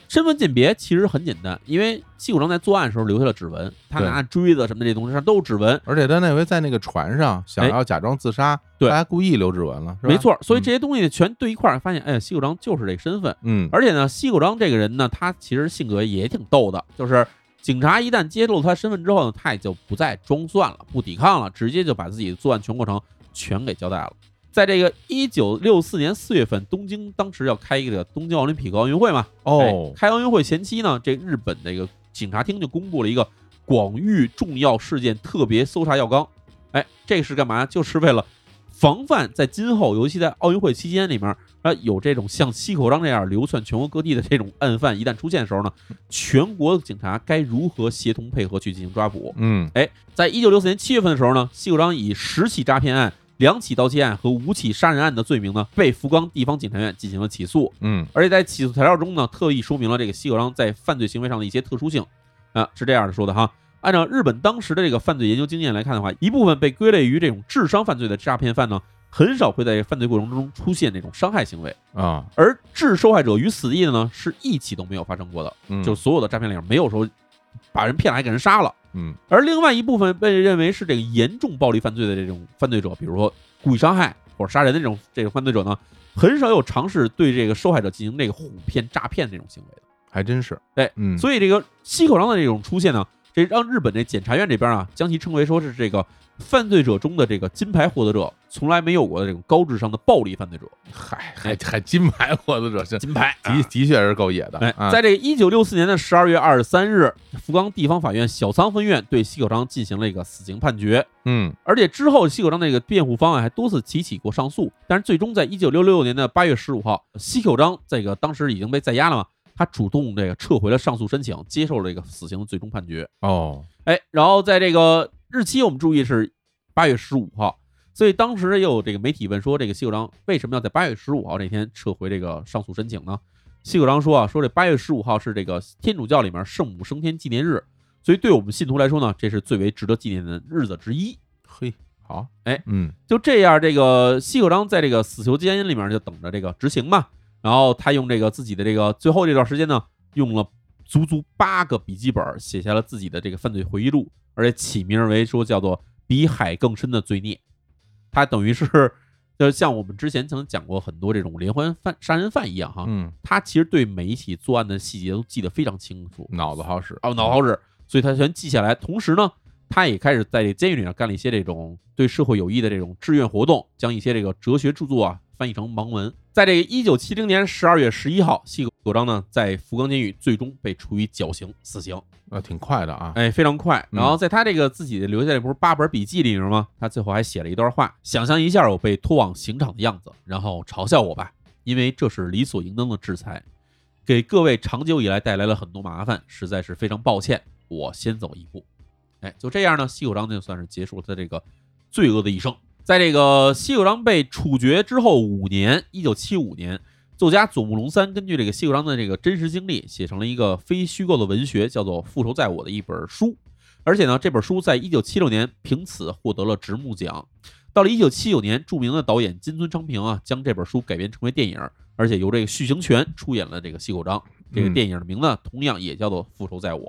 Speaker 1: 身份鉴别其实很简单，因为西口章在作案的时候留下了指纹，他
Speaker 2: 对
Speaker 1: 拿锥子什么的这东西上都有指纹，
Speaker 2: 而且他那回在那个船上想
Speaker 1: 哎
Speaker 2: 要假装自杀，
Speaker 1: 对
Speaker 2: 他还故意留指纹了，是吧？
Speaker 1: 没，错，所以这些东西全对一块儿，发现哎，西口章就是这个身份。
Speaker 2: 嗯，
Speaker 1: 而且呢，西口章这个人呢，他其实性格也挺逗的，就是警察一旦揭露他身份之后呢，他也就不再装蒜了，不抵抗了，直接就把自己作案全过程全给交代了。在这个一九六四年四月份，东京当时要开一个东京奥林匹克奥运会嘛，哎
Speaker 2: 哦，
Speaker 1: 开奥运会前夕呢，这日本这个警察厅就公布了一个广域重要事件特别搜查要纲。哎，这是干嘛？就是为了防范在今后，尤其在奥运会期间里面，啊，有这种像西口章这样流窜全国各地的这种案犯一旦出现的时候呢，全国警察该如何协同配合去进行抓捕？
Speaker 2: 嗯
Speaker 1: 哎，在一九六四年七月份的时候呢，西口章以十起诈骗案、两起盗窃案和五起杀人案的罪名呢，被福冈地方检察院进行了起诉。
Speaker 2: 嗯
Speaker 1: 而且在起诉材料中呢，特意说明了这个西口章在犯罪行为上的一些特殊性。啊，是这样的说的哈。按照日本当时的这个犯罪研究经验来看的话，一部分被归类于这种智商犯罪的诈骗犯呢，很少会在犯罪过程中出现这种伤害行为，
Speaker 2: 啊，
Speaker 1: 而置受害者于死地的呢，是一起都没有发生过的。
Speaker 2: 嗯
Speaker 1: 就所有的诈骗里面没有说把人骗了还给人杀了。
Speaker 2: 嗯
Speaker 1: 而另外一部分被认为是这个严重暴力犯罪的这种犯罪者，比如说故意伤害或者杀人的这种这种犯罪者呢，很少有尝试对这个受害者进行这个哄骗、诈骗这种行为的。
Speaker 2: 还真是，
Speaker 1: 对
Speaker 2: 嗯，
Speaker 1: 哎所以这个西口章的这种出现呢，这让日本这检察院这边啊，将其称为说是这个犯罪者中的这个金牌获得者，从来没有过的这种高智商的暴力犯罪者。
Speaker 2: 嗨，还还金牌获得者，这
Speaker 1: 金牌啊
Speaker 2: 的的确是够野的，
Speaker 1: 哎
Speaker 2: 啊，
Speaker 1: 在这个一九六四年的十二月二十三日，福冈地方法院小仓分院对西口章进行了一个死刑判决。
Speaker 2: 嗯
Speaker 1: 而且之后，西口章那个辩护方案还多次提起过上诉，但是最终在一九六六年的八月十五号，西口章这个当时已经被在押了嘛，他主动这个撤回了上诉申请，接受了这个死刑的最终判决。
Speaker 2: 哦，
Speaker 1: 哎，然后在这个日期我们注意是八月十五号，所以当时也有这个媒体问说，这个西口章为什么要在八月十五号这天撤回这个上诉申请呢？西口章说啊，说这八月十五号是这个天主教里面圣母升天纪念日，所以对我们信徒来说呢，这是最为值得纪念的日子之一。
Speaker 2: 嘿，好，
Speaker 1: 哎，
Speaker 2: 嗯
Speaker 1: 就这样，这个西口章在这个死囚监里面就等着这个执行嘛。然后他用这个自己的这个最后这段时间呢，用了足足八个笔记本写下了自己的这个犯罪回忆录，而且起名为说叫做“比海更深的罪孽”。他等于是就像我们之前曾讲过很多这种连环犯杀人犯一样哈，
Speaker 2: 嗯，
Speaker 1: 他其实对每一起作案的细节都记得非常清楚。
Speaker 2: 脑子好使，嗯
Speaker 1: 哦，脑好使，所以他全记下来。同时呢，他也开始在这监狱里面干了一些这种对社会有益的这种志愿活动，将一些这个哲学著作啊翻译成盲文。在这个一九七零年十二月十一号，西口章呢在福冈监狱最终被处以绞刑死刑，
Speaker 2: 啊，挺快的啊，
Speaker 1: 哎，非常快。
Speaker 2: 嗯
Speaker 1: 然后在他这个自己留下来不是八本笔记里面吗？他最后还写了一段话：想象一下我被拖往刑场的样子，然后嘲笑我吧，因为这是理所应当的制裁，给各位长久以来带来了很多麻烦，实在是非常抱歉。我先走一步。哎，就这样呢，西口章就算是结束了他这个罪恶的一生。在这个西口章被处决之后五年，一九七五年，作家佐木龙三根据这个西口章的这个真实经历，写成了一个非虚构的文学，叫做《复仇在我》的一本书。而且呢，这本书在一九七六年凭此获得了直木奖。到了一九七九年，著名的导演金村昌平啊，将这本书改编成为电影，而且由这个续行权出演了这个西口章。这个
Speaker 2: 嗯
Speaker 1: 电影的名字同样也叫做《复仇在我》。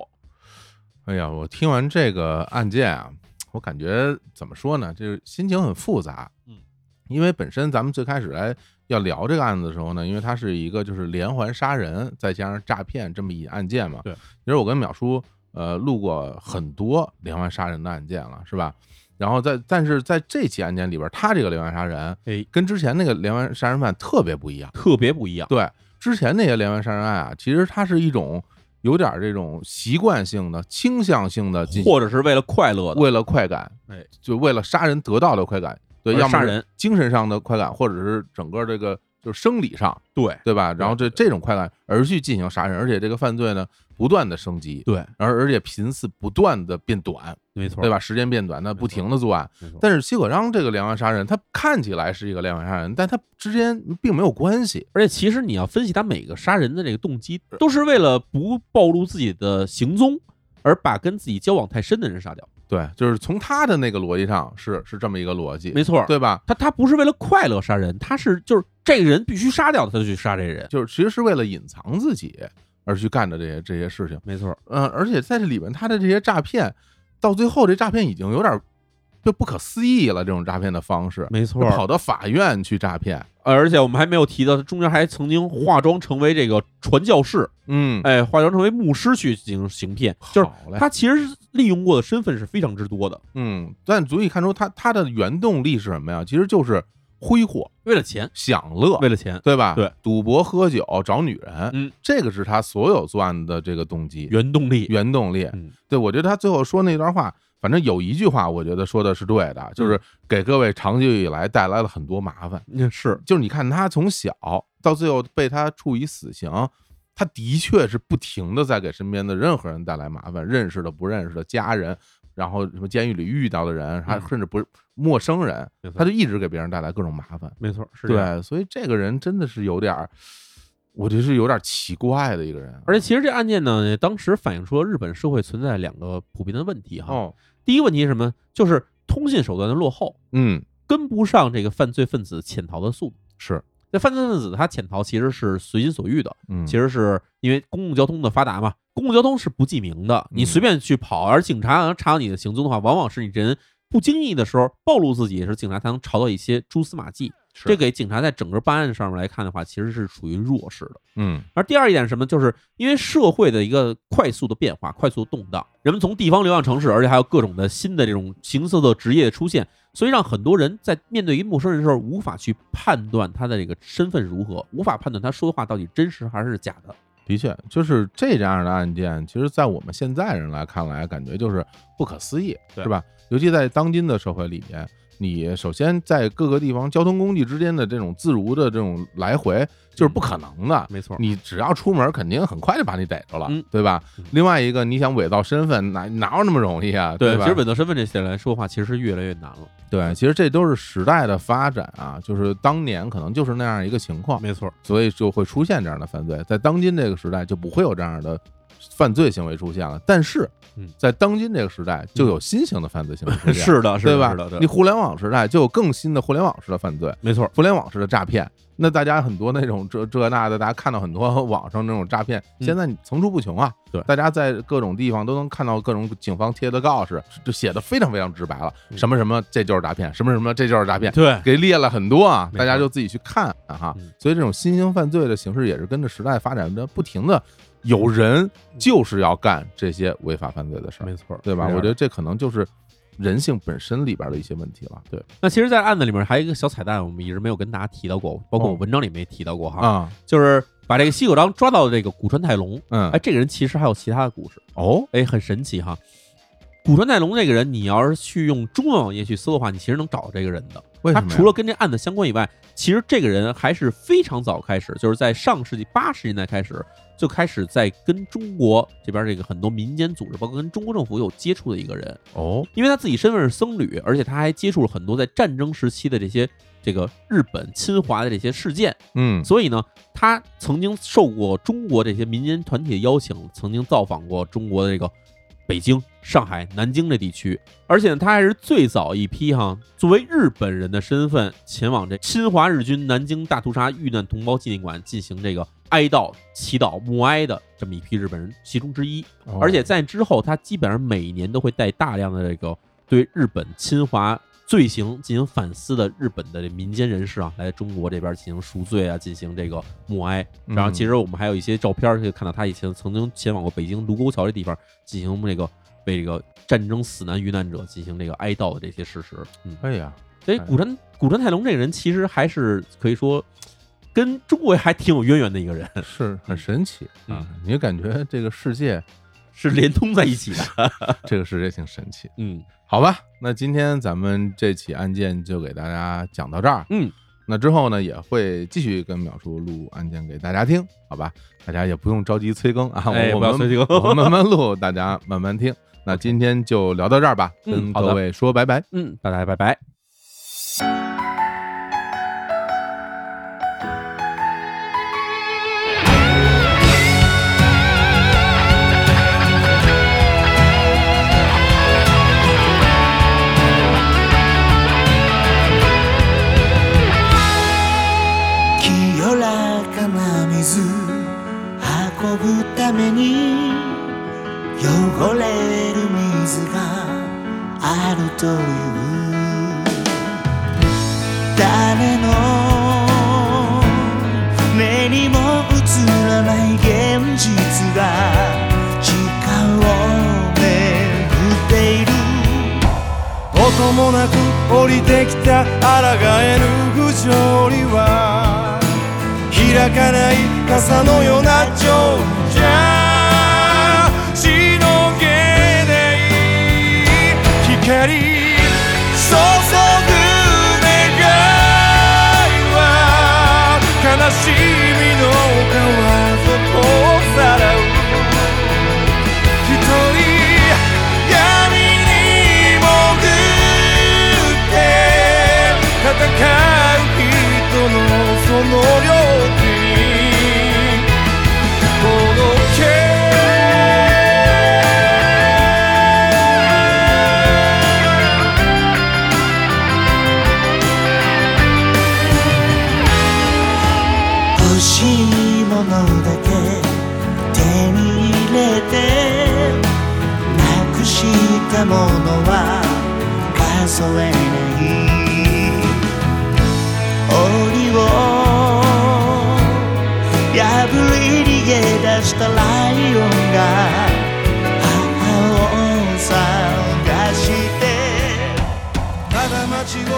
Speaker 2: 哎呀，我听完这个案件啊，我感觉怎么说呢，就是心情很复杂。
Speaker 1: 嗯，
Speaker 2: 因为本身咱们最开始来要聊这个案子的时候呢，因为它是一个就是连环杀人再加上诈骗这么一案件嘛。
Speaker 1: 对，
Speaker 2: 其实我跟淼叔呃录过很多连环杀人的案件了，是吧？然后在但是在这起案件里边，他这个连环杀人
Speaker 1: 哎，
Speaker 2: 跟之前那个连环杀人犯特别不一样。
Speaker 1: 特别不一样。
Speaker 2: 对，之前那些连环杀人案啊，其实它是一种有点儿这种习惯性的、倾向性的进行
Speaker 1: 或者是为了快乐的，
Speaker 2: 为了快感，
Speaker 1: 哎，
Speaker 2: 就为了杀人得到的快感，对，
Speaker 1: 而
Speaker 2: 要么
Speaker 1: 杀
Speaker 2: 是
Speaker 1: 人
Speaker 2: 精神上的快感，或者是整个这个就是生理上，
Speaker 1: 对
Speaker 2: 对吧？然后这这种快感而去进行杀人，而且这个犯罪呢不断的升级，
Speaker 1: 对，
Speaker 2: 而而且频次不断的变短，
Speaker 1: 没错，
Speaker 2: 对
Speaker 1: 吧？
Speaker 2: 吧？时间变短，那
Speaker 1: 错
Speaker 2: 不停的作案。
Speaker 1: 但
Speaker 2: 但是西可章这个连环杀人，他看起来是一个连环杀人，但他之间并没有关系，
Speaker 1: 而且其实你要分析他每个杀人的这个动机，都是为了不暴露自己的行踪，而把跟自己交往太深的人杀掉。
Speaker 2: 对，就是从他的那个逻辑上是是这么一个逻辑，
Speaker 1: 没错，
Speaker 2: 对吧？
Speaker 1: 他他不是为了快乐杀人，他是就是这个人必须杀掉，他就去杀这个人。
Speaker 2: 就是其实是为了隐藏自己而去干的这些这些事情。
Speaker 1: 没错，
Speaker 2: 嗯，而且在这里面，他的这些诈骗，到最后这诈骗已经有点就不可思议了，这种诈骗的方式，
Speaker 1: 没
Speaker 2: 就
Speaker 1: 错
Speaker 2: 跑到法院去诈骗，
Speaker 1: 而且我们还没有提到，他中间还曾经化妆成为这个传教士，
Speaker 2: 嗯，
Speaker 1: 哎，化妆成为牧师去进行行骗，就是
Speaker 2: 好嘞
Speaker 1: 他其实是利用过的身份是非常之多的，
Speaker 2: 嗯，但足以看出他他的原动力是什么呀？其实就是挥霍、
Speaker 1: 为了钱，
Speaker 2: 享乐，
Speaker 1: 为了钱，
Speaker 2: 对吧？
Speaker 1: 对，
Speaker 2: 赌博、喝酒、找女人，
Speaker 1: 嗯，
Speaker 2: 这个是他所有作案的这个动机、
Speaker 1: 原动力，
Speaker 2: 原动力。
Speaker 1: 嗯
Speaker 2: 对，我觉得他最后说那段话，反正有一句话，我觉得说的是对的，
Speaker 1: 嗯
Speaker 2: 就是给各位长久以来带来了很多麻烦。
Speaker 1: 那是
Speaker 2: 就是你看他从小到最后被他处以死刑，他的确是不停的在给身边的任何人带来麻烦，认识的、不认识的家人，然后什么监狱里遇到的人，还
Speaker 1: 嗯
Speaker 2: 甚至不是陌生人
Speaker 1: 没，错
Speaker 2: 他就一直给别人带来各种麻烦。
Speaker 1: 没错，是这样。
Speaker 2: 对，所以这个人真的是有点儿，我觉得是有点儿奇怪的一个人。
Speaker 1: 而且其实这案件呢，当时反映出了日本社会存在两个普遍的问题哈。
Speaker 2: 哦，
Speaker 1: 第一个问题是什么？就是通信手段的落后，
Speaker 2: 嗯，
Speaker 1: 跟不上这个犯罪分子潜逃的速度。
Speaker 2: 是，
Speaker 1: 那犯罪分子他潜逃其实是随心所欲的，
Speaker 2: 嗯，
Speaker 1: 其实是因为公共交通的发达嘛，公共交通是不记名的，你
Speaker 2: 嗯
Speaker 1: 随便去跑，而警察查到你的行踪的话，往往是你人不经意的时候暴露自己，也是警察才能查到一些蛛丝马迹。
Speaker 2: 是
Speaker 1: 这，给警察在整个办案上面来看的话，其实是处于弱势的。
Speaker 2: 嗯，
Speaker 1: 而第二一点是什么？就是因为社会的一个快速的变化、快速的动荡，人们从地方流向城市，而且还有各种的新的这种形色的职业的出现，所以让很多人在面对一陌生人的时候，无法去判断他的这个身份如何，无法判断他说的话到底真实还是假的。
Speaker 2: 的确，就是这样的案件，其实，在我们现在人来看来，感觉就是不可思议，
Speaker 1: 对
Speaker 2: 是吧？尤其在当今的社会里面，你首先在各个地方交通工具之间的这种自如的这种来回，就是不可能的。
Speaker 1: 嗯没错，
Speaker 2: 你只要出门，肯定很快就把你逮着了，
Speaker 1: 嗯
Speaker 2: 对吧
Speaker 1: 嗯？
Speaker 2: 另外一个，你想伪造身份，哪哪有那么容易啊？
Speaker 1: 对，
Speaker 2: 吧？
Speaker 1: 其实伪造身份这些来说的话，其实越来越难了。
Speaker 2: 对，其实这都是时代的发展啊，就是当年可能就是那样一个情况，
Speaker 1: 没错，
Speaker 2: 所以就会出现这样的犯罪。在当今这个时代，就不会有这样的犯罪行为出现了。但是
Speaker 1: 嗯，
Speaker 2: 在当今这个时代，就有新型的犯罪行为出现，
Speaker 1: 是的，是
Speaker 2: 对
Speaker 1: 的，
Speaker 2: 吧
Speaker 1: 是的，？对
Speaker 2: 你互联网时代就有更新的互联网式的犯罪，
Speaker 1: 没错，
Speaker 2: 互联网式的诈骗。那大家很多那种这这那的，大家看到很多网上那种诈骗，
Speaker 1: 嗯
Speaker 2: 现在你层出不穷啊。
Speaker 1: 对
Speaker 2: 大家在各种地方都能看到各种警方贴的告示，就写的非常非常直白了，
Speaker 1: 嗯
Speaker 2: 什么什么这就是诈骗，什么什么这就是诈骗，
Speaker 1: 对，
Speaker 2: 给列了很多啊，
Speaker 1: 没错
Speaker 2: 大家就自己去看啊哈
Speaker 1: 嗯。
Speaker 2: 所以这种新型犯罪的形式也是跟着时代发展的，不停的有人就是要干这些违法犯罪的事儿，
Speaker 1: 嗯没错，
Speaker 2: 对吧？
Speaker 1: 是这样
Speaker 2: 我
Speaker 1: 的
Speaker 2: 觉得这可能就是人性本身里边的一些问题了。对
Speaker 1: 那其实，在案子里面还有一个小彩蛋，我们一直没有跟大家提到过，包括我
Speaker 2: 哦
Speaker 1: 文章里没提到过哈。
Speaker 2: 啊，
Speaker 1: 就是把这个西口章抓到的这个古川泰隆，
Speaker 2: 嗯
Speaker 1: 哎，，这个人其实还有其他的故事，
Speaker 2: 哦，
Speaker 1: 哎，很神奇哈。古川泰隆这个人，你要是去用中文网页去搜的话，你其实能找到这个人的。
Speaker 2: 为
Speaker 1: 他
Speaker 2: 什么呀？
Speaker 1: 除了跟这案子相关以外，其实这个人还是非常早开始，就是在上世纪八十年代开始就开始在跟中国这边这个很多民间组织，包括跟中国政府有接触的一个人。
Speaker 2: 哦，
Speaker 1: 因为他自己身份是僧侣，而且他还接触了很多在战争时期的这些这个日本侵华的这些事件，
Speaker 2: 嗯，
Speaker 1: 所以呢，他曾经受过中国这些民间团体的邀请，曾经造访过中国的这个北京、上海、南京这地区，而且呢，他还是最早一批哈，作为日本人的身份前往这侵华日军南京大屠杀遇难同胞纪念馆进行这个哀悼、祈祷、默哀的这么一批日本人其中之一。
Speaker 2: 哦
Speaker 1: 而且在之后，他基本上每年都会带大量的这个对日本侵华罪行进行反思的日本的这民间人士啊，来中国这边进行赎罪啊，进行这个默哀。然后其实我们还有一些照片可以看到，他以前曾经前往过北京卢沟桥这地方进行这个为这个战争死难遇难者进行这个哀悼的这些事实。嗯，
Speaker 2: 哎呀，
Speaker 1: 所以古川古川泰隆这个人其实还是可以说跟中国还挺有渊源的一个人，
Speaker 2: 是很神奇啊！
Speaker 1: 嗯
Speaker 2: 你就感觉这个世界，
Speaker 1: 是连通在一起的。
Speaker 2: 这个世界挺神奇。
Speaker 1: 嗯
Speaker 2: 好吧，那今天咱们这起案件就给大家讲到这儿。
Speaker 1: 嗯，
Speaker 2: 那之后呢，也会继续跟淼叔录案件给大家听，好吧？大家也不用着急催更啊，
Speaker 1: 哎
Speaker 2: 我
Speaker 1: 不要
Speaker 2: 们
Speaker 1: 催更
Speaker 2: 我们慢慢录，大家慢慢听。那今天就聊到这儿吧，
Speaker 1: 嗯
Speaker 2: 跟
Speaker 1: 好的
Speaker 2: 各位说拜拜。
Speaker 1: 嗯，大家拜拜。
Speaker 3: 清らかな水運ぶために汚れる水があるという誰の目にも映らない現実が時間を巡っている
Speaker 4: 音もなく降りてきた抗えぬ不条理は開かない傘のような情じゃしのげない光注ぐ願いは悲しみの川底をさらう一人闇に潜って戦う人のその領地に届け
Speaker 3: 欲しいものだけ手に入れてなくしたものは数えない檻を破り逃げ出したライオンが母を探して
Speaker 4: ただ街を